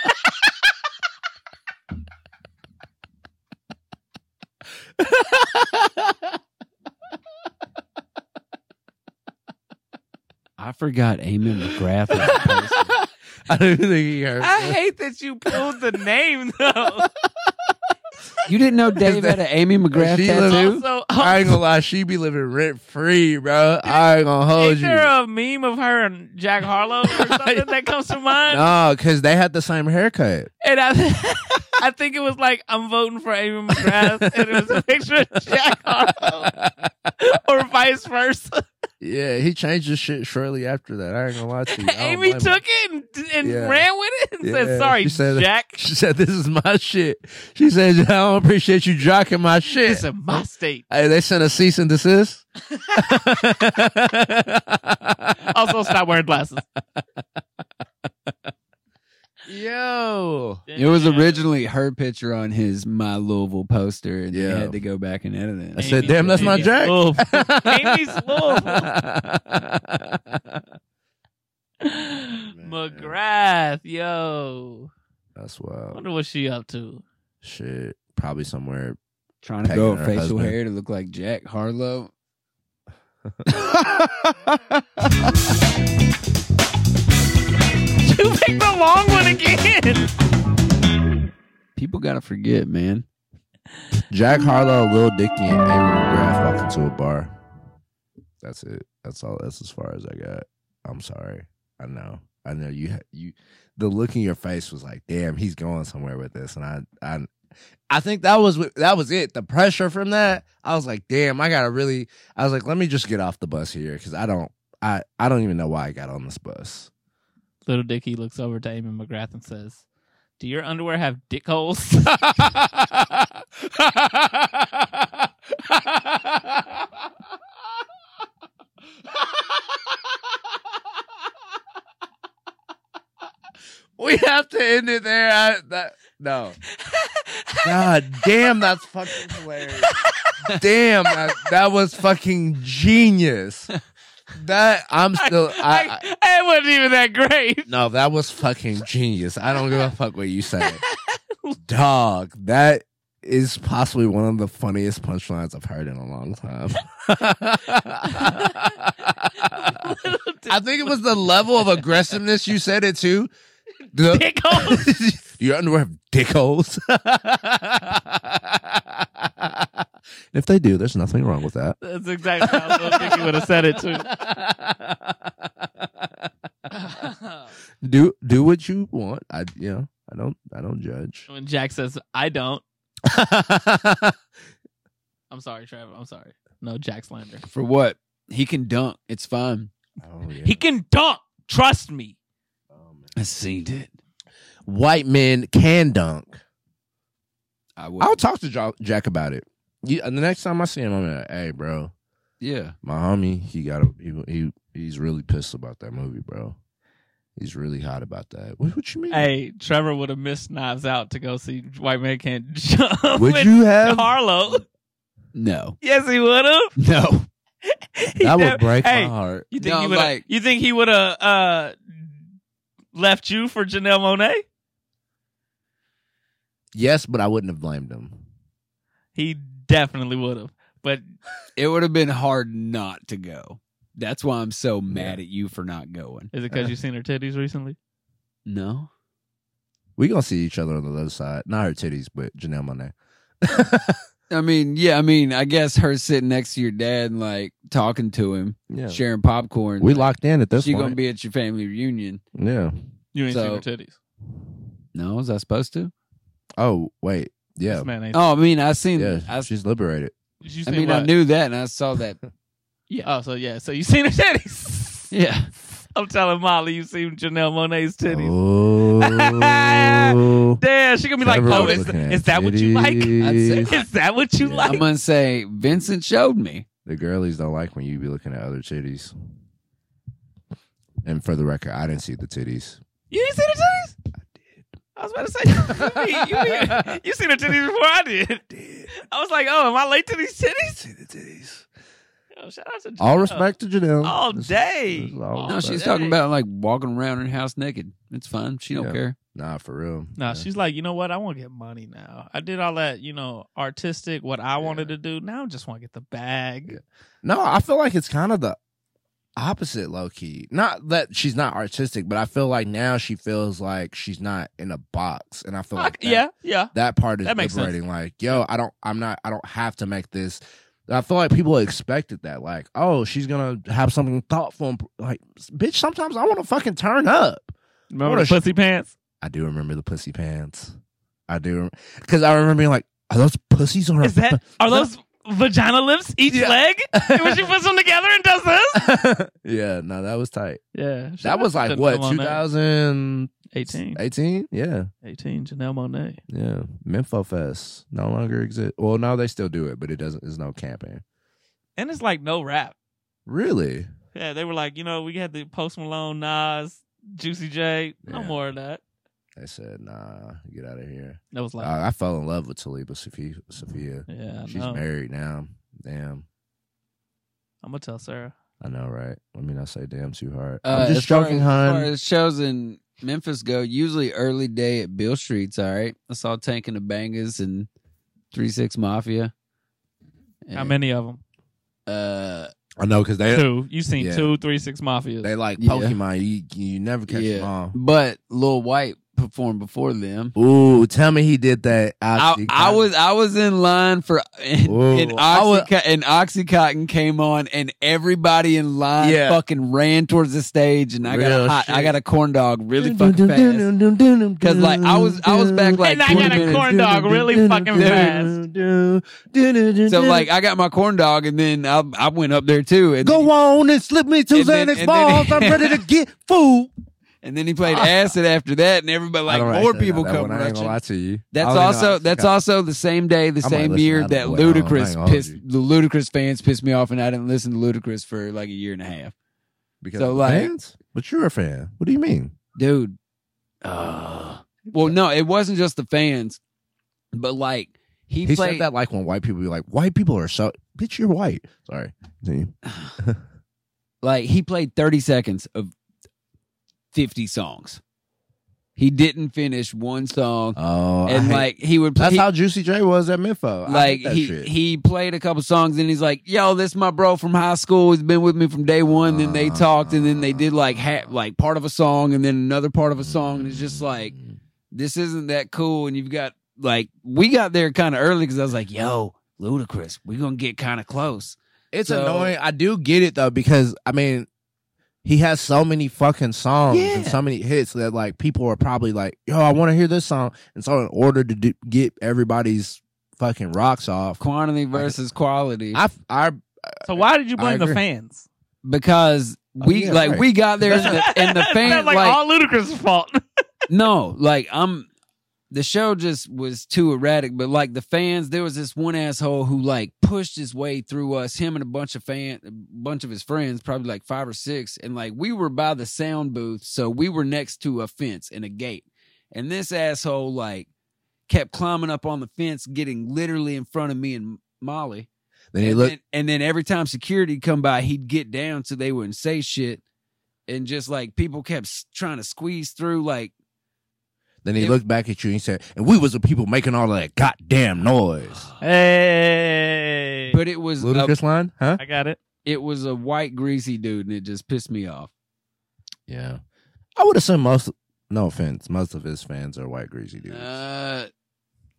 B: I forgot Amy McGrath. was a person.
C: I don't think he heard.
H: I hate that you pulled the name though.
C: [laughs]
B: you didn't know Dave had an Amy McGrath
C: She lives-
B: tattoo?
A: So,
C: I ain't gonna lie, she be living rent free, bro. I ain't gonna hold
A: is
C: you.
A: there a meme of her and Jack Harlow
C: [laughs]
A: or something that comes to mind?
C: No, because they had the same haircut.
A: And I, [laughs] I think it was like I'm voting for Amy McGrath, and it was a picture of Jack Harlow, or vice
C: [laughs]
A: versa.
C: Yeah, he changed his shit shortly after that. I ain't gonna lie to you. I don't
A: [laughs] Amy
C: blame him.
A: took it and, and
C: Yeah.
A: ran with it and
C: Yeah,
A: said, "Sorry,
C: she said- [laughs]
A: Jack." [laughs]
C: She said, "This is my shit." She said, "I don't appreciate you jocking my shit."
A: This is my state.
C: Hey, they sent a cease and desist. [laughs]
A: Also, stop wearing
C: [laughs]
A: glasses.
C: [laughs] Yo.
B: It was originally her picture on his My Louisville poster, and
C: Yeah.
B: they had to go back and edit it.
C: I said, "Damn, that's not
A: [laughs]
C: Jack."
A: Oh,
C: [laughs]
H: Amy's Louisville.
A: McGrath, yo.
C: That's wild.
A: Wonder what she up
C: [laughs]
A: to. [laughs]
C: Shit. Probably somewhere.
B: Trying to
C: Taking
B: grow a
C: her
B: facial
C: husband.
B: hair to look like Jack Harlow.
H: You picked the long one again.
B: People gotta forget, man.
C: Jack Harlow, Lil Dicky, and Amy McGrath walked into a bar. That's it. That's all. That's as far as I got. I'm sorry. I know. I know you. ha- You. The look in your face was like, "Damn, he's going somewhere with this," and I. I. I think that was what- that was it. The pressure from that, I was like, "Damn, I gotta really." I was like, "Let me just get off the bus here because I don't. I. I don't even know why I got on this bus."
A: Little Dicky looks over to Amy McGrath and says, Do your underwear have dick holes? [laughs]
C: We have to end it there. I, that, no. God damn, that's fucking hilarious. Damn, that, that was fucking genius. That I'm
A: [laughs]
C: still. I, I,
A: I, I wasn't even that great. [laughs]
C: no, that was fucking genius. I don't give a fuck what you say, dog. That is possibly one of the funniest punchlines I've heard in a long time. [laughs] I think it was the level of aggressiveness you said it to. The-
A: Dick
C: [laughs]
A: holes.
C: your underwear have dick holes. [laughs] if they do, there's nothing wrong with that.
A: That's exactly how Little Dicky would have said it to.
C: Do do what you want. I you know, I don't I don't [laughs] judge. Oh,
A: When Jack says, I don't. I'm sorry, Trevor. I'm sorry. No, Jack slander.
B: For what? He can dunk. It's fine.
C: Oh, yeah. Oh,
A: He can dunk. Trust me.
B: I seen it.
C: White men can dunk.
B: I would.
C: uh, I'll talk to Ja- Jack about it. You, the next time I see him, I'm like, hey, bro,
B: Yeah.
C: My homie, he got a, he, he he's really pissed about that movie, bro. He's really hot about that. What, what you mean?
A: Hey, Trevor would have missed Knives Out to go see White Man Can't [laughs] Jump.
C: Would
A: with
C: you [laughs] have?
A: Harlow? [laughs]
B: No.
A: Yes, he would have. [laughs]
B: No.
C: That would break
A: hey,
C: my heart.
A: You think
B: No,
A: he would?
B: like-
A: you think he would have uh, left you for Janelle Monet?
C: Yes, but I wouldn't have blamed him.
A: He definitely would have. But
B: It would have been hard not to go. That's why I'm so mad at you for not going.
A: is it because you've seen her titties recently?
B: No.
C: We gonna see each other on the other side. Not her titties, but Janelle Monae. [laughs]
B: I mean, yeah, I mean, I guess her sitting next to your dad and like talking to him,
C: Yeah,
B: sharing popcorn.
C: we
B: like,
C: locked in at this
B: She
C: point.
B: gonna be at your family reunion.
C: yeah.
A: You ain't
B: So-
A: seen her titties.
B: No, was I supposed to?
C: Oh wait, yeah, Um,
A: This man ain't.
B: Oh, I mean, I seen.
C: yeah.
B: I,
C: she's liberated.
A: you
B: I
A: seen
B: mean,
A: what?
B: I knew that, and I saw that.
A: Oh, so yeah. So you seen her
C: [laughs]
A: titties?
B: [laughs] yeah.
A: I'm telling Molly, you seen Janelle Monet's titties.
C: Oh,
A: Damn, she gonna [laughs] be like,
C: Trevor
A: "Oh,
C: was
A: is,
C: looking at
A: is that what you like?
C: titties.
A: [laughs] Is that what you
C: Yeah.
B: I'm
A: like?"
B: gonna say Vincent showed me.
C: The girlies don't like when you be looking at other titties. And for the record, I didn't see the titties.
A: You didn't see her titties? I was about to say, you, you,
C: [laughs]
A: you, you seen her titties before I did. I was like, oh, am I late to these titties?
C: See the titties.
A: Yo, shout out to
C: All
A: Janelle.
C: respect to Janelle.
A: All
C: This-
A: day.
C: this is all
B: No,
A: Oh,
B: she's
A: shit.
C: respect.
B: talking about like walking around her house naked. It's fine. She don't
C: Yeah.
B: care.
C: Nah, for real.
A: No,
C: Yeah.
A: she's like, you know what? I want to get money now. I did all that, you know, artistic, what I wanted to do. Now I just want to get the bag.
C: Yeah. No, I feel like it's kind of the opposite low key. Not that she's not artistic, but I feel like now she feels like she's not in a box. And I feel
A: Fuck,
C: like that,
A: yeah, yeah.
C: that part is
A: That makes sense.
C: liberating. Like, yo, I don't, I'm not, I don't have to make this. I feel like people expected that. Like, oh, she's gonna have something thoughtful. And, like, bitch, sometimes I want to fucking turn up.
A: Remember
C: What
A: the
C: a sh-
A: pussy pants?
C: I do remember the pussy pants. I do, because I remember being like, are those pussies on her?
A: Is that are those vagina lips each
C: Yeah.
A: leg? when she puts them together and does this?
C: [laughs] yeah, no, that was tight.
A: [laughs] Yeah,
C: that was like what 2018
A: 2018,
C: 18 yeah
A: 18 Janelle Monet.
C: yeah Memphis fest no longer exists well no they still do it but it doesn't there's no camping
A: And it's like no rap.
C: really
A: Yeah, they were like, you know, we had the Post Malone, Nas, Juicy J. No
C: Yeah.
A: more of that.
C: they said nah get out of here
A: That was like,
C: I, I fell in love with Taliba Sophia, Sophia.
A: yeah, I
C: Uh, she's
A: know.
C: married now damn
A: I'm gonna tell Sarah.
C: I know right let me not say damn too hard
B: Uh,
C: I'm
B: as
C: just
B: far-
C: joking
B: As far
C: hun
B: as shows in Memphis go, usually early day at Bill Street's. All right, I saw Tank and the Bangas and Three Six Mafia.
A: How
B: And,
A: many of them?
B: Uh,
C: I know because they
A: two. You've seen
C: yeah.
A: two, three, six mafias.
C: they like
B: Yeah.
C: Pokemon you, you never catch
B: Yeah.
C: them all
B: but Lil White performed before them.
C: ooh tell me he did that
B: I, I was I was in line for and,
C: Whoa.
B: and,
C: I was-
B: Oxyco- and OxyContin came on and everybody in line
C: Yeah.
B: fucking ran towards the stage and I got a
C: Real
B: hot, I
C: shit.
B: got a corn dog really fucking fast because like I was I was back like
A: And I got
B: 20
A: a
B: minutes.
A: corn dog really fucking fast.
B: so
C: Mm-hmm.
B: like I got my corn dog and then I I went up there too and then,
C: Go on and slip me two
B: And then-
C: Xanax
B: and then-
C: balls. I'm ready to [laughs] get food.
B: and then he played acid after that and everybody like more people come rushing.
C: to you.
B: That's also that's also the same day, the
C: might
B: same
C: listen
B: year
C: to
B: that
C: that one. I don't- I ain't
B: Ludacris
C: gonna
B: pissed
C: hold
B: the Ludacris fans pissed me off, and I didn't listen to Ludacris for like a year and a half,
C: because
B: so,
C: so
B: like-
C: like fans. But you're a fan. What do you mean?
B: dude. Uh, well, no, it wasn't just the fans, but like he,
C: He,
B: played.
C: said that like when white people be like, white people are so bitch. You're white. Sorry. See?
B: like he played 30 seconds of 50 songs. He didn't finish one song.
C: Oh,
B: and like he would play
C: that's how Juicy J was at Mifo.
B: like he he played a couple songs and he's like, "Yo, this my bro from high school. He's been with me from day one." Then they talked and then they did like ha- like part of a song and then another part of a song and it's just like this isn't that cool. And you've got like we got there kind of early because I was like, "Yo, ludicrous. We're gonna get kind of close."
C: It's
B: So-
C: annoying. I do get it though because I mean, he has so many fucking songs and
B: Yeah.
C: so many hits that like people are probably like, "Yo, I want to hear this song." And so in order to do, get everybody's fucking rocks off,
B: Quantity versus quality
C: I I
A: So why did you
C: I
A: blame the
C: agree. [laughs]
A: fans?
B: because
C: Oh,
B: we
C: yeah,
B: like
C: right.
B: we
A: [laughs]
C: [laughs]
B: got there and the, and the
A: It's not
B: fans
A: like, all Ludacris' fault.
B: no, like I'm the show just was too erratic. But like the fans, there was this one asshole who like pushed his way through us, him and a bunch of fan, a bunch of his friends, probably like five or six, and like we were by the sound booth, so we were next to a fence and a gate, and this asshole like kept climbing up on the fence, getting literally in front of me and Molly.
C: Then he
B: and,
C: looked.
B: then, and then every time security come by, he'd get down so they wouldn't say shit, and just like people kept s- trying to squeeze through, like.
C: Then he looked back at you and he said, "And we was the people making all that goddamn
B: [gasps]
C: noise."
A: Hey,
B: But it was a
C: Ludicrous line, huh?
A: I got it.
B: it was a white greasy dude and it just pissed me off.
C: Yeah, I would assume most. No offense, most of his fans are white greasy dudes.
B: Uh,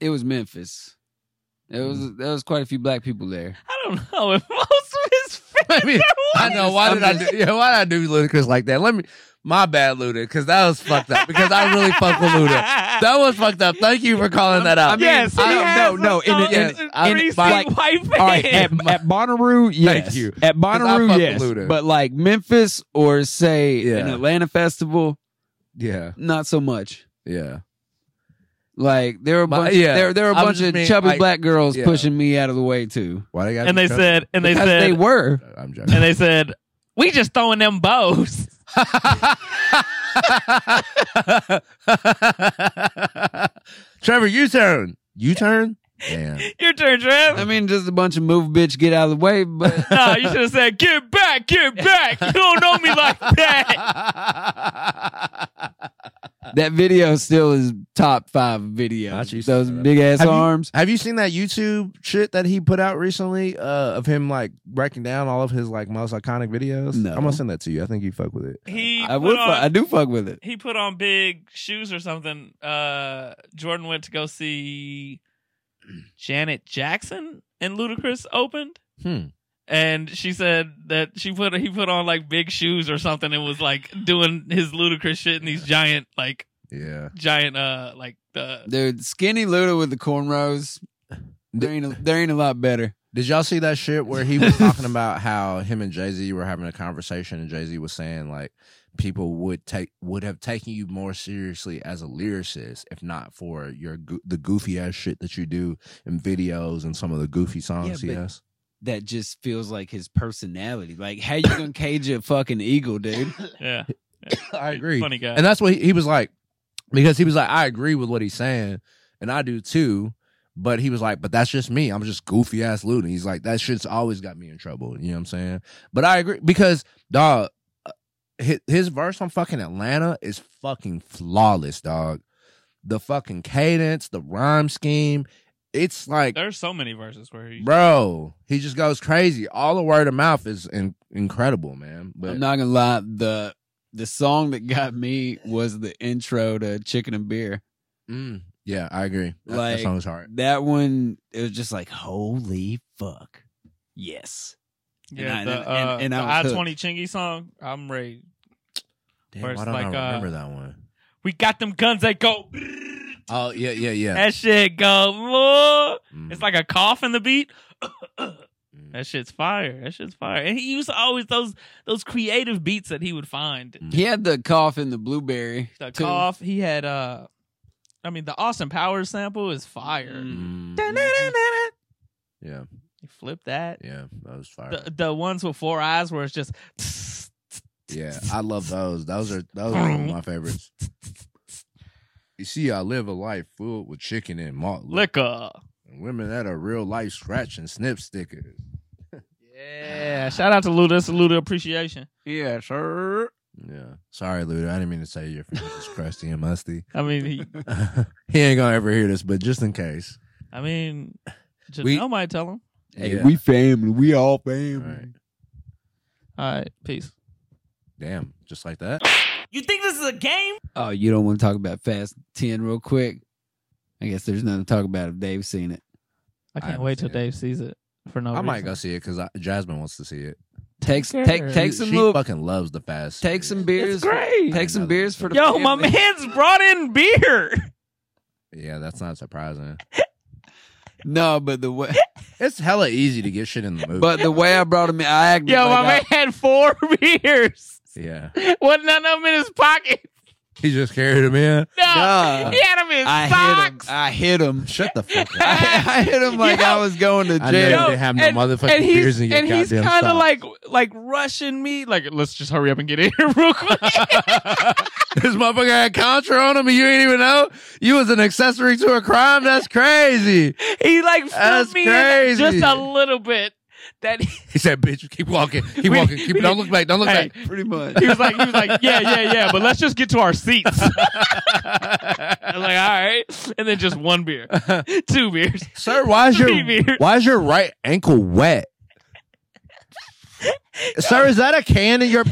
B: it was Memphis. There was
C: Mm.
B: there was quite a few black people there.
A: I don't know if most of his fans.
C: [laughs] I mean, I know why
B: I'm
C: did I
B: just-
C: do? Yeah, why did I do Ludacris like that? Let me. My bad, Luda, because that was fucked up. Because I really fuck with Luda. That was fucked up. Uh, Thank you for calling that out.
B: I mean,
H: yes, he
B: I don't-
H: has
B: no, no, in the- in-
H: in,
C: in-
B: like-
H: white fans.
B: All right,
C: [laughs]
B: at, at Bonnaroo, yes.
C: you.
B: At
C: I
B: Bonnaroo,
C: fuck
B: yes.
C: with Luda.
B: But like Memphis or say an
C: Yeah.
B: Atlanta festival,
C: yeah,
B: not so much.
C: yeah. [laughs]
B: Like there were a
C: But,
B: bunch,
C: yeah,
B: there there were a
C: I was
B: bunch
C: just
B: of
C: being,
B: chubby
C: like-
B: black girls
C: yeah.
B: pushing me out of the way too.
C: Why they got?
A: And they said, and they
B: Because
A: said,
B: they
C: [laughs]
B: were.
C: "I'm joking."
A: and they said, we just throwing them bows. [laughs]
C: Uh, [laughs] Trevor, U turn. U turn? Damn. [laughs]
A: Your turn, Trev. [laughs]
B: I mean, just a bunch of move bitch get out of the way, but
A: no, you should have said, get back, get back. You don't know me like that.
B: that video still is top five video.
C: Not you,
B: Those
C: son.
B: big ass
C: Have you-
B: arms.
C: Have you seen that YouTube shit that he put out recently uh, of him like breaking down all of his like most iconic videos?
B: No.
C: I'm gonna send that to you. I think you fuck with it.
A: [laughs] He
B: I would.
A: put
B: Fu-
A: on-
B: I do fuck with it.
A: he put on big shoes or something. Uh, Jordan went to go see Janet Jackson, and Ludacris opened.
C: Hmm.
A: And she said that she put he put on like big shoes or something and was like doing his ludicrous shit in these giant like
C: Yeah.
A: giant uh like uh,
B: Dude, skinny Luda with the cornrows. There ain't a, there ain't a lot better.
C: Did y'all see that shit where he was talking about how him and Jay Z were having a conversation and Jay Z was saying like people would take would have taken you more seriously as a lyricist if not for your go- the goofy ass shit that you do in videos and some of the goofy songs
B: Yeah,
C: he
B: but-
C: has.
B: That just feels like his personality. Like how you gonna cage a fucking eagle, [laughs] dude?
A: yeah.
C: I agree.
A: Funny guy.
C: And that's what he, he was like, because he was like, I agree with what he's saying, and I do too. But he was like, but that's just me. I'm just goofy ass Luda. He's like, that shit's always got me in trouble. You know what I'm saying? But I agree because dog, uh, hi- his verse on fucking Atlanta is fucking flawless, dog. The fucking cadence, the rhyme scheme, it's like,
A: There's so many verses where he
C: bro, he just goes crazy. All the word of mouth is in- incredible, man. But
B: I'm not gonna lie. The the song that got me was the intro to Chicken and Beer.
C: mm, yeah, I agree. That,
B: Like-
C: that song is hard.
B: That one, it was just like, holy fuck. Yes.
A: yeah
B: and
A: the,
B: I- and-
A: uh,
B: and I was
A: the I
B: hooked.
A: twenty Chingy song. I'm ready.
C: Damn,
A: Where
C: why
A: it's
C: don't
A: like, uh,
C: I remember that one?
A: We got them guns that go.
C: Oh yeah, yeah, yeah.
A: That shit go more. Eh,
C: Mm,
A: It's like a cough in the beat. [coughs]
C: mm,
A: That shit's fire. That shit's fire. And he used to always those those creative beats that he would find.
B: He had the cough and the blueberry.
A: The
B: too.
A: cough. He had uh I mean the Austin Powers sample is fire.
C: mm.
A: Da-na-na-na-na.
C: Yeah,
A: You flip that.
C: yeah, that was fire.
A: The the ones with four eyes where it's just [sniffs]
C: yeah, I love those. Those are those are some of my favorites. You see, I live a life filled with chicken and malt liquor,
A: liquor.
C: and women that are real life scratch and snip stickers.
A: Yeah. Shout out to Luda. That's a Luda appreciation.
B: Yeah, sure.
C: Yeah, sorry, Luda, I didn't mean to say your fingers is crusty and musty. [laughs]
A: I mean he
C: he ain't gonna ever hear this, but just in case,
A: I mean Janelle
C: We-
A: might tell him.
B: Hey,
C: Yeah.
B: we family. We all family.
C: Right.
A: All right, peace.
C: damn, just like that.
G: You think this is a game?
B: Oh, you don't want to talk about Fast 10 real quick? I guess there's nothing to talk about if Dave's seen it.
A: I can't
C: haven't
A: wait till
C: seen it.
A: Dave sees it for no
C: I
A: reason.
C: might go see it because Jasmine wants to see it.
B: Takes
A: Sure.
B: take take
C: She-
B: some
C: she
B: little
C: fucking loves the fast.
B: take some
C: beer.
B: beers.
A: It's great.
B: Take some beers for the
A: Yo, my
B: family.
A: man's brought in
C: [laughs]
A: beer.
C: Yeah, that's not surprising.
B: No, but the way
C: It's hella easy to get shit in the movie.
B: but the way I brought him in, I acted
A: Yo,
B: like
A: my
B: I-
A: man had four [laughs] beers.
C: yeah,
A: What none of them in his pocket.
C: He just carried him in.
A: No,
B: Duh.
A: he had him in
B: I hit him.
A: socks.
B: I hit him.
C: Shut
B: [laughs]
C: the fuck up.
B: I, I hit him like
A: Yo.
B: I was going to
C: I know you
B: jail.
C: didn't have no
A: and-
C: motherfucking
A: and
C: tears
A: he's
C: in your
A: and he's
C: goddamn
A: kind
C: sock.
A: of like like rushing me. Like, let's just hurry up and get in [laughs] here real
C: [laughs]
A: quick.
C: this motherfucker had Contra on him and you didn't even know? You was an accessory to a crime? That's crazy.
A: he like filled
C: That's
A: me
C: crazy.
A: in just a little bit. That he,
C: He said, bitch, you keep walking. [laughs] Keep
A: We-
C: walking. Keep,
A: we-
C: don't look back. Don't look
A: Hey.
C: back.
B: Pretty much.
A: he was like, he was like, yeah, yeah, yeah. But let's just get to our
C: [laughs]
A: seats. I was like, all right, and then just one
C: [laughs]
A: beer, two beers. [laughs]
C: Sir, why is your
A: Three beers.
C: why is your right ankle wet? [laughs] sir, is that a can in your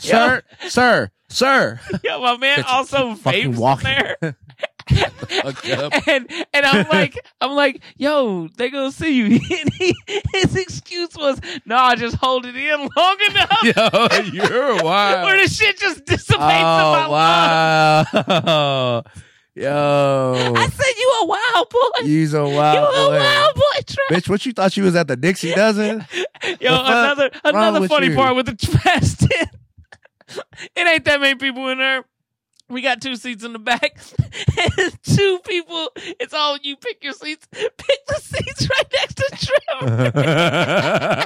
C: Sir, sir, sir.
A: Yeah, my man
C: Bitch,
A: also
C: fucking
A: vapes
C: walking.
A: in there.
C: [laughs]
A: [laughs]
C: Fuck up.
A: and and I'm like I'm like yo they gonna see you [laughs] and he, his excuse was no I just hold it in long enough
C: [laughs] [laughs] Yo, [laughs] you're
A: where
C: wild.
A: the shit just dissipates in my
C: Oh
A: lungs.
C: wow. [laughs] Yo.
A: I said you a wild boy
C: You's a
A: you
C: wild
A: a
C: boy.
A: wild boy Trey.
C: Bitch, what you thought you was at the Dixie dozen? [laughs]
A: yo
C: the fuck
A: another
C: wrong
A: another
C: with
A: funny
C: you?
A: part with the trash tin [laughs] it ain't that many people in there. We got two seats in the back, [laughs] and two people. It's all you pick your seats. Pick the seats right next to Trim.
C: [laughs]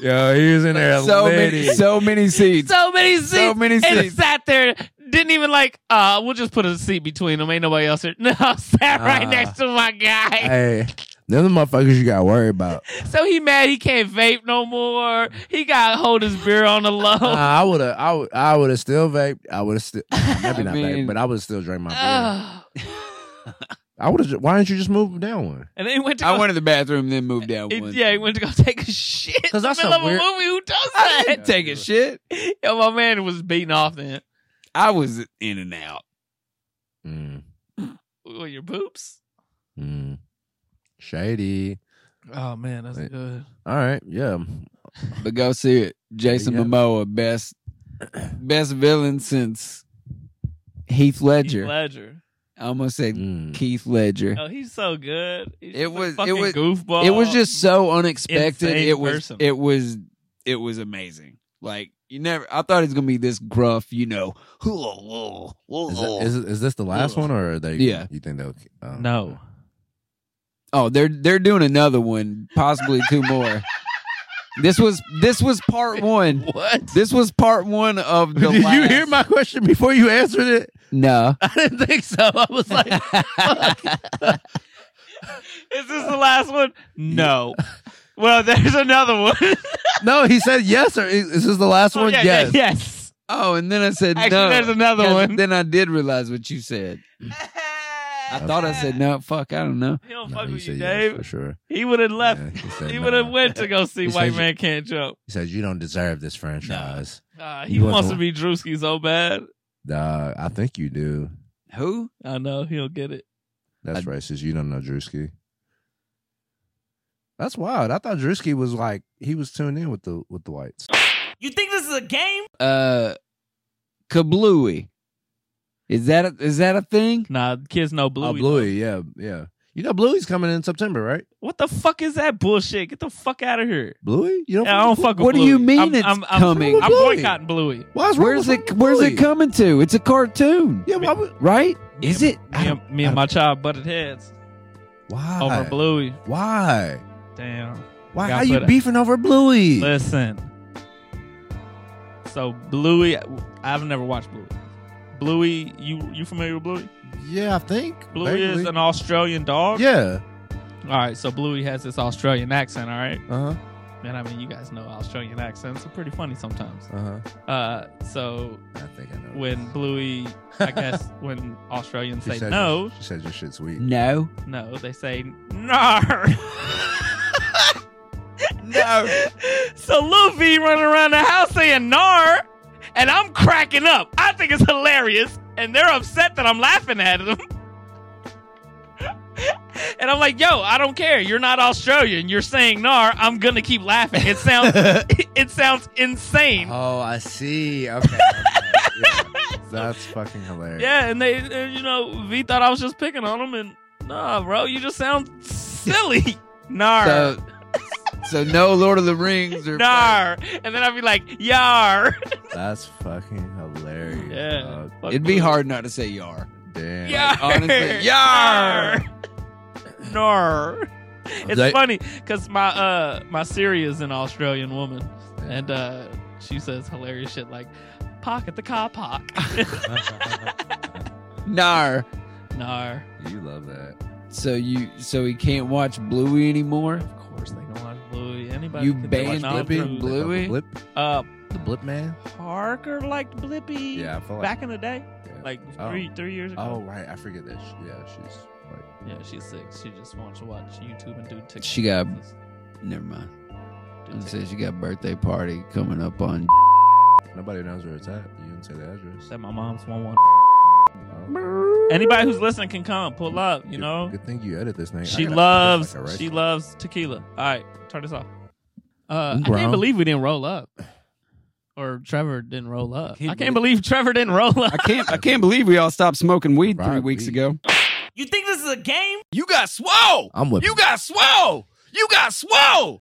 C: Yo, he was in there
B: so many,
C: litty.
B: so many seats.
A: so many seats.
B: So many
A: And
B: seats.
A: sat there, didn't even like. Uh, we'll just put a seat between them. Ain't nobody else here. [laughs] No, sat right
C: Ah.
A: next to my guy.
C: Hey, them the motherfuckers you gotta worry about.
A: so he mad. He can't vape no more. He got to hold his beer on the low.
C: Nah, I would have, I would, I would have still vaped. I would
A: [laughs]
C: have still, maybe
B: I
C: not
B: mean-
C: vaped, but I would have still drank my beer. Ah.
A: Ugh.
C: I would have. Why didn't you just move down one?
A: and then he went to.
B: I
A: go,
B: went to the bathroom, then moved down.
A: he-
B: One.
A: yeah, he went to go [laughs] take a shit. in
C: Because
A: the
C: that's
A: middle
C: a
A: of
C: weird-
A: a movie. Who does
B: I
A: that?
B: didn't take a shit.
A: Yo, my man was beating off then.
B: I was in and out.
C: Mm,
A: Well, your poops.
C: mm. Shady.
A: Oh man, that's
C: Wait.
A: good.
C: All right. Yeah.
B: But go see it. Jason
C: Yeah.
B: Momoa, best best villain since Heath Ledger.
A: Ledger.
B: I almost said
C: Mm.
B: Keith Ledger.
A: Oh, he's so good. He's
B: It
A: just a
B: was- it
A: fucking
B: was-
A: goofball.
B: it was just so unexpected.
A: insane
B: It was
A: person.
B: it was it was amazing. Like you never I thought it was gonna be this gruff, you
C: [laughs]
B: know.
C: Is, it, is, is this the last one, or are they?
B: Yeah.
C: You think they'll? oh.
A: [laughs] no.
B: Oh, they're they're doing another one, possibly two more. This was this was part one.
C: What?
B: This was part one
A: [laughs]
B: of the
C: Did you
B: last-
C: hear my question before you answered it?
B: No.
C: I didn't think so. I was
A: [laughs]
C: like,
A: Is this the last one? [laughs] No. Well, there's another one. [laughs]
C: no. He said yes, or is is this the last one?
A: Oh, yeah,
C: yes.
A: yeah, yes.
B: Oh, and then I said
A: Actually,
B: no.
A: there's another
B: 'Cause
A: one.
B: Then I did realize what you said. I thought I said no. Fuck, I don't know.
A: [laughs] He don't
C: No,
A: fuck
C: he
A: with you,
C: said yes,
A: Dave.
C: for sure.
A: He would have left.
C: Yeah, he said
A: he would have
C: no.
A: went to go see
C: He
A: White
C: said-
A: Man Can't Jump.
C: He said, "You don't deserve this franchise."
A: Uh, he
C: You
A: wants to
C: wasn't-
A: be Drewski so bad.
C: Nah, I think you do.
B: Who?
A: I know he'll get it.
C: That's
B: I-
C: racist. You don't know Drewski. That's wild. I thought Drewski was like he was tuned in with the with the whites.
A: Oh,
I: You think this is a game?
B: Uh, Kablooey. Is that a, is that a thing?
A: Nah, kids
B: Uh,
A: know Bluey.
C: oh, Bluey, yeah, yeah. You know Bluey's coming in September, right?
A: What the fuck is that bullshit? Get the fuck out of here.
C: Bluey, you don't.
A: Yeah, I don't fuck with
B: What do
A: Bluey.
B: you mean
A: I'm,
B: it's
A: I'm, I'm,
B: coming?
A: I'm
C: Bluey.
A: boycotting Bluey.
C: Why is-
B: Where's
C: what's
B: it
C: wrong with
B: Where's
C: Bluey?
B: it coming to? It's a cartoon,
C: Yeah, why would,
B: right? Is it?
A: Me
B: I don't-
A: and, me and my child butted heads
C: why?
A: over Bluey.
C: Why?
A: Damn.
C: Why
A: Gotta
C: are you
A: put it-
C: beefing over Bluey?
A: Listen. So Bluey, I've never watched Bluey. Bluey, you you familiar with Bluey?
C: yeah, I think
A: Bluey
C: vaguely.
A: is an Australian dog.
C: Yeah.
A: All right. So Bluey has this Australian accent. All right.
C: Uh huh.
A: And I mean, you guys know Australian accents are pretty funny sometimes.
C: Uh huh.
A: Uh, so
C: I think I know.
A: when Bluey, I guess when Australians
C: She
A: say
C: said
A: no,
C: your- she said your shit's weak.
B: No,
A: no, they say nar. [laughs]
B: no.
A: so Luffy running around the house saying "nar," and I'm cracking up. I think it's hilarious, and they're upset that I'm laughing at them. [laughs] and I'm like, "Yo, I don't care. You're not Australian. You're saying "nar." I'm gonna keep laughing. It sounds, it sounds insane.
C: Oh, I see. Okay.
A: [laughs]
C: okay. Yeah. That's fucking hilarious.
A: Yeah, and they, and, you know, V thought I was just picking on him, and nah, bro, you just sound silly. [laughs] Nar.
B: [laughs] So, so no Lord of the Rings
A: [laughs]
B: or
A: Nar. And then I'd be like, Yar.
C: That's fucking hilarious.
A: Yeah.
C: dog.
A: Fuck
B: It'd be
A: Blue.
B: hard not to say yar.
C: Damn.
A: Yeah. [laughs]
B: Honestly, yar.
A: Nar. It's
C: They-
A: funny because my uh my Siri is an Australian woman, and uh she says hilarious shit like "pocket the car park." [laughs]
B: Nar.
A: Nar.
C: You love that.
B: So you so he can't watch Bluey anymore?
A: Of course they can watch Bluey. Anybody
B: You
A: can
B: banned
A: watch
B: Blippi?
A: Bluey.
B: Blue- Bluey?
C: Blip,
A: Uh,
C: the Blip Man?
A: Parker liked Blippy.
C: Yeah, I feel like.
A: Back in the day,
C: yeah.
A: like
C: Oh.
A: three three years ago.
C: Oh, right. I forget that. She, yeah, she's like.
A: Yeah, she's six. She just wants to watch YouTube and do TikTok.
B: She got-
A: dances.
B: Never mind.
A: Do
B: It
A: TikTok.
B: says you got a birthday party coming up on
C: Nobody knows where it's at. You didn't say the address.
A: That my mom's one one.
C: Oh.
A: Anybody who's listening can come, pull up. You
C: Good-
A: know,
C: Good thing you edit this thing. I
A: she
C: gotta put
A: loves
C: this like a
A: she
C: record.
A: loves tequila. All right, turn this off. Uh,
C: We
A: I can't
C: grown.
A: believe we didn't roll up, or Trevor didn't roll up. I
B: can't
A: can't, believe Trevor didn't roll up.
B: [laughs] I can't I can't believe we all stopped smoking weed three
C: Right,
B: weeks
C: weed.
B: ago.
I: You think this is a game?
B: You got swole!
C: I'm with
B: got swole! You got swole!